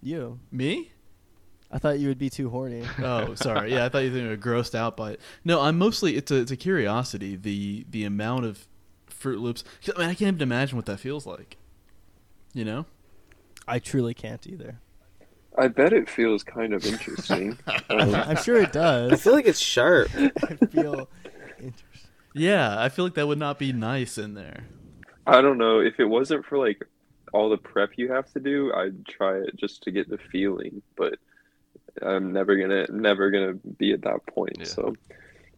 Speaker 9: You.
Speaker 8: Me?
Speaker 9: I thought you would be too horny.
Speaker 8: Oh, sorry. Yeah, I thought you were grossed out by it. No, I'm mostly it's a it's a curiosity the the amount of Fruit Loops. 'Cause, I mean, I can't even imagine what that feels like. You know?
Speaker 9: I truly can't either.
Speaker 12: I bet it feels kind of
Speaker 8: [LAUGHS]
Speaker 12: interesting. Um,
Speaker 9: I'm sure it does.
Speaker 1: I feel like it's sharp.
Speaker 9: [LAUGHS] I feel.
Speaker 8: Yeah, I feel like that would not be nice in there.
Speaker 12: I don't know if it wasn't for like all the prep you have to do, I'd try it just to get the feeling, but I'm never gonna never gonna be at that point. So,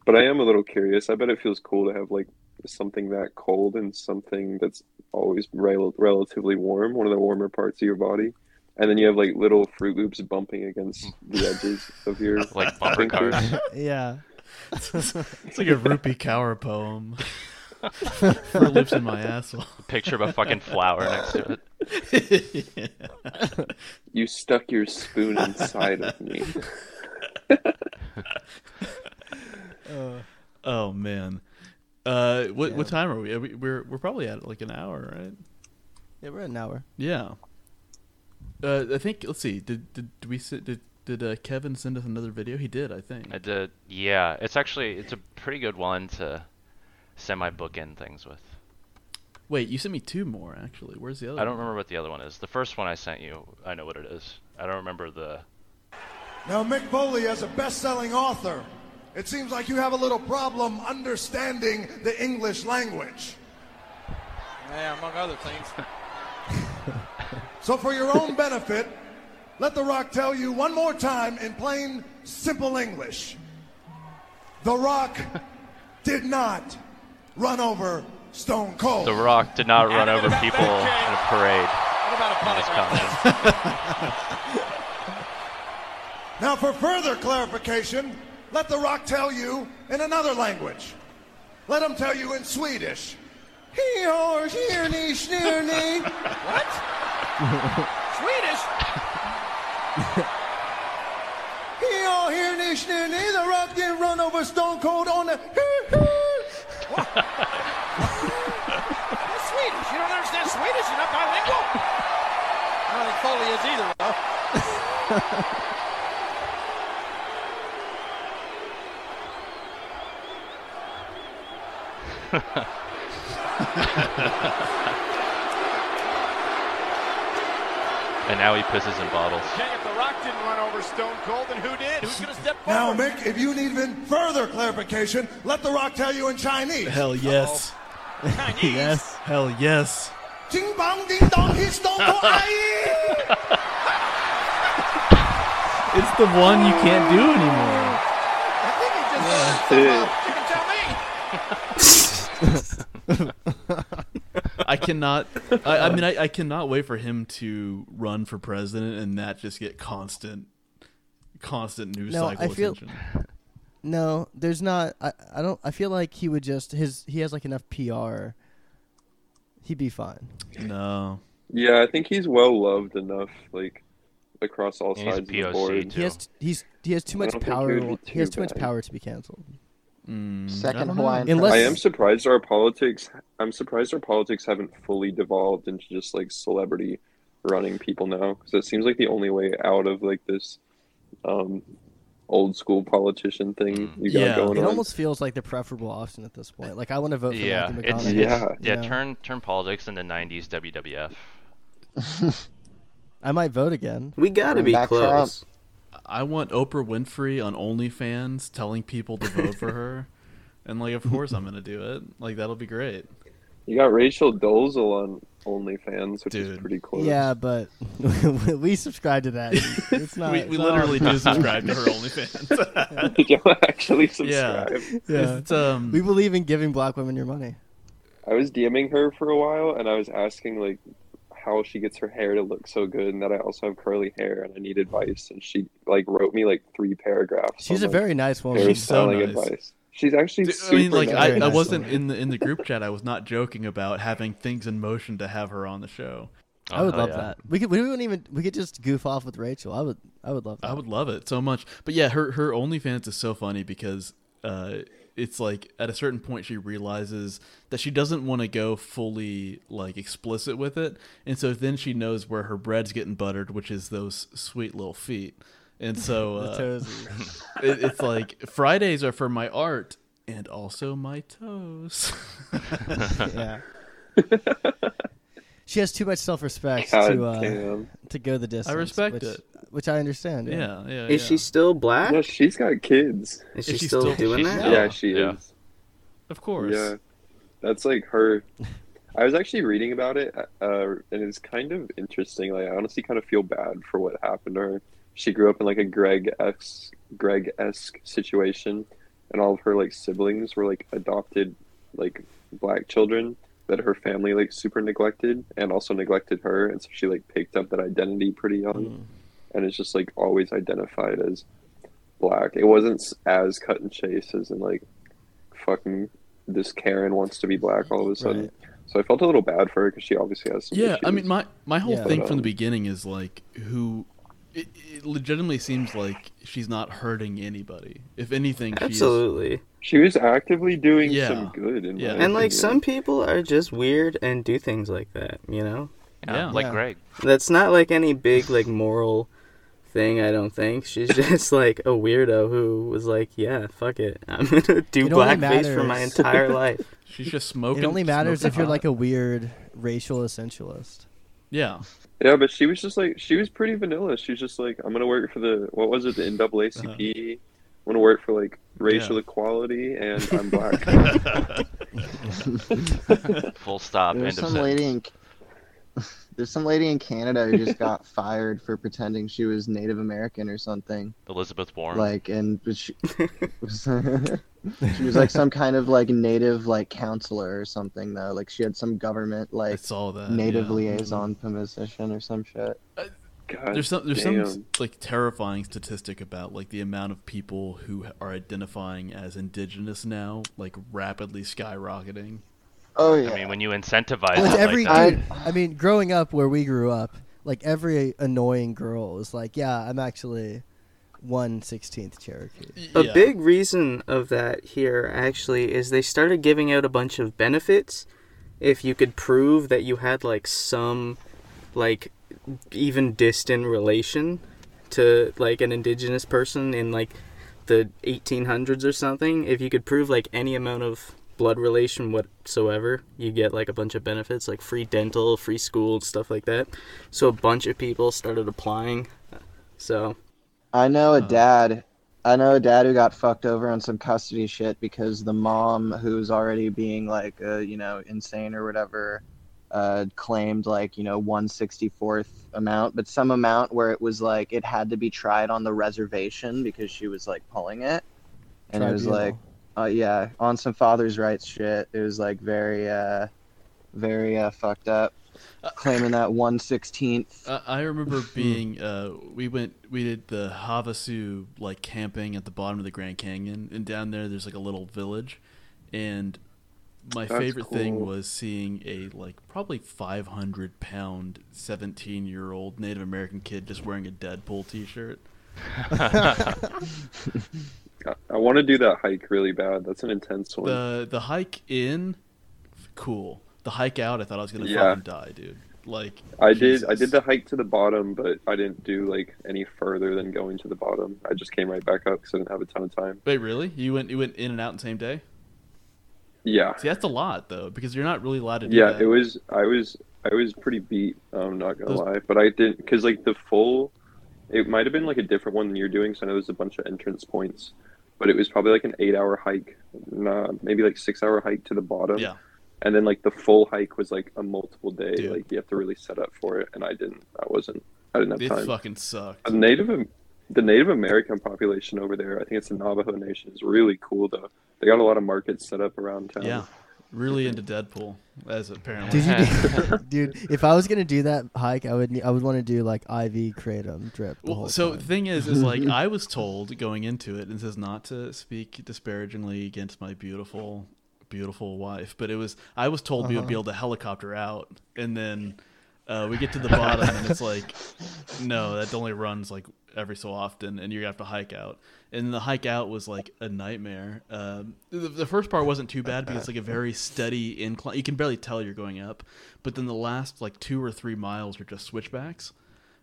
Speaker 12: but I am a little curious. I bet it feels cool to have like something that cold and something that's always rel- relatively warm, one of the warmer parts of your body. And then you have like little Fruit Loops bumping
Speaker 10: [LAUGHS]
Speaker 12: against the edges of your
Speaker 10: like bumper
Speaker 12: fingers.
Speaker 10: cars.
Speaker 9: [LAUGHS] Yeah.
Speaker 8: [LAUGHS] It's like a Rupi Kaur poem. Fruit Loops in my asshole.
Speaker 10: [LAUGHS] Picture of a fucking flower next to
Speaker 8: it. [LAUGHS]
Speaker 12: You stuck your spoon inside of me.
Speaker 8: oh man. Uh, what what time are we? Are we we're we're probably at like an hour, right?
Speaker 9: [LAUGHS] Yeah, we're at an hour.
Speaker 8: Yeah. Uh, I think let's see. Did did, did we sit, did did uh, Kevin send us another video? He did, I think.
Speaker 10: I did. Yeah, it's actually it's a pretty good one to semi book in things with.
Speaker 8: Wait, you sent me two more actually. Where's the other?
Speaker 10: I don't
Speaker 8: one?
Speaker 10: remember what the other one is. The first one I sent you, I know what it is. I don't remember the.
Speaker 18: Now, Mick Foley, as a best selling author, it seems like you have a little problem understanding the English language.
Speaker 19: Yeah, among other things.
Speaker 18: So, for
Speaker 2: [LAUGHS]
Speaker 18: your own benefit, let The Rock tell you one more time in plain, simple English The
Speaker 2: [LAUGHS]
Speaker 18: Rock did not run over Stone Cold.
Speaker 10: The Rock did not run over people in a parade. in
Speaker 18: [LAUGHS]
Speaker 10: Wisconsin.
Speaker 18: Now, for further clarification, let The Rock tell you in another language Let him tell you in Swedish. Hee-haw, snirny, snirny.
Speaker 19: [LAUGHS] What?
Speaker 16: [LAUGHS]
Speaker 18: [LAUGHS]
Speaker 19: Swedish?
Speaker 18: Hee-haw, snirny, snirny. er, The Rock did run over Stone Cold on the... [LAUGHS]
Speaker 19: That's Swedish. You don't understand Swedish? You're not bilingual? I don't think Foley is either, though.
Speaker 10: And now he pisses in bottles.
Speaker 20: Okay, if The Rock didn't run over Stone Cold, then who did? Who's going to step
Speaker 18: Now, Mick, if you need even further clarification, let The Rock tell you in Chinese.
Speaker 8: Hell yes. [LAUGHS] yes. Hell yes.
Speaker 18: Ding bong, ding dong, he's
Speaker 20: [LAUGHS]
Speaker 18: Stone Cold. Aye.
Speaker 8: It's the one you can't do anymore. I cannot. I, I mean, I, I cannot wait for him to run for president and that just get constant, constant news
Speaker 9: No,
Speaker 8: cycle
Speaker 9: I feel.
Speaker 8: attention.
Speaker 9: No, there's not. I, I don't. I feel like he would just his. He has like enough PR. He'd be fine.
Speaker 8: No.
Speaker 12: Yeah, I think he's well loved enough, like across all
Speaker 9: And he's
Speaker 12: sides of the
Speaker 9: POC
Speaker 12: board.
Speaker 9: He has he's he has too
Speaker 12: I
Speaker 9: much
Speaker 12: don't think it
Speaker 9: power.
Speaker 12: would
Speaker 9: He,
Speaker 12: be
Speaker 9: has
Speaker 12: too
Speaker 9: too much
Speaker 12: bad.
Speaker 9: power to be canceled.
Speaker 12: I
Speaker 9: Second
Speaker 12: don't know.
Speaker 9: Hawaiian Unless-
Speaker 12: I am surprised our politics. I'm surprised our politics haven't fully devolved into just like celebrity running people now, because it seems like the only way out of like this um, old school politician thing
Speaker 10: Mm.
Speaker 12: you got going
Speaker 9: it
Speaker 12: on.
Speaker 9: almost feels like the preferable option at this point. Like I want to vote for
Speaker 10: Yeah,
Speaker 9: Matthew
Speaker 10: it's,
Speaker 9: McConaughey.
Speaker 10: it's yeah,
Speaker 9: You know?
Speaker 10: Turn turn politics into '90s WWF.
Speaker 9: I might vote again.
Speaker 1: We gotta be close.
Speaker 8: I want Oprah Winfrey on OnlyFans telling people to vote for her, [LAUGHS] and like, of course, I'm gonna do it. Like, that'll be great.
Speaker 12: You got Rachel Dolezal on OnlyFans, which is pretty close.
Speaker 9: Yeah, but [LAUGHS] we subscribe to that. It's not.
Speaker 8: we
Speaker 9: it's
Speaker 8: we
Speaker 9: not
Speaker 8: literally
Speaker 9: on-
Speaker 8: do subscribe to her
Speaker 9: [LAUGHS]
Speaker 8: OnlyFans.
Speaker 12: Did y'all actually
Speaker 8: Yeah.
Speaker 12: subscribe?
Speaker 9: Yeah.
Speaker 8: It's, um,
Speaker 9: we believe in giving black women your money.
Speaker 12: I was DMing her for a while, and I was asking like how she gets her hair to look so good, and that I also have curly hair, and I need advice. And she like wrote me like three paragraphs.
Speaker 9: She's
Speaker 12: on,
Speaker 9: a
Speaker 12: like,
Speaker 9: very nice woman.
Speaker 12: hair
Speaker 9: She's so
Speaker 12: styling
Speaker 9: nice.
Speaker 12: Advice. She's actually
Speaker 8: Dude, I
Speaker 12: super
Speaker 8: mean, like,
Speaker 12: nice.
Speaker 8: I, I wasn't in the in the group chat. I was not joking about having things in motion to have her on the show. Oh,
Speaker 9: I would love that. We could. We wouldn't even. We could just goof off with Rachel. I would. I would love that.
Speaker 8: I would love it so much. But yeah, her her OnlyFans is so funny because uh, it's like at a certain point she realizes that she doesn't want to go fully like explicit with it, and so then she knows where her bread's getting buttered, which is those sweet little feet. And
Speaker 9: [LAUGHS]
Speaker 8: so
Speaker 9: The
Speaker 8: uh,
Speaker 9: toesies.
Speaker 8: it, it's like Fridays are for my art and also my toes. [LAUGHS]
Speaker 9: [LAUGHS] yeah. She has too much self-respect
Speaker 8: God
Speaker 9: to uh,
Speaker 8: damn.
Speaker 9: to go the distance.
Speaker 8: I respect
Speaker 9: which,
Speaker 8: it.
Speaker 9: which I understand.
Speaker 8: Yeah, yeah,
Speaker 1: Is she still black?
Speaker 12: No, she's got kids.
Speaker 1: Is she Is she still still- doing that?
Speaker 12: Yeah, she
Speaker 1: Yeah.
Speaker 12: is.
Speaker 8: Of course.
Speaker 12: Yeah, that's like her. I was actually reading about it, uh, and it's kind of interesting. Like, I honestly kind of feel bad for what happened to her. She grew up in like a Greg ex Greg esque situation, and all of her like siblings were like adopted, like black children that her family like super neglected and also neglected her, and so she like picked up that identity pretty young,
Speaker 1: Mm.
Speaker 12: and it's just like always identified as black. It wasn't s- as cut and chase as in like fucking this Karen wants to be black all of a sudden. So I felt a little bad for her because she obviously has some
Speaker 8: yeah i
Speaker 12: issues.
Speaker 8: mean my my whole
Speaker 12: Yeah.
Speaker 8: thing
Speaker 12: But,
Speaker 8: from
Speaker 12: um,
Speaker 8: the beginning is like who it, it legitimately seems like she's not hurting anybody if anything she's-
Speaker 1: Absolutely.
Speaker 12: She was actively doing
Speaker 8: Yeah.
Speaker 12: some good. In
Speaker 8: Yeah.
Speaker 12: my
Speaker 1: And like
Speaker 12: opinion.
Speaker 1: some people are just weird and do things like that, you know?
Speaker 10: Yeah, Yeah. like Yeah. Greg.
Speaker 1: That's not like any big like moral thing, I don't think. She's [LAUGHS] just like a weirdo who was like, Yeah, fuck it. I'm gonna do
Speaker 9: It only
Speaker 1: blackface for my
Speaker 9: matters- [LAUGHS]
Speaker 1: entire life.
Speaker 8: she's just smoking
Speaker 9: It only matters
Speaker 8: smoking
Speaker 9: if you're
Speaker 8: hot.
Speaker 9: like a weird racial essentialist.
Speaker 8: yeah
Speaker 12: Yeah, but she was just like she was pretty vanilla. She's just like I'm gonna work for the what was it the NAACP.
Speaker 8: Uh-huh.
Speaker 12: I'm gonna work for like racial equality, and I'm
Speaker 8: [LAUGHS]
Speaker 12: black.
Speaker 10: Full stop.
Speaker 13: There's
Speaker 10: end of sentence.
Speaker 13: some lady in there's some lady in Canada who just got [LAUGHS] fired for pretending she was Native American or something.
Speaker 10: Elizabeth Warren.
Speaker 13: Like, and
Speaker 8: [LAUGHS]
Speaker 13: but she was, [LAUGHS] she was like some kind of like Native like counselor or something though. Like she had some government like
Speaker 8: saw that,
Speaker 13: Native
Speaker 8: yeah. Uh,
Speaker 13: liaison position or some shit.
Speaker 12: God
Speaker 8: there's some there's
Speaker 12: damn.
Speaker 8: some like terrifying statistic about like the amount of people who are identifying as indigenous now, like rapidly skyrocketing.
Speaker 13: Oh yeah.
Speaker 10: I mean, when you incentivize
Speaker 8: [LAUGHS]
Speaker 9: Well,
Speaker 10: it
Speaker 9: it's
Speaker 10: like
Speaker 9: every
Speaker 10: that,
Speaker 9: dude. I mean, growing up where we grew up, like every annoying girl is like, "Yeah, I'm actually one sixteenth Cherokee."
Speaker 1: A big reason of that here actually is they started giving out a bunch of benefits if you could prove that you had like some like even distant relation to like an indigenous person in like the 1800s or something if you could prove like any amount of blood relation whatsoever you get like a bunch of benefits like free dental free school and stuff like that so a bunch of people started applying so
Speaker 13: I know a dad. I know a dad who got fucked over on some custody shit because the mom, who was already being like, uh, you know, insane or whatever, uh, claimed like, you know, one sixty fourth amount, but some amount where it was like it had to be tried on the reservation because she was like pulling it, and it was like,
Speaker 9: Tribunal.
Speaker 13: uh, yeah, on some father's rights shit. It was like very, uh, very uh, fucked up, claiming that one sixteenth.
Speaker 8: I I
Speaker 12: [LAUGHS]
Speaker 8: remember being uh, we went we did the Havasu like camping at the bottom of the Grand Canyon, and down there there's like a little village, and my
Speaker 10: That's
Speaker 8: favorite thing
Speaker 10: cool.
Speaker 8: was seeing a like probably 500 pound 17 year old Native American kid just wearing a Deadpool t-shirt.
Speaker 12: I, I want to do that hike really bad. That's an intense one.
Speaker 8: the the hike in, cool. The hike out, I thought I was gonna
Speaker 12: Yeah.
Speaker 8: fucking die, dude. Like
Speaker 12: I did. I
Speaker 8: Jesus.
Speaker 12: did the hike to the bottom, but I didn't do like any further than going to the bottom. I just came right back up because I didn't have a ton of time.
Speaker 8: Wait, really? You went you went in and out in the same day?
Speaker 12: Yeah,
Speaker 8: See, that's a lot though, because you're not really allowed to do
Speaker 12: yeah.
Speaker 8: that.
Speaker 12: It was. I was. I was pretty beat. I'm not gonna
Speaker 8: Those-
Speaker 12: lie, but I didn't because like the full. It might have been like a different one than you're doing. So I know there's a bunch of entrance points, but it was probably like an eight-hour hike, nah, maybe like six-hour hike to the bottom.
Speaker 8: Yeah.
Speaker 12: And then like the full hike was like a multiple day. Like you have to really set up for it, and I didn't. I wasn't. I didn't have
Speaker 8: It
Speaker 12: time.
Speaker 8: fucking sucked.
Speaker 12: The Native, the Native American population over there, I think it's the Navajo Nation, is really cool though. They got a lot of markets set up around town.
Speaker 8: Yeah, really into Deadpool, as apparently.
Speaker 9: Did you,
Speaker 8: [LAUGHS]
Speaker 9: do- [LAUGHS] dude? If I was gonna do that hike, I would. ne- I would want to do like IV kratom drip. the
Speaker 8: well,
Speaker 9: whole
Speaker 8: so
Speaker 9: time.
Speaker 8: the thing
Speaker 9: [LAUGHS]
Speaker 8: is, is like I was told going into it, and says not to speak disparagingly against my beautiful, beautiful wife, but it was I was told we would be
Speaker 10: Uh-huh.
Speaker 8: able to helicopter out, and then uh, we get to the bottom, and it's like, [LAUGHS] no, that only runs like every so often, and you have to hike out. And the hike out was like a nightmare. Um, the, the first part wasn't too bad because it's like a very steady incline. You can barely tell you're going up, but then the last like two or three miles are just switchbacks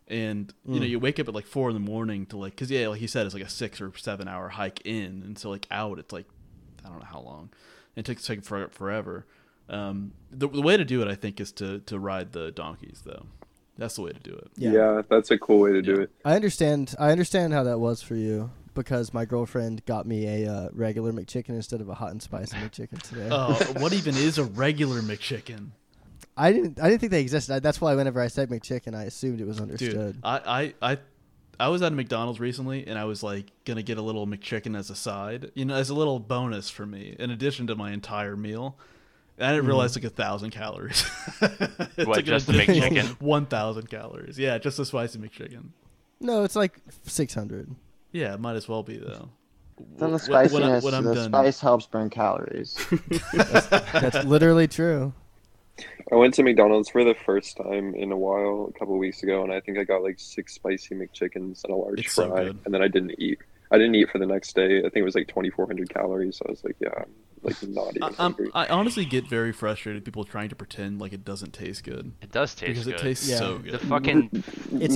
Speaker 8: and you know
Speaker 10: Mm.
Speaker 8: you wake up at like four in the morning to like because yeah like you said it's like a six or seven hour hike in and so like out it's like i don't know how long it takes like for, forever um the, the way to do it i think is to to ride the donkeys though that's the way to do it
Speaker 12: Yeah, that's a cool way to do it.
Speaker 9: I understand. I understand how that was for you because my girlfriend got me a uh, regular McChicken instead of a hot and spicy McChicken today.
Speaker 8: oh [LAUGHS] what even is a regular mcchicken
Speaker 9: [LAUGHS] I didn't. I didn't think they existed. I, that's why whenever I said McChicken, I assumed it was understood.
Speaker 8: Dude, I, I, I, I was at a McDonald's recently, and I was like gonna get a little McChicken as a side, you know, as a little bonus for me, in addition to my entire meal. And I didn't
Speaker 10: Mhm.
Speaker 8: realize like a thousand calories. [LAUGHS] It's
Speaker 10: What,
Speaker 8: an
Speaker 10: just the
Speaker 8: additional
Speaker 10: McChicken?
Speaker 8: [LAUGHS] One thousand calories. Yeah, just a spicy McChicken.
Speaker 9: No, it's like six hundred.
Speaker 8: Yeah, it might as well be though.
Speaker 13: Then the
Speaker 8: Wh- when I-
Speaker 13: spiciness,
Speaker 8: when I'm
Speaker 13: the
Speaker 8: done-
Speaker 13: spice helps burn calories.
Speaker 8: [LAUGHS]
Speaker 9: That's literally true.
Speaker 12: I went to McDonald's for the first time in a while a couple weeks ago, and I think I got like six spicy McChickens and a large
Speaker 8: It's so
Speaker 12: fry,
Speaker 8: good.
Speaker 12: and then I didn't eat. I didn't eat for the next day. I think it was like 2,400 calories. So I was like, yeah, I'm like not even.
Speaker 8: I, I'm, I honestly get very frustrated with people trying to pretend like it doesn't taste good.
Speaker 10: It does taste
Speaker 8: because
Speaker 10: good.
Speaker 8: it tastes
Speaker 10: Yeah.
Speaker 8: so
Speaker 10: The
Speaker 8: good.
Speaker 10: fucking- It's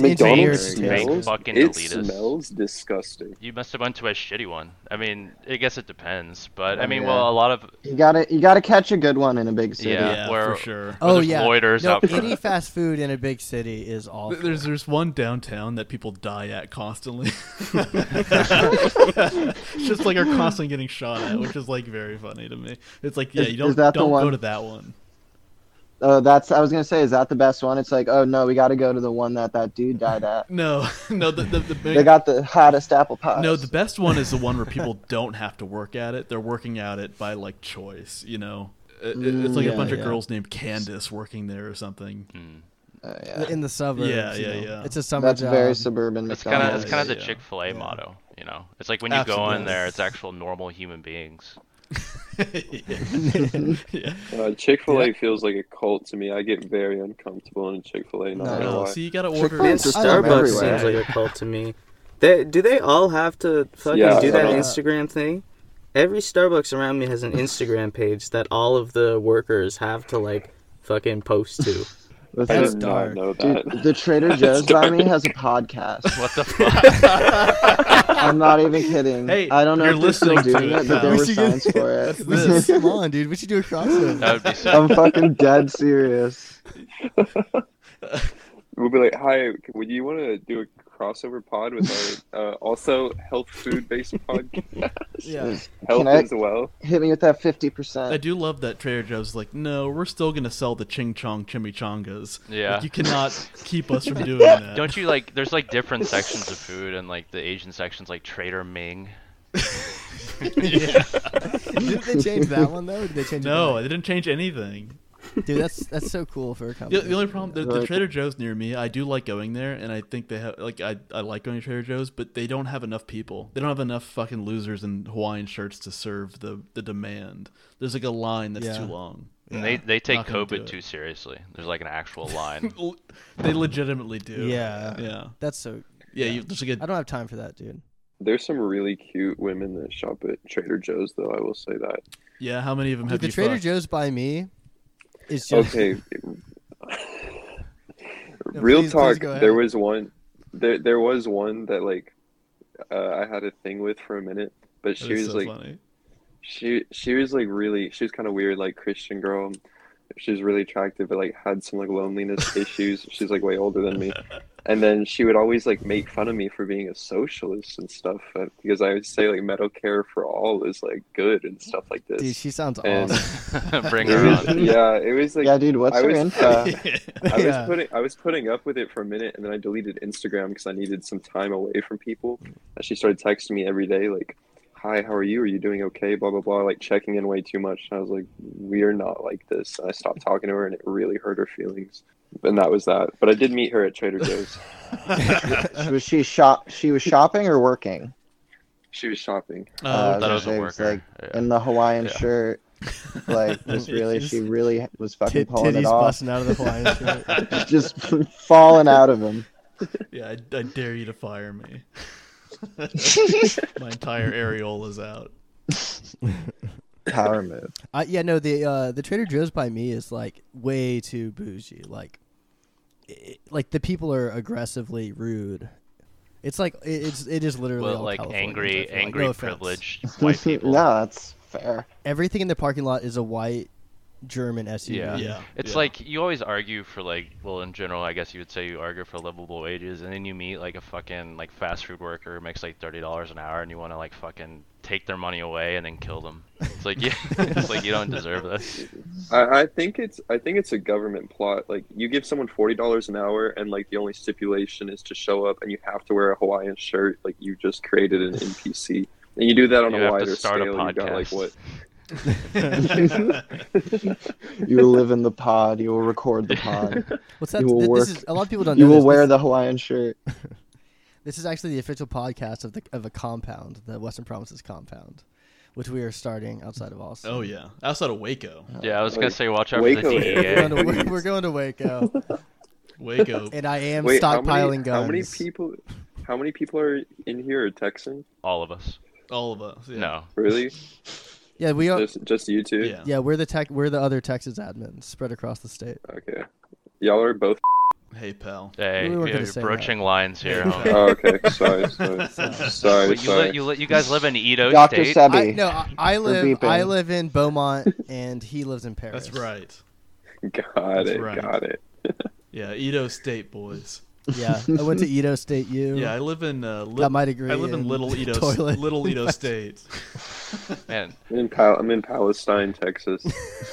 Speaker 12: McDonald's
Speaker 10: engineered to taste
Speaker 12: smells,
Speaker 10: good. Fucking
Speaker 12: it
Speaker 10: elitist.
Speaker 12: smells disgusting.
Speaker 10: you must have went to a shitty one. I mean, I guess it depends, but I
Speaker 13: Oh,
Speaker 10: mean,
Speaker 13: yeah.
Speaker 10: well, a lot of
Speaker 13: You gotta you gotta catch a good one in a big city.
Speaker 10: Yeah, Yeah, where- for sure. Or
Speaker 9: Oh
Speaker 10: there's
Speaker 9: yeah,
Speaker 10: loiters
Speaker 9: no,
Speaker 10: out front.
Speaker 9: any fast food in a big city is awful.
Speaker 8: Th- There's there's one downtown that people die at constantly. [LAUGHS] it's just like are constantly getting shot at, which is like very funny to me. It's like yeah,
Speaker 13: Is-
Speaker 8: you don't
Speaker 13: is that the
Speaker 8: don't go
Speaker 13: one?
Speaker 8: to that one.
Speaker 13: Oh, that's I was gonna say, is that the best one? It's like, oh no, we gotta go to the one that that dude died at.
Speaker 8: [LAUGHS] No, no, the the, the
Speaker 13: They got the hottest apple pie.
Speaker 8: No, the best one is the one where people don't have to work at it. They're working at it by like choice, you know. It- it- It's like
Speaker 10: Mm,
Speaker 8: a bunch
Speaker 10: yeah,
Speaker 8: of
Speaker 10: yeah. Hmm.
Speaker 8: girls named Candace working there or something.
Speaker 9: in the suburbs.
Speaker 8: Yeah,
Speaker 9: you
Speaker 8: yeah,
Speaker 9: know.
Speaker 8: yeah.
Speaker 9: It's a summer
Speaker 13: Oh, That's
Speaker 9: job.
Speaker 13: very suburban.
Speaker 10: It's kind of it's kind of the
Speaker 13: McDonald's.
Speaker 10: Chick Fil A motto, you know. It's like when you go in
Speaker 13: Absolutely.
Speaker 10: there, it's actual normal human beings.
Speaker 8: [LAUGHS]
Speaker 12: Uh, Chick Fil A feels like a cult to me. I get very uncomfortable in Chick Fil A.
Speaker 1: No.
Speaker 12: No,
Speaker 1: So
Speaker 8: you gotta
Speaker 1: Chick-fil-A and Starbucks seems like a cult to me. They, do they all have to fucking
Speaker 12: Yeah,
Speaker 1: do that
Speaker 12: uh,
Speaker 1: Instagram thing? Every Starbucks around me has an Instagram page that all of the workers have to like fucking
Speaker 12: [LAUGHS]
Speaker 1: post to.
Speaker 13: That's I did
Speaker 12: dark. know
Speaker 13: Dude, the [LAUGHS] Trader Joe's by me has a podcast.
Speaker 10: What the
Speaker 13: fuck? I'm not even kidding.
Speaker 9: Hey,
Speaker 13: I don't know
Speaker 9: you're
Speaker 13: if they're still
Speaker 9: listening to
Speaker 13: doing
Speaker 9: it
Speaker 13: it, but
Speaker 9: now.
Speaker 13: there were
Speaker 9: [LAUGHS] We should
Speaker 13: signs
Speaker 9: get-
Speaker 13: for
Speaker 9: That's this.
Speaker 13: it.
Speaker 9: Come on, dude. We should
Speaker 13: [LAUGHS]
Speaker 9: do a crossover.
Speaker 10: That would be sick.
Speaker 13: I'm fucking dead [LAUGHS] serious.
Speaker 12: We'll be like, hi, would you want to do a crossover pod with our uh, also health food
Speaker 13: [LAUGHS]
Speaker 12: based podcast?
Speaker 8: Yeah.
Speaker 12: health
Speaker 13: Can I-
Speaker 12: as well.
Speaker 13: Hit me with that 50%.
Speaker 8: I do love that Trader Joe's like, no, we're still gonna sell the ching chong chimichangas.
Speaker 10: Yeah.
Speaker 8: Like,
Speaker 10: [LAUGHS]
Speaker 8: you cannot keep us from doing that.
Speaker 10: Don't you like? There's like different sections of food, and like the Asian sections, like Trader Ming.
Speaker 9: Didn't they change that one though? Or did they change? it
Speaker 8: No,
Speaker 9: back?
Speaker 8: they didn't change anything.
Speaker 9: dude, that's that's so cool for a company.
Speaker 8: The, the only problem, the, the
Speaker 9: Like-
Speaker 8: Trader Joe's near me, I do like going there, and I think they have like I, I like going to Trader Joe's, but they don't have enough people. They don't have enough fucking losers in Hawaiian shirts to serve the the demand. There's like a line that's
Speaker 10: Yeah.
Speaker 8: too long.
Speaker 10: And they they take
Speaker 8: Not gonna do
Speaker 10: COVID
Speaker 8: it.
Speaker 10: too seriously. There's like an actual
Speaker 8: [LAUGHS]
Speaker 10: line.
Speaker 8: They legitimately do.
Speaker 9: Yeah.
Speaker 8: yeah.
Speaker 9: That's so.
Speaker 8: Yeah, you- there's like a-
Speaker 9: I don't have time for that, dude.
Speaker 12: There's some really cute women that shop at Trader Joe's, though, I will say that.
Speaker 8: Yeah, how many of them have
Speaker 9: Dude, the
Speaker 8: you
Speaker 9: Trader
Speaker 8: fucked?
Speaker 9: Joe's by me is just [LAUGHS]
Speaker 12: Okay. [LAUGHS] Real
Speaker 9: please- please
Speaker 12: talk.
Speaker 9: go
Speaker 12: there
Speaker 9: ahead.
Speaker 12: was one. There there was one that like uh, I had a thing with for a minute, but
Speaker 8: That
Speaker 12: she
Speaker 8: is
Speaker 12: was
Speaker 8: so
Speaker 12: like
Speaker 8: funny.
Speaker 12: she she was like really she was kind of weird like Christian girl. She was really attractive, but like had some like
Speaker 10: [LAUGHS]
Speaker 12: loneliness issues. She's like way older than me, and then she would always like make fun of me for being a socialist and stuff uh, because I would say like Medicare for all is like good and stuff like this.
Speaker 9: Dude, she sounds
Speaker 12: And-
Speaker 9: awesome.
Speaker 10: [LAUGHS] Bring
Speaker 12: it
Speaker 10: her
Speaker 12: was-
Speaker 10: on.
Speaker 12: Yeah, it was like
Speaker 13: Yeah, dude, what's
Speaker 12: I
Speaker 13: her
Speaker 12: was, uh,
Speaker 10: [LAUGHS]
Speaker 13: info?
Speaker 12: I was
Speaker 13: Yeah.
Speaker 12: putting I was putting up with it for a minute, and then I deleted Instagram because I needed some time away from people. And she started texting me every day, like, "Hi, how are you? Are you doing okay?" Blah blah blah, like checking in way too much. And I was like, "We're not like this." And I stopped talking to her, and it really hurt her feelings. And that was that. But I did meet her at Trader
Speaker 10: [LAUGHS]
Speaker 12: Joe's.
Speaker 13: [LAUGHS] was she shop? She was shopping or working?
Speaker 12: she was shopping.
Speaker 8: Oh,
Speaker 13: Uh, she was, Like, In the Hawaiian shirt.
Speaker 8: [LAUGHS]
Speaker 13: Like this really, she really was fucking
Speaker 9: Tit-
Speaker 13: pulling it
Speaker 9: titties
Speaker 13: off.
Speaker 9: busting out of the
Speaker 13: [LAUGHS]
Speaker 9: Hawaiian
Speaker 13: shirt. Just falling out of him.
Speaker 8: Yeah, I, I dare you to fire
Speaker 9: [LAUGHS]
Speaker 8: me. [LAUGHS] My entire areola's out.
Speaker 9: [LAUGHS]
Speaker 13: Power move.
Speaker 9: I, yeah, no, the uh, the Trader Joe's by me is like way too bougie. Like, it, like the people are aggressively rude. It's like it, it's it is literally
Speaker 10: Well,
Speaker 9: all
Speaker 10: like
Speaker 9: Californians, I feel
Speaker 10: angry-
Speaker 9: like.
Speaker 10: angry
Speaker 9: No offense.
Speaker 10: privileged white people.
Speaker 13: no, that's fair.
Speaker 9: Everything in the parking lot is a white German SUV.
Speaker 10: Yeah. It's like you always argue for like well in general I guess you would say you argue for livable wages and then you meet like a fucking like fast food worker who makes like thirty dollars an hour and you wanna like fucking take their money away and then kill them. It's like yeah [LAUGHS] it's like you don't deserve this.
Speaker 12: I, I think it's I think it's a government plot. Like you give someone forty dollars an hour, and like the only stipulation is to show up, and you have to wear a Hawaiian shirt. Like you just created an NPC, and you do that on
Speaker 10: You
Speaker 12: a
Speaker 10: have to
Speaker 12: wider
Speaker 10: start a
Speaker 12: scale. You got like
Speaker 10: podcast.
Speaker 12: what?
Speaker 13: [LAUGHS] You will live in the pod. You will record the pod.
Speaker 9: What's that-
Speaker 13: You will
Speaker 9: th-
Speaker 13: work.
Speaker 9: this is- a lot of people don't
Speaker 13: You
Speaker 9: know
Speaker 13: will
Speaker 9: this.
Speaker 13: wear
Speaker 9: This-
Speaker 13: the Hawaiian shirt.
Speaker 9: This is actually the official podcast of the of a compound, the Western Promises compound, which we are starting outside of Austin.
Speaker 8: Oh yeah, outside of Waco.
Speaker 10: Yeah, I was gonna say watch out for the
Speaker 9: We're going to, [LAUGHS]
Speaker 10: DEA.
Speaker 9: we're- we're going to Waco.
Speaker 8: Waco.
Speaker 9: And I am
Speaker 12: Wait, how
Speaker 9: stockpiling
Speaker 12: many-
Speaker 9: guns.
Speaker 12: How many people? How many people are in here are Texan?
Speaker 10: All of us.
Speaker 8: All of us. Yeah.
Speaker 10: No.
Speaker 12: Really?
Speaker 9: [LAUGHS] Yeah, we are.
Speaker 12: Just, just you two?
Speaker 9: Yeah. we're the tech. We're the other Texas admins spread across the state.
Speaker 12: Okay. Y'all are both.
Speaker 8: [LAUGHS] Hey pal.
Speaker 10: Hey,
Speaker 9: We weren't
Speaker 10: we
Speaker 9: gonna
Speaker 10: are
Speaker 9: say
Speaker 10: broaching lines
Speaker 9: [LAUGHS]
Speaker 10: here. homie.
Speaker 12: Oh, okay. Sorry, sorry. Sorry,
Speaker 10: Wait, you,
Speaker 12: sorry.
Speaker 10: li- you, li- you guys live in Edo
Speaker 13: Dr.
Speaker 10: State?
Speaker 13: Sebi.
Speaker 9: I, no, I, I
Speaker 13: We're
Speaker 9: live. I
Speaker 13: beeping.
Speaker 9: live in Beaumont, and he lives in Paris.
Speaker 8: That's right.
Speaker 12: [LAUGHS] Got
Speaker 8: That's
Speaker 12: it.
Speaker 8: right.
Speaker 12: Got it.
Speaker 8: Yeah, Edo State boys.
Speaker 9: Yeah, I went to Edo State U.
Speaker 8: Yeah, I live in. Uh,
Speaker 9: got my degree. [LAUGHS]
Speaker 8: I live in, Little Edo.
Speaker 9: Toilet. [LAUGHS]
Speaker 8: Little Edo State.
Speaker 10: man.
Speaker 12: I'm in, Pal- I'm in Palestine,
Speaker 9: [LAUGHS]
Speaker 12: Texas.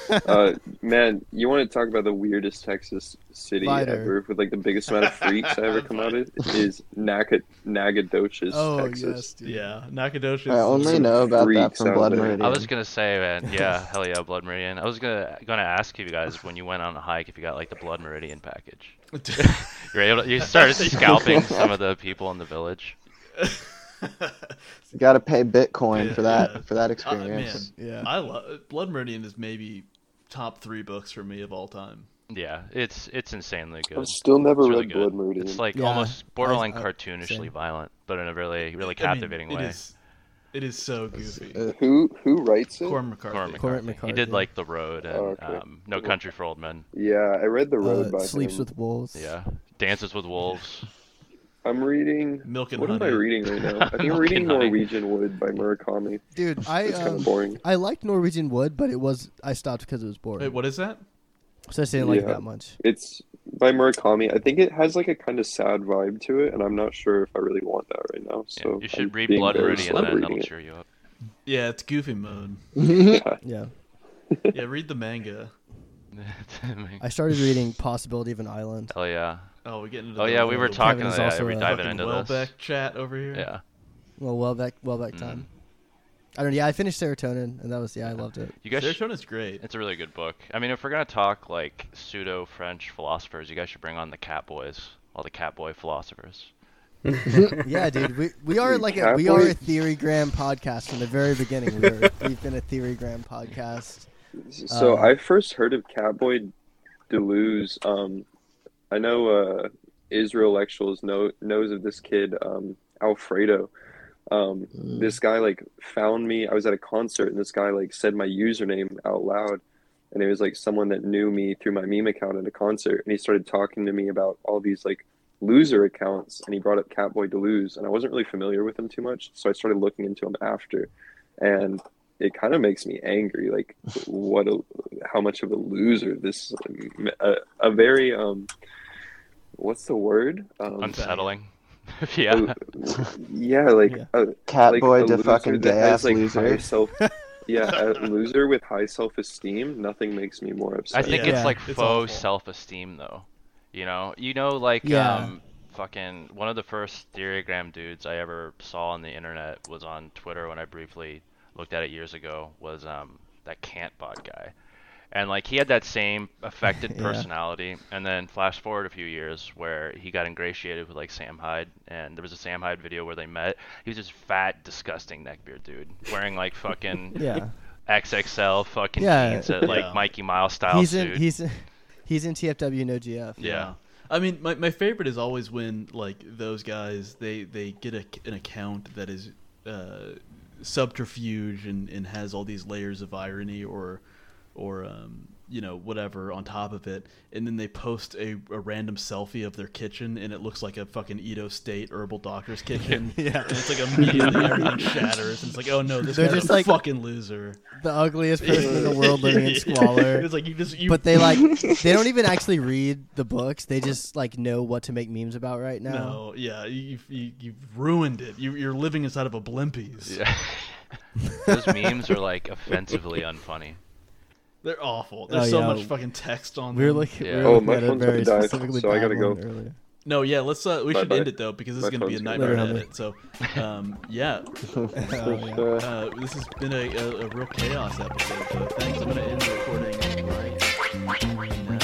Speaker 12: Uh, man, you want to talk about the weirdest Texas city
Speaker 9: Lighter.
Speaker 12: ever with like the biggest amount of freaks I ever come
Speaker 9: [LAUGHS]
Speaker 12: out of is Naca- Nacogdoches,
Speaker 8: Oh
Speaker 12: Texas.
Speaker 8: yes, dude. yeah, Nacogdoches.
Speaker 13: I only know about that
Speaker 12: freaks
Speaker 13: from
Speaker 12: out
Speaker 13: Blood
Speaker 12: there.
Speaker 13: Meridian.
Speaker 10: I was gonna say, man, yeah, hell yeah, Blood Meridian. I was gonna gonna ask you guys when you went on a hike if you got like the Blood Meridian package. You're able to, you started scalping some of the people in the village.
Speaker 13: You got to pay Bitcoin for that
Speaker 8: Yeah.
Speaker 13: for that
Speaker 8: Uh, man,
Speaker 13: experience.
Speaker 8: I love Blood Meridian is maybe top three books for me of all time.
Speaker 10: Yeah, it's it's insanely good.
Speaker 12: still never
Speaker 10: It's really
Speaker 12: read
Speaker 10: good.
Speaker 12: Blood Meridian.
Speaker 10: It's like
Speaker 12: Yeah,
Speaker 10: almost borderline
Speaker 12: I- I-
Speaker 10: cartoonishly
Speaker 12: same.
Speaker 10: violent, but in a really really
Speaker 8: I mean,
Speaker 10: captivating
Speaker 8: It
Speaker 10: way.
Speaker 8: is, it is so goofy.
Speaker 12: who who writes it?
Speaker 8: Corm McCarthy.
Speaker 10: Cormac McCarthy. He did like The Road and
Speaker 12: Oh, okay.
Speaker 10: um, No Country for Old Men.
Speaker 12: Yeah, I
Speaker 9: Uh,
Speaker 12: read The Road by him.
Speaker 9: wolves.
Speaker 10: Yeah, Dances with Wolves.
Speaker 12: I'm reading.
Speaker 10: Milk and
Speaker 12: what am
Speaker 10: Honey.
Speaker 12: I reading right
Speaker 10: [LAUGHS]
Speaker 12: now? I think I'm
Speaker 10: Milk
Speaker 12: reading
Speaker 10: and Honey.
Speaker 12: Norwegian Wood by Murakami.
Speaker 9: Dude, I
Speaker 12: it's kind
Speaker 9: um,
Speaker 12: of boring.
Speaker 9: I liked Norwegian Wood, but it was I stopped because it was boring.
Speaker 8: Wait, what is that?
Speaker 9: So I didn't like it
Speaker 12: Yeah.
Speaker 9: that much.
Speaker 12: It's by Murakami. I think it has like a kind of sad vibe to it, and I'm not sure if I really want that right now. So
Speaker 10: You should
Speaker 12: I'm
Speaker 10: read
Speaker 12: being
Speaker 10: Blood
Speaker 12: very
Speaker 10: Meridian,
Speaker 12: slow
Speaker 10: then
Speaker 12: reading
Speaker 10: that'll
Speaker 12: it.
Speaker 10: cheer you up.
Speaker 8: Yeah, it's goofy mode.
Speaker 12: Yeah. [LAUGHS]
Speaker 9: Yeah.
Speaker 8: yeah, read
Speaker 10: [LAUGHS]
Speaker 8: the manga.
Speaker 9: I started reading Possibility of an Island.
Speaker 10: Hell yeah.
Speaker 8: Oh, we're getting into
Speaker 10: Oh
Speaker 8: the
Speaker 10: yeah, we were
Speaker 8: Welbeck-
Speaker 10: talking.
Speaker 9: Kevin is
Speaker 10: Yeah,
Speaker 9: also
Speaker 10: we're
Speaker 9: a
Speaker 10: diving
Speaker 8: fucking
Speaker 10: into this.
Speaker 8: Welbeck chat over here.
Speaker 10: Yeah. Mm.
Speaker 9: Well, well back, well back time. I don't know. Yeah, I finished Serotonin, and that was yeah, I loved it.
Speaker 10: You guys
Speaker 8: Serotonin's great.
Speaker 10: It's a really good book. I mean, if we're gonna talk like pseudo French philosophers, you guys should bring on the cat boys, all the cat boy philosophers.
Speaker 9: [LAUGHS] yeah, dude, we, we are like a,
Speaker 10: Cat
Speaker 9: we are a
Speaker 10: boy?
Speaker 9: theorygram podcast from the very beginning. We were, we've been a theorygram podcast.
Speaker 12: So
Speaker 9: Uh,
Speaker 12: I first heard of Cowboy Deleuze. Um, I know uh, Israel Actuals know, knows of this kid, um, Alfredo. Um,
Speaker 9: Mm.
Speaker 12: This guy like found me. I was at a concert, and this guy like said my username out loud, and it was like someone that knew me through my meme account at a concert, and he started talking to me about all these like loser accounts, and he brought up Catboy Deleuze, and I wasn't really familiar with him too much, so I started looking into him after, and it kind of makes me angry like what a, how much of a loser this um, a, a very um what's the word um, Oh,
Speaker 10: Unsettling. [LAUGHS] yeah.
Speaker 12: yeah like A,
Speaker 13: Cat
Speaker 12: like
Speaker 13: boy
Speaker 12: a
Speaker 13: to
Speaker 12: loser
Speaker 13: fucking
Speaker 12: that
Speaker 13: gay
Speaker 12: has,
Speaker 13: ass
Speaker 12: like,
Speaker 13: loser.
Speaker 12: high self, yeah a loser with high self-esteem nothing makes me more
Speaker 10: I
Speaker 12: upset
Speaker 10: think
Speaker 12: yeah.
Speaker 10: it's like
Speaker 12: it's
Speaker 10: faux self-esteem though. You know, you know, like
Speaker 12: Yeah.
Speaker 10: um, fucking one of the first theorygram dudes I ever saw on the internet was on Twitter when I briefly looked at it years ago. Was um that Cantbot guy, and like he had that same affected
Speaker 12: [LAUGHS]
Speaker 9: Yeah.
Speaker 10: personality. And then flash forward a few years where he got ingratiated with like Sam Hyde, and there was a Sam Hyde video where they met. He was this fat, disgusting neckbeard dude wearing
Speaker 12: [LAUGHS]
Speaker 10: like fucking
Speaker 9: Yeah.
Speaker 10: XXL fucking
Speaker 9: Yeah.
Speaker 10: jeans that like
Speaker 9: Yeah.
Speaker 10: Mikey Miles style
Speaker 9: he's
Speaker 10: suit.
Speaker 9: in he's in, he's in TFW no GF.
Speaker 8: Yeah. I mean, my, my favorite is always when like those guys they they get a, an account that is uh, subterfuge and, and has all these layers of irony or or um, you know whatever on top of it, and then they post a, a random selfie of their kitchen and it looks like a fucking Edo State herbal doctor's kitchen.
Speaker 9: Yeah.
Speaker 8: and it's like immediately everything shatters and it's like oh no this
Speaker 9: They're
Speaker 8: guy's
Speaker 9: just
Speaker 8: a
Speaker 9: like-
Speaker 8: fucking loser.
Speaker 9: The ugliest [LAUGHS] person in the world
Speaker 8: [LAUGHS]
Speaker 9: living in squalor.
Speaker 8: It's like you just- you-
Speaker 9: But they like they
Speaker 8: [LAUGHS]
Speaker 9: don't even actually read the books. They just like know what to make memes about right now.
Speaker 8: No, yeah, you, you you've ruined it. You, you're living inside of a Blimpies.
Speaker 10: Yeah. [LAUGHS] Those memes are like offensively unfunny.
Speaker 8: They're awful. There's
Speaker 9: Oh,
Speaker 8: so
Speaker 9: yeah.
Speaker 8: much fucking text on.
Speaker 9: We were
Speaker 8: them.
Speaker 9: looking- we Yeah. were Oh, looking my at a phone's very gonna die, specifically so I bad gotta go. one earlier.
Speaker 8: No, yeah, let's. Uh, we
Speaker 10: Bye
Speaker 8: should
Speaker 10: bye.
Speaker 8: end it though because this
Speaker 10: My
Speaker 8: is gonna be a
Speaker 10: phone's gonna
Speaker 8: nightmare to
Speaker 10: die.
Speaker 8: edit. So, um,
Speaker 10: [LAUGHS]
Speaker 8: yeah.
Speaker 10: Oh,
Speaker 8: Uh,
Speaker 10: yeah.
Speaker 8: uh, this has been a, a, a real chaos episode. So thanks. I'm gonna end the recording. right